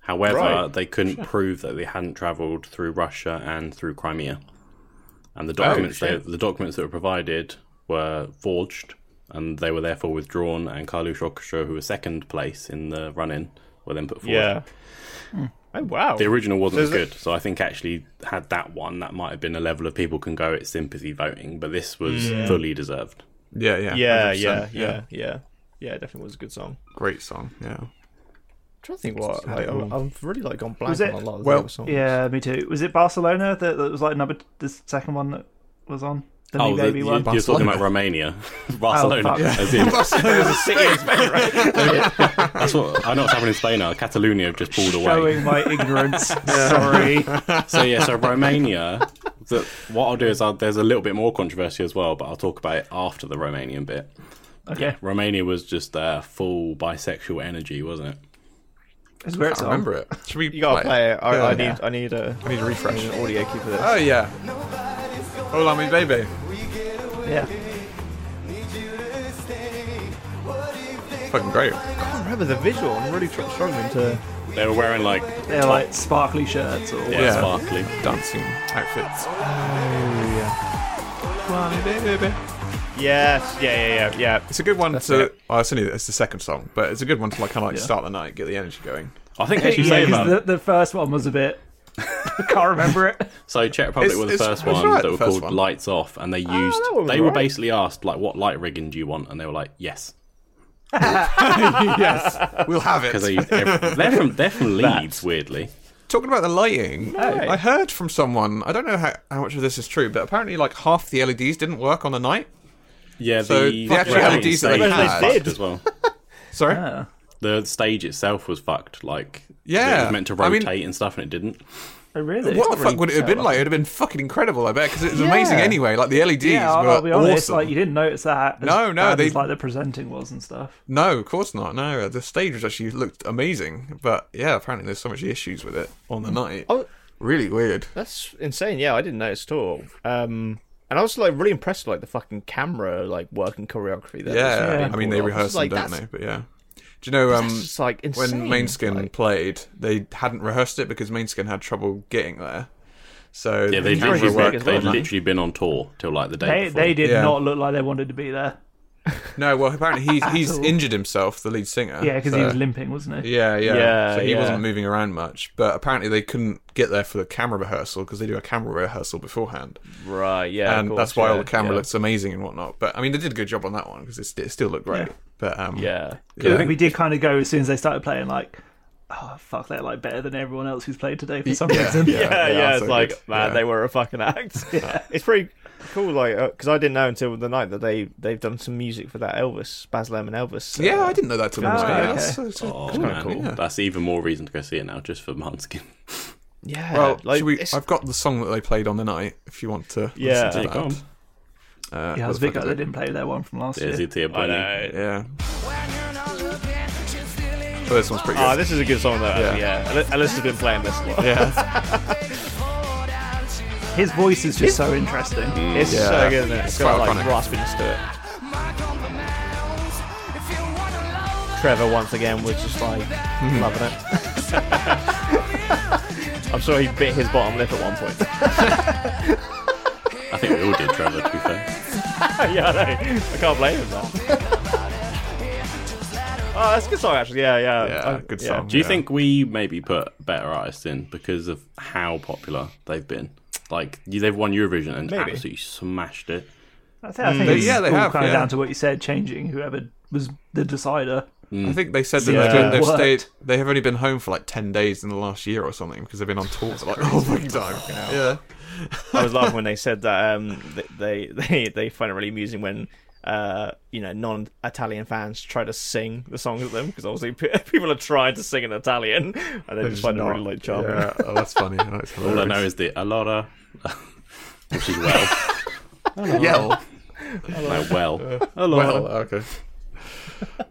Speaker 2: However,
Speaker 4: Right.
Speaker 2: they couldn't prove that they hadn't travelled through Russia and through Crimea, and the documents they,
Speaker 4: Oh, shit.
Speaker 2: the documents that were provided were forged, and they were therefore withdrawn. And Kalush Orchestra, who was second place in the run-in, were then put forward.
Speaker 4: yeah. Oh wow!
Speaker 2: The original wasn't
Speaker 4: So
Speaker 2: as
Speaker 4: is it-
Speaker 2: good, so I think actually had that one, that might have been a level of people can go at
Speaker 1: Mm.
Speaker 2: sympathy voting, but this was fully deserved.
Speaker 3: Yeah, yeah.
Speaker 4: yeah,
Speaker 3: 100%,
Speaker 4: yeah, yeah, yeah, yeah, it definitely was a good song.
Speaker 3: Great song.
Speaker 4: [laughs]
Speaker 3: Yeah.
Speaker 4: I'm trying to think what
Speaker 3: had
Speaker 4: like,
Speaker 3: it
Speaker 4: I'm-
Speaker 3: all.
Speaker 4: I've really like gone blank
Speaker 1: Was it-
Speaker 4: on a lot of
Speaker 3: well,
Speaker 4: the other songs.
Speaker 1: Yeah, me too. Was it Barcelona that, that was like number the second one that was on the new
Speaker 2: Oh, the,
Speaker 1: baby
Speaker 2: you,
Speaker 1: one? Oh,
Speaker 2: you're talking about Romania, [laughs] Barcelona.
Speaker 1: fuck. Yeah.
Speaker 2: as in,
Speaker 3: Barcelona's a city.
Speaker 2: that's what I know what's happening in Spain now. Catalonia have just pulled away.
Speaker 1: Showing my
Speaker 3: [laughs]
Speaker 1: ignorance. Sorry.
Speaker 2: So yeah, so Romania. The, what I'll do is I'll, there's a little bit more controversy as well, but I'll talk about it after the Romanian bit.
Speaker 1: Okay,
Speaker 2: Romania was just uh, full bisexual energy, wasn't it?
Speaker 1: that's where it's
Speaker 3: I
Speaker 1: on.
Speaker 3: remember it. Should we?
Speaker 4: you gotta play it. I, I
Speaker 3: Yeah.
Speaker 4: need I need a I
Speaker 3: need a refresh.
Speaker 4: need an audio cue for this.
Speaker 3: Oh yeah. Hola, mi baby.
Speaker 1: Yeah,
Speaker 3: Fucking great.
Speaker 4: I can't remember the visual. I'm really tr- struggling to.
Speaker 2: They were wearing like
Speaker 1: they're like sparkly shirts or
Speaker 2: yeah,
Speaker 3: Yeah.
Speaker 2: sparkly.
Speaker 3: Dancing outfits.
Speaker 4: Oh,
Speaker 6: Yes, yeah, yeah, yeah, yeah.
Speaker 3: It's a good one to. Oh, it's only it's the second song, but it's a good one to like kind of like start the night, get the energy going.
Speaker 4: [laughs]
Speaker 2: I think as you
Speaker 1: yeah.
Speaker 2: say about
Speaker 1: Because the, the first one was a bit. Can't remember
Speaker 3: [laughs]
Speaker 1: it.
Speaker 2: So Czech Republic
Speaker 3: It's-
Speaker 2: were the
Speaker 3: it's-
Speaker 2: first
Speaker 3: it's
Speaker 2: ones that
Speaker 3: right, the
Speaker 2: were
Speaker 3: first
Speaker 2: called
Speaker 3: one.
Speaker 2: lights off, and they
Speaker 1: Ah,
Speaker 2: used
Speaker 4: that one was
Speaker 2: they were
Speaker 4: right.
Speaker 2: basically asked like, "What light rigging do you want?" And they were like, "Yes,"
Speaker 3: yes, we'll
Speaker 2: [laughs]
Speaker 3: have it.
Speaker 2: because
Speaker 3: [laughs]
Speaker 2: they used every- they're from they're from Leeds, weirdly.
Speaker 3: Talking about the lighting, I heard from someone. I don't know how, how much of this is true, but apparently, like half the LEDs didn't work on the night.
Speaker 2: Yeah,
Speaker 3: So
Speaker 2: the,
Speaker 3: the actual
Speaker 2: Romanian
Speaker 3: LEDs that they
Speaker 2: stage was
Speaker 3: had-
Speaker 2: fucked as well.
Speaker 3: Sorry.
Speaker 2: The stage itself was fucked. Like, it
Speaker 3: Yeah.
Speaker 2: was meant to
Speaker 3: I mean-
Speaker 2: rotate and stuff, and it didn't.
Speaker 1: Oh, really?
Speaker 3: what the fuck would it have been like? It would have been fucking incredible, I bet, because it was amazing
Speaker 1: Yeah.
Speaker 3: anyway. Like the LEDs
Speaker 1: Yeah, I'll,
Speaker 3: were
Speaker 1: I'll be honest.
Speaker 3: awesome.
Speaker 1: Like you didn't notice that. as
Speaker 3: No, no,
Speaker 1: bad
Speaker 3: they-
Speaker 1: as, like the presenting was and stuff.
Speaker 3: No, of course not. No, the stage was actually looked amazing, but yeah, apparently there's so much issues with it on the
Speaker 1: Hmm.
Speaker 3: night.
Speaker 4: Oh,
Speaker 3: Really weird.
Speaker 4: That's insane. Yeah, I didn't notice at all. Um, and I was like really impressed with like the fucking camera like work and choreography there.
Speaker 3: Yeah,
Speaker 1: yeah.
Speaker 3: I mean they
Speaker 4: Cool.
Speaker 3: rehearse
Speaker 4: Like,
Speaker 3: them, don't they?
Speaker 4: that's-
Speaker 3: But yeah, do you know um,
Speaker 4: It's just like insane.
Speaker 3: when Mainskin
Speaker 4: like,
Speaker 3: played, they hadn't rehearsed it because Mainskin had trouble getting there. So
Speaker 2: Yeah, they
Speaker 3: the camera
Speaker 2: literally
Speaker 3: worked
Speaker 2: they'd
Speaker 3: on that.
Speaker 2: literally been on tour till like the day
Speaker 1: They
Speaker 2: before.
Speaker 1: they did
Speaker 3: Yeah.
Speaker 1: not look like they wanted to be there.
Speaker 3: No, well apparently he's he's
Speaker 1: all.
Speaker 3: injured himself, the lead singer.
Speaker 1: Yeah, because he
Speaker 3: so-
Speaker 1: was limping, wasn't he?
Speaker 3: Yeah, yeah.
Speaker 6: Yeah,
Speaker 3: so he
Speaker 6: yeah.
Speaker 3: wasn't moving around much, but apparently they couldn't get there for the camera rehearsal because they do a camera rehearsal beforehand,
Speaker 6: Right, yeah. of
Speaker 3: and
Speaker 6: course,
Speaker 3: that's why all
Speaker 6: yeah,
Speaker 3: the camera
Speaker 6: yeah.
Speaker 3: looks amazing and whatnot. But I mean, they did a good job on that one because it, st- it still looked great.
Speaker 1: Yeah.
Speaker 3: But um,
Speaker 4: [laughs]
Speaker 6: Yeah.
Speaker 3: yeah.
Speaker 1: We did kind of go as soon as they started playing. Like, oh fuck, they're like better than everyone else who's played today for some [laughs] reason.
Speaker 3: yeah,
Speaker 6: Yeah,
Speaker 3: they are
Speaker 6: yeah, it's
Speaker 3: so
Speaker 6: like,
Speaker 3: good.
Speaker 6: man,
Speaker 3: Yeah.
Speaker 6: they were a fucking
Speaker 3: [laughs]
Speaker 6: act.
Speaker 4: it's pretty cool. Like, because I didn't know until the night that they they've done some music for that Elvis, Baz Luhrmann Elvis. uh,
Speaker 3: Yeah, I didn't know that till the
Speaker 1: Ah, okay.
Speaker 3: That's, that's
Speaker 2: Oh,
Speaker 3: kind
Speaker 2: man,
Speaker 3: of cool. yeah.
Speaker 2: That's even more reason to go see it now, just for
Speaker 3: [laughs]
Speaker 2: Manskin.
Speaker 4: yeah.
Speaker 3: Well,
Speaker 4: like,
Speaker 3: should we,
Speaker 4: it's-
Speaker 3: I've got the song that they played on the night. If you want to,
Speaker 6: Yeah.
Speaker 3: listen to
Speaker 2: Take on.
Speaker 3: that. Uh,
Speaker 1: Yeah, I
Speaker 3: what
Speaker 1: was a
Speaker 3: the
Speaker 1: bit
Speaker 3: fuck
Speaker 1: gutted
Speaker 3: is
Speaker 1: they
Speaker 3: it?
Speaker 1: didn't play their one from last
Speaker 2: There's
Speaker 1: year.
Speaker 2: it here,
Speaker 6: I
Speaker 2: buddy.
Speaker 6: know.
Speaker 3: Yeah,
Speaker 5: But
Speaker 3: but this one's pretty
Speaker 6: Ah,
Speaker 3: good.
Speaker 6: this is a good song though. actually, Yeah, Aly- Alyssa's been playing this a lot.
Speaker 3: yeah,
Speaker 1: His voice is just so interesting.
Speaker 6: It's
Speaker 3: Yeah.
Speaker 6: so good. Isn't it?
Speaker 3: It's
Speaker 6: It's got
Speaker 3: quite
Speaker 6: like
Speaker 3: iconic.
Speaker 6: raspiness to it.
Speaker 4: Trevor once again was just like
Speaker 3: Mm-hmm.
Speaker 4: loving it.
Speaker 6: [laughs] I'm sure he bit his bottom lip at one point. [laughs]
Speaker 2: I think we all did, Trevor. To be
Speaker 3: [laughs]
Speaker 2: fair,
Speaker 6: yeah, I know. I can't blame him. Though. [laughs] oh, that's a good song actually. Yeah, yeah.
Speaker 3: yeah,
Speaker 6: I-
Speaker 3: good
Speaker 6: yeah.
Speaker 3: song.
Speaker 2: do you
Speaker 3: Oh, yeah.
Speaker 2: think we maybe put better artists in because of how popular they've been? Like you- they've won Eurovision and
Speaker 4: Maybe.
Speaker 2: absolutely smashed it.
Speaker 1: I think, I think it's
Speaker 3: yeah, they
Speaker 1: all
Speaker 3: have,
Speaker 1: kind of
Speaker 3: yeah.
Speaker 1: down to what you said, changing whoever was the decider.
Speaker 3: I think they said that
Speaker 6: Yeah.
Speaker 3: they've, they've
Speaker 1: Worked.
Speaker 3: stayed. They have only been home for like ten days in the last year or something because they've been on tour for like the whole [laughs] fucking time. Yeah,
Speaker 4: I was laughing when they said that um, th- they [laughs] they they find it really amusing when uh, you know non-Italian fans try to sing the songs with them because obviously pe- [laughs] people are trying to sing in Italian and they just find it really like
Speaker 2: [laughs]
Speaker 4: charming.
Speaker 3: Yeah, oh, that's funny. That's
Speaker 2: All I
Speaker 3: hilarious.
Speaker 2: know is the Alora, [laughs] which is well,
Speaker 3: [laughs] yell.
Speaker 2: no,
Speaker 3: Uh,
Speaker 2: well.
Speaker 3: Well, okay. [laughs]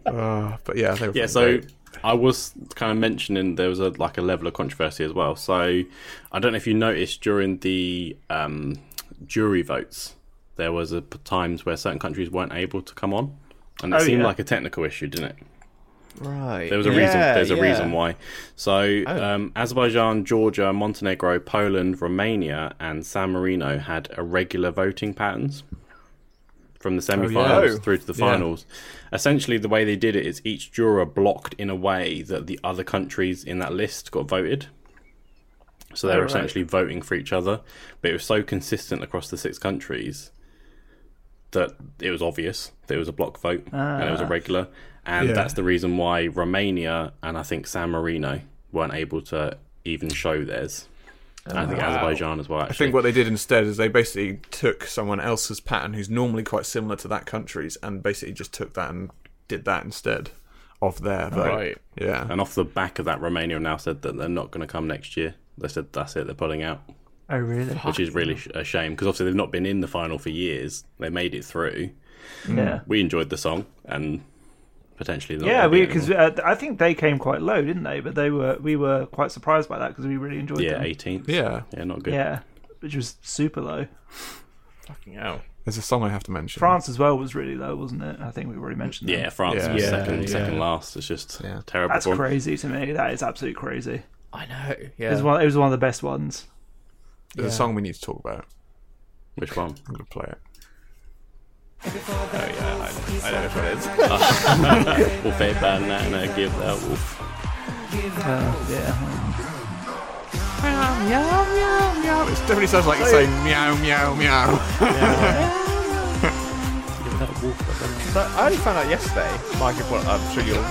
Speaker 3: Uh, but yeah, they were
Speaker 2: Yeah,
Speaker 3: fucking
Speaker 2: so
Speaker 3: great.
Speaker 2: I was kind of mentioning there was a like a level of controversy as well. So I don't know if you noticed during the um, jury votes, there was a p- times where certain countries weren't able to come on, and it
Speaker 1: Oh,
Speaker 2: seemed
Speaker 1: yeah.
Speaker 2: like a technical issue, didn't it?
Speaker 4: Right.
Speaker 2: There was a reason. There's a reason why. So um, Azerbaijan, Georgia, Montenegro, Poland, Romania, and San Marino had irregular voting patterns from the semi-finals
Speaker 3: Oh.
Speaker 2: through to the finals. Essentially, the way they did it is each juror blocked in a way that the other countries in that list got voted. So they were
Speaker 1: right.
Speaker 2: essentially voting for each other, but it was so consistent across the six
Speaker 1: Ah.
Speaker 2: countries that it was obvious that it was a block vote and it was irregular. and
Speaker 7: Yeah.
Speaker 2: that's the reason why Romania and I think San Marino weren't able to even show theirs. And I think Azerbaijan as well.
Speaker 3: I
Speaker 2: Actually,
Speaker 3: think what they did instead is they basically took someone else's pattern who's normally quite similar to that country's and basically just took that and did that instead of there. But,
Speaker 7: Right.
Speaker 3: Yeah.
Speaker 2: and off the back of that, Romania have now said that they're not going to come next year. They said that's it, they're pulling out,
Speaker 1: Oh, really?
Speaker 2: which is really sh- a shame because obviously they've not been in the final for years. They made it through.
Speaker 1: Yeah.
Speaker 3: Mm.
Speaker 2: We enjoyed the song and potentially they're not
Speaker 1: Yeah,
Speaker 2: gonna be
Speaker 1: we
Speaker 2: in
Speaker 1: because
Speaker 2: anymore.
Speaker 1: uh, I think they came quite low, didn't they? But they were we were quite surprised by that because we really enjoyed
Speaker 2: yeah,
Speaker 1: them.
Speaker 2: 18th.
Speaker 3: Yeah.
Speaker 2: yeah, not good.
Speaker 1: yeah, which was super low.
Speaker 7: Fucking hell.
Speaker 3: There's a song I have to mention.
Speaker 1: France as well was really low, wasn't it? I think we already mentioned that.
Speaker 2: Yeah, France
Speaker 3: Yeah.
Speaker 2: was
Speaker 7: Yeah,
Speaker 2: second,
Speaker 7: yeah.
Speaker 2: second last. It's just
Speaker 3: Yeah.
Speaker 2: terrible.
Speaker 1: that's
Speaker 2: form.
Speaker 1: crazy to me. That is absolutely crazy.
Speaker 4: I know.
Speaker 1: It was
Speaker 4: Yeah.
Speaker 1: one. It was one of the best ones.
Speaker 3: There's a song we need to talk about.
Speaker 2: Which one?
Speaker 3: I'm going to play it.
Speaker 6: I know which one it is.
Speaker 2: Wolf Ape Banana, uh, give that wolf.
Speaker 1: Uh, yeah,
Speaker 3: It definitely sounds like you're saying meow,
Speaker 2: [laughs]
Speaker 3: meow, meow.
Speaker 2: Give that wolf. a banana.
Speaker 6: [laughs] So I only found out yesterday. Michael, well, I'm sure you'll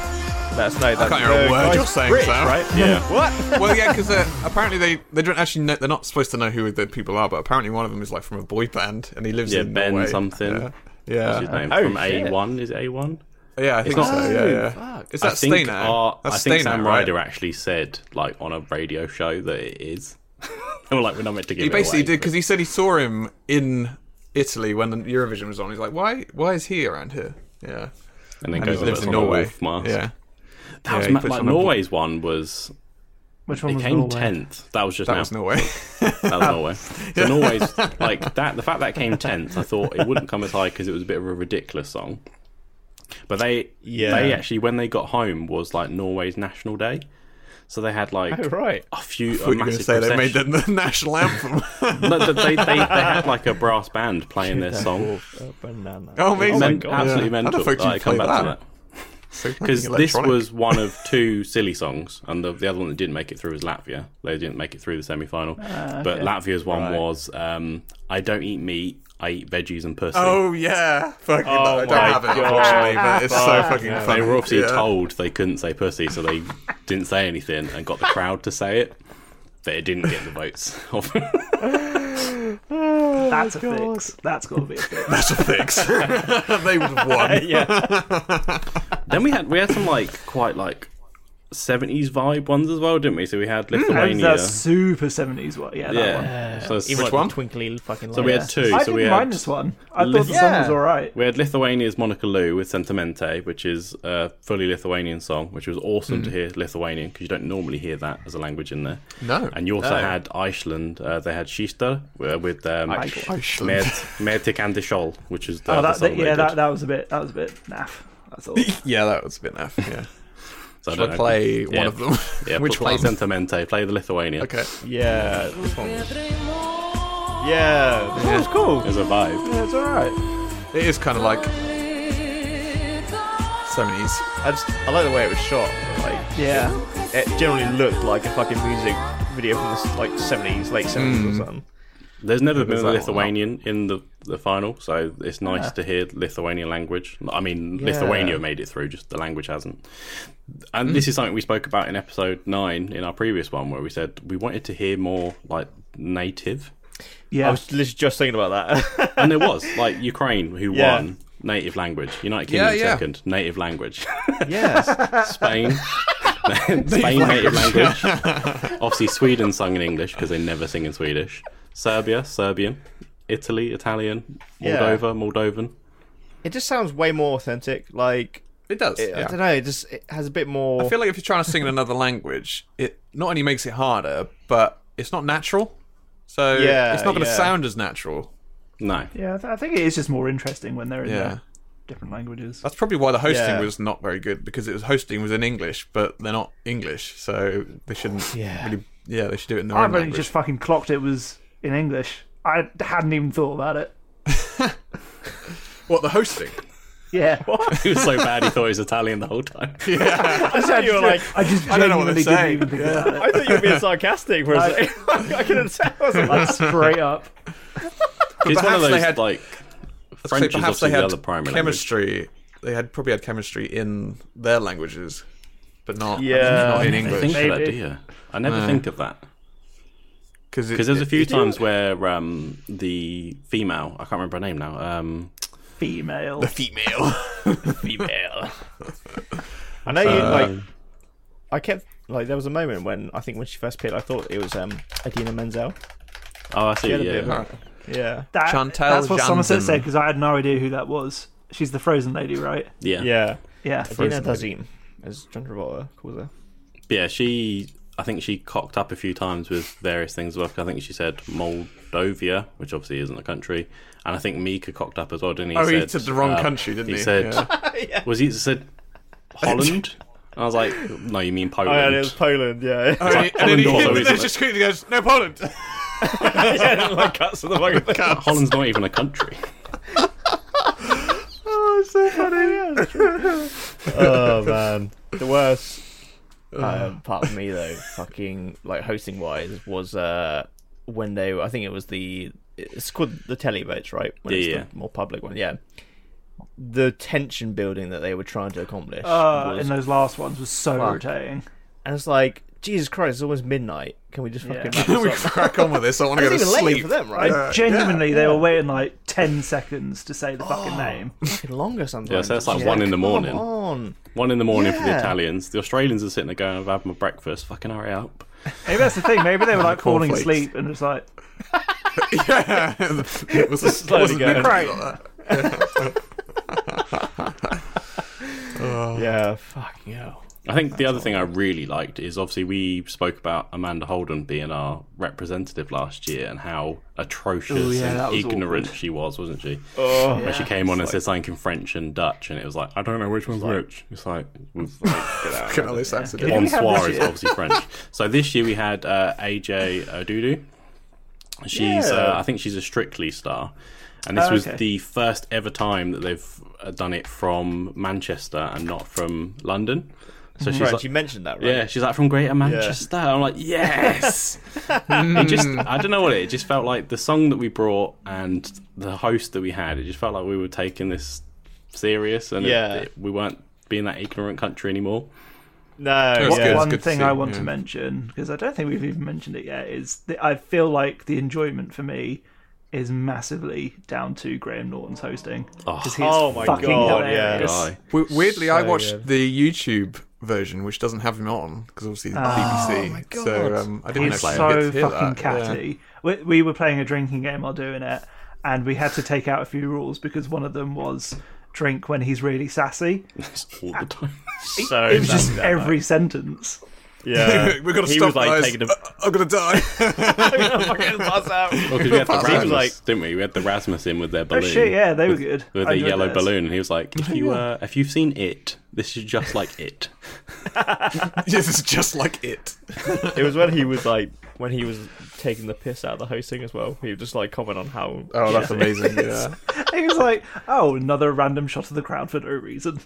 Speaker 6: let us know. That
Speaker 3: can't hear a
Speaker 6: the
Speaker 3: word
Speaker 6: guy's
Speaker 3: you're saying,
Speaker 6: British,
Speaker 3: Sam.
Speaker 6: right?
Speaker 2: Yeah.
Speaker 6: [laughs] What?
Speaker 3: well, yeah, because apparently they, they don't actually know, they're not supposed to know who the people are, but apparently one of them is like from a boy band and he lives
Speaker 2: Yeah,
Speaker 3: in
Speaker 2: Ben
Speaker 3: Norway.
Speaker 2: something.
Speaker 3: Yeah. Uh,
Speaker 2: What's his
Speaker 3: Yeah.
Speaker 2: name?
Speaker 6: Oh,
Speaker 2: From
Speaker 6: shit.
Speaker 2: A1? Is it A1?
Speaker 3: yeah, I think so.
Speaker 2: not-
Speaker 3: yeah, yeah. Is that
Speaker 2: I think,
Speaker 3: Stainer?
Speaker 2: our, I
Speaker 3: That's
Speaker 2: think
Speaker 3: Stainer,
Speaker 2: Sam
Speaker 3: right?
Speaker 2: Ryder actually said, like, on a radio show that it is. [laughs] they were like, we're not meant to give
Speaker 3: He
Speaker 2: it
Speaker 3: basically
Speaker 2: away,
Speaker 3: did
Speaker 2: but-
Speaker 3: because he said he saw him in Italy when the Eurovision was on. He's like, why? Why is he around here? Yeah,
Speaker 2: And then
Speaker 3: and he
Speaker 2: goes
Speaker 3: lives in
Speaker 2: on a
Speaker 3: Norway.
Speaker 2: wolf mask.
Speaker 3: Yeah,
Speaker 2: That was
Speaker 3: Yeah, he
Speaker 2: ma-
Speaker 3: puts
Speaker 2: like,
Speaker 3: on a-
Speaker 2: Norway's one was.
Speaker 1: which one
Speaker 2: It
Speaker 1: was
Speaker 2: came
Speaker 1: Norway?
Speaker 2: 10th. That was just
Speaker 3: that
Speaker 2: now. [laughs]
Speaker 3: was Norway.
Speaker 2: That was Norway. So Norway's like that. The fact that it came tenth, I thought it wouldn't come as high because it was a bit of a ridiculous song. But they,
Speaker 7: Yeah.
Speaker 2: they actually when they got home was like Norway's national day, so they had like
Speaker 7: Oh, right.
Speaker 2: a few. a
Speaker 3: What you going to
Speaker 2: massive
Speaker 3: say? They made the,
Speaker 2: procession.
Speaker 3: the
Speaker 2: [laughs]
Speaker 3: national anthem. [laughs] Oh,
Speaker 2: No, they, they, they, they had like a brass band playing their song.
Speaker 7: banana.
Speaker 3: oh, amazing!
Speaker 2: Men- absolutely
Speaker 3: Yeah. How
Speaker 2: mental.
Speaker 3: the fuck do you
Speaker 2: Like, come
Speaker 3: play
Speaker 2: back
Speaker 3: that?
Speaker 2: to that.
Speaker 3: So fucking
Speaker 2: because this
Speaker 3: electronic.
Speaker 2: was one of two silly songs, and the, the other one that didn't make it through was Latvia. They didn't make it through the semi final.
Speaker 1: Ah,
Speaker 2: But Latvia's one was um, I don't eat meat, I eat veggies and pussy.
Speaker 3: Oh yeah, fucking.
Speaker 6: Oh
Speaker 3: I don't
Speaker 6: my
Speaker 3: have it
Speaker 6: God.
Speaker 3: unfortunately, but it's so fucking funny.
Speaker 2: They were obviously
Speaker 3: yeah. [laughs]
Speaker 2: told they couldn't say pussy, so they didn't say anything and got the crowd to say it. But it didn't get the votes. [laughs]
Speaker 1: That's a fix. That's got to be a fix.
Speaker 3: [laughs] That's a
Speaker 2: [laughs]
Speaker 3: fix. they would have won.
Speaker 2: then we had we had some like quite like seventies vibe ones as well, didn't we? So we had Lithuania.
Speaker 1: Mm, That's super seventies one. Yeah, that one.
Speaker 2: yeah. So, it's-
Speaker 4: Even
Speaker 3: Which
Speaker 4: like
Speaker 3: one?
Speaker 4: the twinkly little fucking.
Speaker 2: so we had
Speaker 4: lights.
Speaker 2: two.
Speaker 1: I
Speaker 2: so
Speaker 1: didn't
Speaker 2: we had
Speaker 1: mind this one. I thought the
Speaker 2: Lithuania-
Speaker 1: song was all right.
Speaker 2: We had Lithuania's Monica Lou with Sentimente, which is a fully Lithuanian song, which was awesome to hear Lithuanian because you don't normally hear that as a language in there.
Speaker 3: No.
Speaker 2: And you also
Speaker 6: No.
Speaker 2: had Iceland. Uh, they had Shista uh, with um,
Speaker 6: Iceland.
Speaker 3: [laughs]
Speaker 2: Med Medikandishol, which is the
Speaker 1: Oh,
Speaker 2: other
Speaker 1: that,
Speaker 2: song
Speaker 1: that-
Speaker 2: they
Speaker 1: yeah,
Speaker 2: did.
Speaker 1: that, that was a bit. That was a bit naff. That's all.
Speaker 3: [laughs] Yeah, that was a bit naff. Yeah.
Speaker 2: So I
Speaker 3: Should
Speaker 2: don't
Speaker 3: I
Speaker 2: know.
Speaker 3: play
Speaker 2: Yeah.
Speaker 3: one of them?
Speaker 2: Yeah,
Speaker 3: [laughs] Which
Speaker 2: play
Speaker 3: one?
Speaker 2: Sentimente, play the Lithuania.
Speaker 3: Okay.
Speaker 7: Yeah, this one. Yeah, this is cool.
Speaker 2: There's a vibe.
Speaker 7: Yeah, it's alright.
Speaker 3: It is kind of like 70s.
Speaker 7: I just, I like the way it was shot. Like,
Speaker 1: Yeah,
Speaker 7: it generally looked like a fucking music video from the s- like 70s, late 70s
Speaker 4: Hmm.
Speaker 7: or something.
Speaker 2: There's never been
Speaker 3: There's
Speaker 2: a
Speaker 3: that one.
Speaker 2: Lithuanian in the, the final, so it's nice to hear Lithuanian language. I mean,
Speaker 7: Yeah.
Speaker 2: Lithuania made it through, just the language hasn't. And this is something we spoke about in episode nine in our previous one, where we said we wanted to hear more like native,
Speaker 7: I
Speaker 1: yeah.
Speaker 7: was literally just thinking about that. [laughs]
Speaker 2: and there was like Ukraine
Speaker 3: [laughs]
Speaker 2: who
Speaker 7: Yeah.
Speaker 2: won native language, United Kingdom
Speaker 3: Yeah, yeah.
Speaker 2: second native language, [laughs]
Speaker 7: yes.
Speaker 3: [laughs]
Speaker 2: Spain. Spain native language.
Speaker 3: [laughs]
Speaker 2: Obviously, Sweden sung in English because they never sing in Swedish. Serbia, Serbian. Italy, Italian.
Speaker 7: Yeah.
Speaker 2: Moldova, Moldovan.
Speaker 4: It just sounds way more authentic. Like
Speaker 3: It does.
Speaker 4: it, I
Speaker 3: yeah.
Speaker 4: don't know. It just it has a bit more.
Speaker 3: I feel like if you're trying to sing in another language, it not only makes it harder, but it's not natural. So
Speaker 7: Yeah,
Speaker 3: it's not going to
Speaker 7: yeah.
Speaker 3: sound as natural.
Speaker 2: No.
Speaker 1: Yeah, I, th- I think it is just more interesting when they're in
Speaker 3: Yeah.
Speaker 1: uh, different languages.
Speaker 3: That's probably why the hosting
Speaker 7: Yeah.
Speaker 3: was not very good because it was hosting was in English, but they're not English, so they shouldn't
Speaker 4: Yeah.
Speaker 3: really. Yeah, they should do it in their
Speaker 1: I've
Speaker 3: own
Speaker 1: only
Speaker 3: language.
Speaker 1: just fucking clocked it was in English. I hadn't even thought about it.
Speaker 3: What the hosting?
Speaker 1: Yeah,
Speaker 2: [laughs] He was so bad he thought he was Italian the whole time.
Speaker 1: I, just,
Speaker 7: you were like,
Speaker 1: I just
Speaker 3: I don't know
Speaker 1: genuinely
Speaker 3: what they're
Speaker 1: didn't
Speaker 3: saying.
Speaker 1: even think about it.
Speaker 7: I thought you were being
Speaker 4: [laughs]
Speaker 7: sarcastic for a second. [laughs] I couldn't tell. I was like,
Speaker 1: Like straight up.
Speaker 2: It's one of
Speaker 3: perhaps they
Speaker 2: those
Speaker 3: had-
Speaker 2: like
Speaker 3: So
Speaker 2: French is
Speaker 3: perhaps
Speaker 2: obviously
Speaker 3: they had
Speaker 2: the other primary
Speaker 3: chemistry they had probably had chemistry in their languages, but not
Speaker 7: Yeah.
Speaker 3: not in
Speaker 2: I think
Speaker 3: English.
Speaker 2: for that
Speaker 1: Maybe.
Speaker 2: idea. I never
Speaker 3: No.
Speaker 2: think of that.
Speaker 3: Because
Speaker 2: Because there's a few times where um, the female, I can't remember her name now, um,
Speaker 1: Female.
Speaker 3: the female.
Speaker 7: Female.
Speaker 4: I know you like.
Speaker 2: um,
Speaker 4: I kept like there was a moment when I think when she first appeared, I thought it was um Adina Menzel.
Speaker 2: oh, I see,
Speaker 4: Yeah, the
Speaker 2: yeah.
Speaker 4: bit where- Yeah.
Speaker 1: That,
Speaker 3: Chantal
Speaker 1: that's what Somerset
Speaker 3: Janden.
Speaker 1: said because I had no idea who that was. She's the frozen lady, right?
Speaker 2: Yeah. yeah.
Speaker 4: Yeah.
Speaker 1: Yeah.
Speaker 4: Adina Dazim, as John Travolta calls her.
Speaker 2: she, I think she cocked up a few times with various things. Well, I think she said Moldovia, which obviously isn't a country. And I think Mika cocked up as well, didn't he?
Speaker 3: Oh, he
Speaker 2: said,
Speaker 3: said the wrong
Speaker 2: um,
Speaker 3: country, didn't he?
Speaker 2: said,
Speaker 3: Yeah.
Speaker 2: was he said
Speaker 3: [laughs]
Speaker 2: Holland? and I was like, no, you mean Poland.
Speaker 4: Oh yeah, it was Poland. [laughs] Yeah.
Speaker 3: And then he- and then he
Speaker 2: Poland also,
Speaker 3: and then
Speaker 2: isn't
Speaker 3: he
Speaker 2: it?
Speaker 3: just quickly goes, "No Poland."
Speaker 7: like cuts in the
Speaker 4: [laughs]
Speaker 7: microphone.
Speaker 2: Holland's not even a country.
Speaker 4: oh man, the worst uh, part of me though, fucking like hosting wise, was uh when they. I think it was the it's called the telly votes, right? When it's
Speaker 2: Yeah, yeah.
Speaker 4: the more public one, yeah. The tension building that they were trying to accomplish,
Speaker 1: Uh,
Speaker 4: was,
Speaker 1: in those last ones was so irritating.
Speaker 4: and it's like Jesus Christ, it's almost midnight. Can we just fucking?
Speaker 1: Yeah.
Speaker 4: wrap [laughs] this
Speaker 3: [laughs] we
Speaker 4: up?
Speaker 3: crack on with this. I want to go
Speaker 4: It's
Speaker 3: to
Speaker 4: even later
Speaker 3: sleep.
Speaker 4: for them,
Speaker 1: I
Speaker 4: right?
Speaker 1: genuinely, they were waiting like ten seconds to say the
Speaker 4: Oh.
Speaker 1: fucking name.
Speaker 4: Fucking longer sometimes.
Speaker 2: Yeah, so that's like
Speaker 4: It's
Speaker 2: one in the
Speaker 4: come
Speaker 2: morning.
Speaker 4: on.
Speaker 2: One in the morning for the
Speaker 4: Yeah.
Speaker 2: Italians. The Australians are sitting there going, I've had my breakfast. Fucking hurry up.
Speaker 1: Maybe that's the thing. Maybe they were like falling
Speaker 3: Cornflakes.
Speaker 1: asleep and just like,
Speaker 3: [laughs] yeah, it was it wasn't
Speaker 7: going.
Speaker 3: meant to be
Speaker 1: Right.
Speaker 3: like
Speaker 4: Oh,
Speaker 3: that.
Speaker 4: Yeah, fucking hell.
Speaker 2: I think the other thing I really liked is obviously we spoke about Amanda Holden being our representative last year and how atrocious
Speaker 1: Ooh, yeah, that
Speaker 2: and
Speaker 1: was
Speaker 2: ignorant
Speaker 1: awkward.
Speaker 2: she was, wasn't she?
Speaker 4: Oh,
Speaker 2: When she came on and said something in French and Dutch, and it was like, I don't know which one's which. It's like, [laughs] we've like, get out.
Speaker 3: Fucking all this accident.
Speaker 1: Who do we have
Speaker 2: Bonsoir
Speaker 1: this
Speaker 2: is
Speaker 1: year?
Speaker 2: obviously French. So this year we had uh, AJ Odudu. She's, uh,
Speaker 4: Yeah.
Speaker 2: I think she's a Strictly star, and this
Speaker 1: Oh,
Speaker 2: was
Speaker 1: okay.
Speaker 2: the first ever time that they've uh, done it from Manchester and not from London. So she's
Speaker 4: Right,
Speaker 2: like,
Speaker 4: you mentioned that, right?
Speaker 2: yeah, she's like from Greater Manchester. I'm like,
Speaker 1: [laughs]
Speaker 2: yes. it just,
Speaker 1: Hmm.
Speaker 2: I don't know what it. It just felt like the song that we brought and the host that we had. It just felt like we were taking this serious, and it-
Speaker 4: Yeah.
Speaker 2: it- we weren't being that ignorant country anymore.
Speaker 4: No,
Speaker 3: was
Speaker 4: yeah.
Speaker 3: good.
Speaker 1: one
Speaker 3: to
Speaker 1: thing
Speaker 3: see,
Speaker 1: I want
Speaker 3: yeah.
Speaker 1: to mention because I don't think we've even mentioned it yet is that I feel like the enjoyment for me is massively down to Graham Norton's hosting because he's
Speaker 4: Oh my
Speaker 1: fucking
Speaker 4: God, yeah.
Speaker 1: hilarious.
Speaker 2: Guy. Oh,
Speaker 3: We- Weirdly, I
Speaker 4: So
Speaker 3: watched
Speaker 4: good.
Speaker 3: the YouTube version, which doesn't have him on because obviously
Speaker 4: Oh,
Speaker 3: BBC. So um, I didn't
Speaker 1: He's
Speaker 3: actually get
Speaker 1: so
Speaker 3: to hear
Speaker 1: fucking
Speaker 3: that. Yeah.
Speaker 1: catty. We, we were playing a drinking game while doing it, and we had to take out a few rules because one of them was drink when he's really sassy.
Speaker 2: all the time.
Speaker 7: So
Speaker 1: It was
Speaker 7: nasty
Speaker 1: just
Speaker 7: that
Speaker 3: [laughs]
Speaker 1: every sentence. [laughs]
Speaker 7: Yeah.
Speaker 3: We've got to
Speaker 7: He
Speaker 3: stop,
Speaker 7: was like
Speaker 3: guys. [laughs]
Speaker 7: taking a
Speaker 3: I- I'm gonna die.
Speaker 7: fucking buzz out.
Speaker 2: Well, 'cause we had the
Speaker 3: Seems
Speaker 2: Rasmus,
Speaker 7: like-
Speaker 2: didn't we? We had the Rasmus in with their
Speaker 1: Oh
Speaker 2: balloon.
Speaker 1: shit, yeah, they were good.
Speaker 2: With
Speaker 1: I
Speaker 2: a
Speaker 1: enjoyed
Speaker 2: yellow
Speaker 1: those.
Speaker 2: balloon, and he was like,
Speaker 1: [laughs]
Speaker 2: "If you uh, if you've seen it, this is just like it."
Speaker 3: yes, it's just like it.
Speaker 7: It was when he was like when he was taking the piss out of the hosting as well. He would just like comment on how
Speaker 3: Oh, that's amazing. [laughs] Yeah.
Speaker 1: He was like, "Oh, another random shot of the crowd for no reason."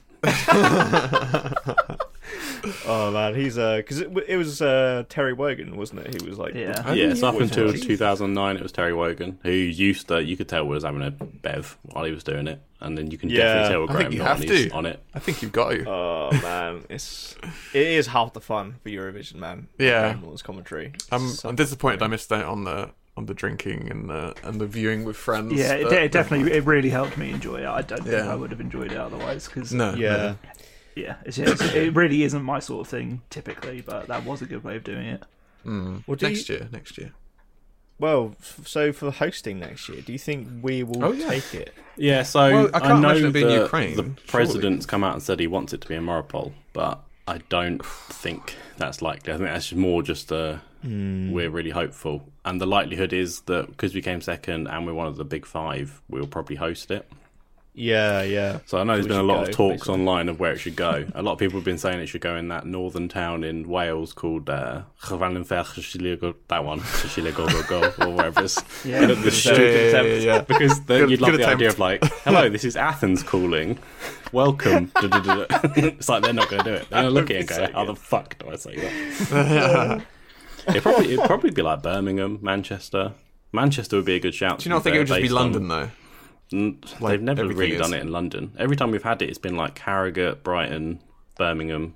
Speaker 4: Oh man, he's uh, because it, w- it was uh Terry Wogan, wasn't it? He was like,
Speaker 1: Yeah.
Speaker 2: Yeah, it's up until 2009. It was Terry Wogan who used to. You could tell was having a bev while he was doing it, and then you can
Speaker 7: Yeah.
Speaker 2: definitely tell
Speaker 3: I
Speaker 2: Graham
Speaker 3: think you
Speaker 2: Norton
Speaker 3: have
Speaker 2: is
Speaker 3: to.
Speaker 2: on it.
Speaker 3: I think you've got to.
Speaker 4: Oh man, it's it is half the fun for Eurovision, man.
Speaker 3: Yeah.
Speaker 4: Graham commentary.
Speaker 3: I'm, I'm disappointed I missed out on the on the drinking and the and the viewing with friends.
Speaker 1: Yeah, it,
Speaker 3: but-
Speaker 1: it definitely it really helped me enjoy it. I don't think
Speaker 3: Yeah.
Speaker 1: I would have enjoyed it otherwise because
Speaker 3: No.
Speaker 4: Yeah,
Speaker 1: yeah, it's, it's, it really isn't my sort of thing typically. But that was a good way of doing it.
Speaker 4: well, do
Speaker 3: no.
Speaker 4: you-
Speaker 3: Next year. Next year.
Speaker 4: well, f- so for the hosting next year, do you think we will
Speaker 3: Oh, yeah.
Speaker 4: take it?
Speaker 2: Yeah, so
Speaker 3: Well, I
Speaker 2: I,
Speaker 3: can't
Speaker 2: know
Speaker 3: imagine it
Speaker 2: that
Speaker 3: being Ukraine,
Speaker 2: the
Speaker 3: surely.
Speaker 2: president's come out and said he wants it to be in Mariupol, but I don't think that's likely. I think that's just more just uh
Speaker 3: Hmm.
Speaker 2: we're really hopeful, and the likelihood is that because we came second and we're one of the big five, we'll probably host it.
Speaker 4: Yeah, yeah.
Speaker 2: So I know there's
Speaker 4: We
Speaker 2: been a
Speaker 4: should
Speaker 2: lot
Speaker 4: go,
Speaker 2: of talks
Speaker 4: basically.
Speaker 2: online of where it should go. a lot of people have been saying it should go in that northern town in Wales called uh, Llanfair, that one, Llangollen, or wherever it's.
Speaker 1: Yeah.
Speaker 2: [laughs] the
Speaker 3: Yeah,
Speaker 2: stupid
Speaker 3: yeah, yeah,
Speaker 2: attempt.
Speaker 3: yeah.
Speaker 2: Because the,
Speaker 3: Good-
Speaker 2: you'd love
Speaker 3: good
Speaker 2: the idea
Speaker 3: attempt.
Speaker 2: of like, hello, this is Athens calling. Welcome. [laughs] Da, da, da, da. it's like they're not going to do it. They're going to look at it and go, how the fuck do I say that? it'd, probably, it'd probably be like Birmingham, Manchester. Manchester would be a good shout.
Speaker 3: Do you not think it would just be London though?
Speaker 2: N-
Speaker 3: Like,
Speaker 2: They've never
Speaker 3: everything
Speaker 2: really
Speaker 3: is.
Speaker 2: done it in London. Every time we've had it, it's been like Harrogate, Brighton, Birmingham.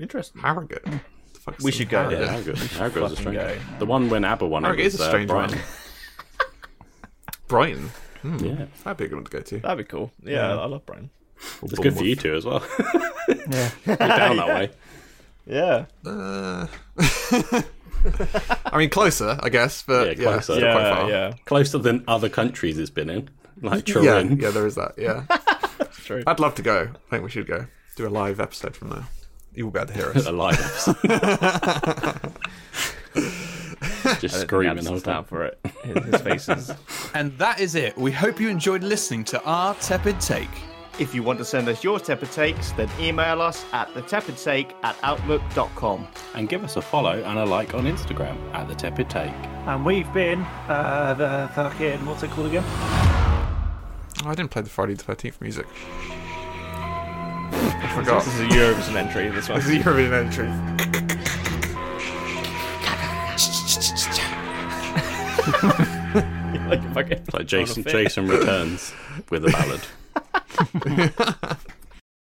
Speaker 4: Interesting.
Speaker 3: Harrogate. The fuck's
Speaker 4: We
Speaker 3: the
Speaker 4: should go
Speaker 2: Yeah,
Speaker 4: there.
Speaker 3: Harrogate?
Speaker 2: Harrogate. Harrogate's a
Speaker 4: Fucking
Speaker 2: strange. The one when ABBA won it
Speaker 3: Harrogate
Speaker 2: was
Speaker 3: is a
Speaker 2: uh,
Speaker 3: strange one.
Speaker 2: Brighton. [laughs]
Speaker 3: Brighton.
Speaker 2: Yeah,
Speaker 3: That'd be a good one to go to.
Speaker 7: That'd be cool. Yeah, I love Brian.
Speaker 3: Or
Speaker 2: it's good for you
Speaker 3: Bournemouth.
Speaker 2: two as well. [laughs]
Speaker 1: Yeah.
Speaker 2: You're down that way.
Speaker 4: Yeah.
Speaker 3: Uh, [laughs] I mean, closer, I guess, but
Speaker 2: Yeah,
Speaker 3: yeah,
Speaker 2: closer.
Speaker 3: still
Speaker 7: Yeah,
Speaker 3: quite far.
Speaker 7: yeah.
Speaker 2: Closer than other countries it's been in, like
Speaker 3: yeah,
Speaker 2: Turin. [laughs]
Speaker 3: yeah, there is that. Yeah,
Speaker 7: true.
Speaker 3: I'd love to go. I think we should go do a live episode from there. You will be able to
Speaker 2: [laughs]
Speaker 3: hear us. Oh,
Speaker 2: a live episode. Just screaming the whole time.
Speaker 7: down for it. His, his face is.
Speaker 8: And that is it. We hope you enjoyed listening to our tepid take.
Speaker 6: [laughs] If you want to send us your tepid takes, then email us at the tepid take at outlook.com.
Speaker 2: And give us a follow and a like on Instagram at the Tepid Take.
Speaker 1: And we've been uh, the fucking what's it called again?
Speaker 3: Oh, I didn't play the Friday the Thirteenth music. I forgot.
Speaker 7: This is a Eurovision entry. This one.
Speaker 3: This is the Eurovision
Speaker 7: [laughs]
Speaker 3: entry.
Speaker 7: like, if I get
Speaker 2: Like Jason,
Speaker 7: fit.
Speaker 2: Jason returns with a ballad.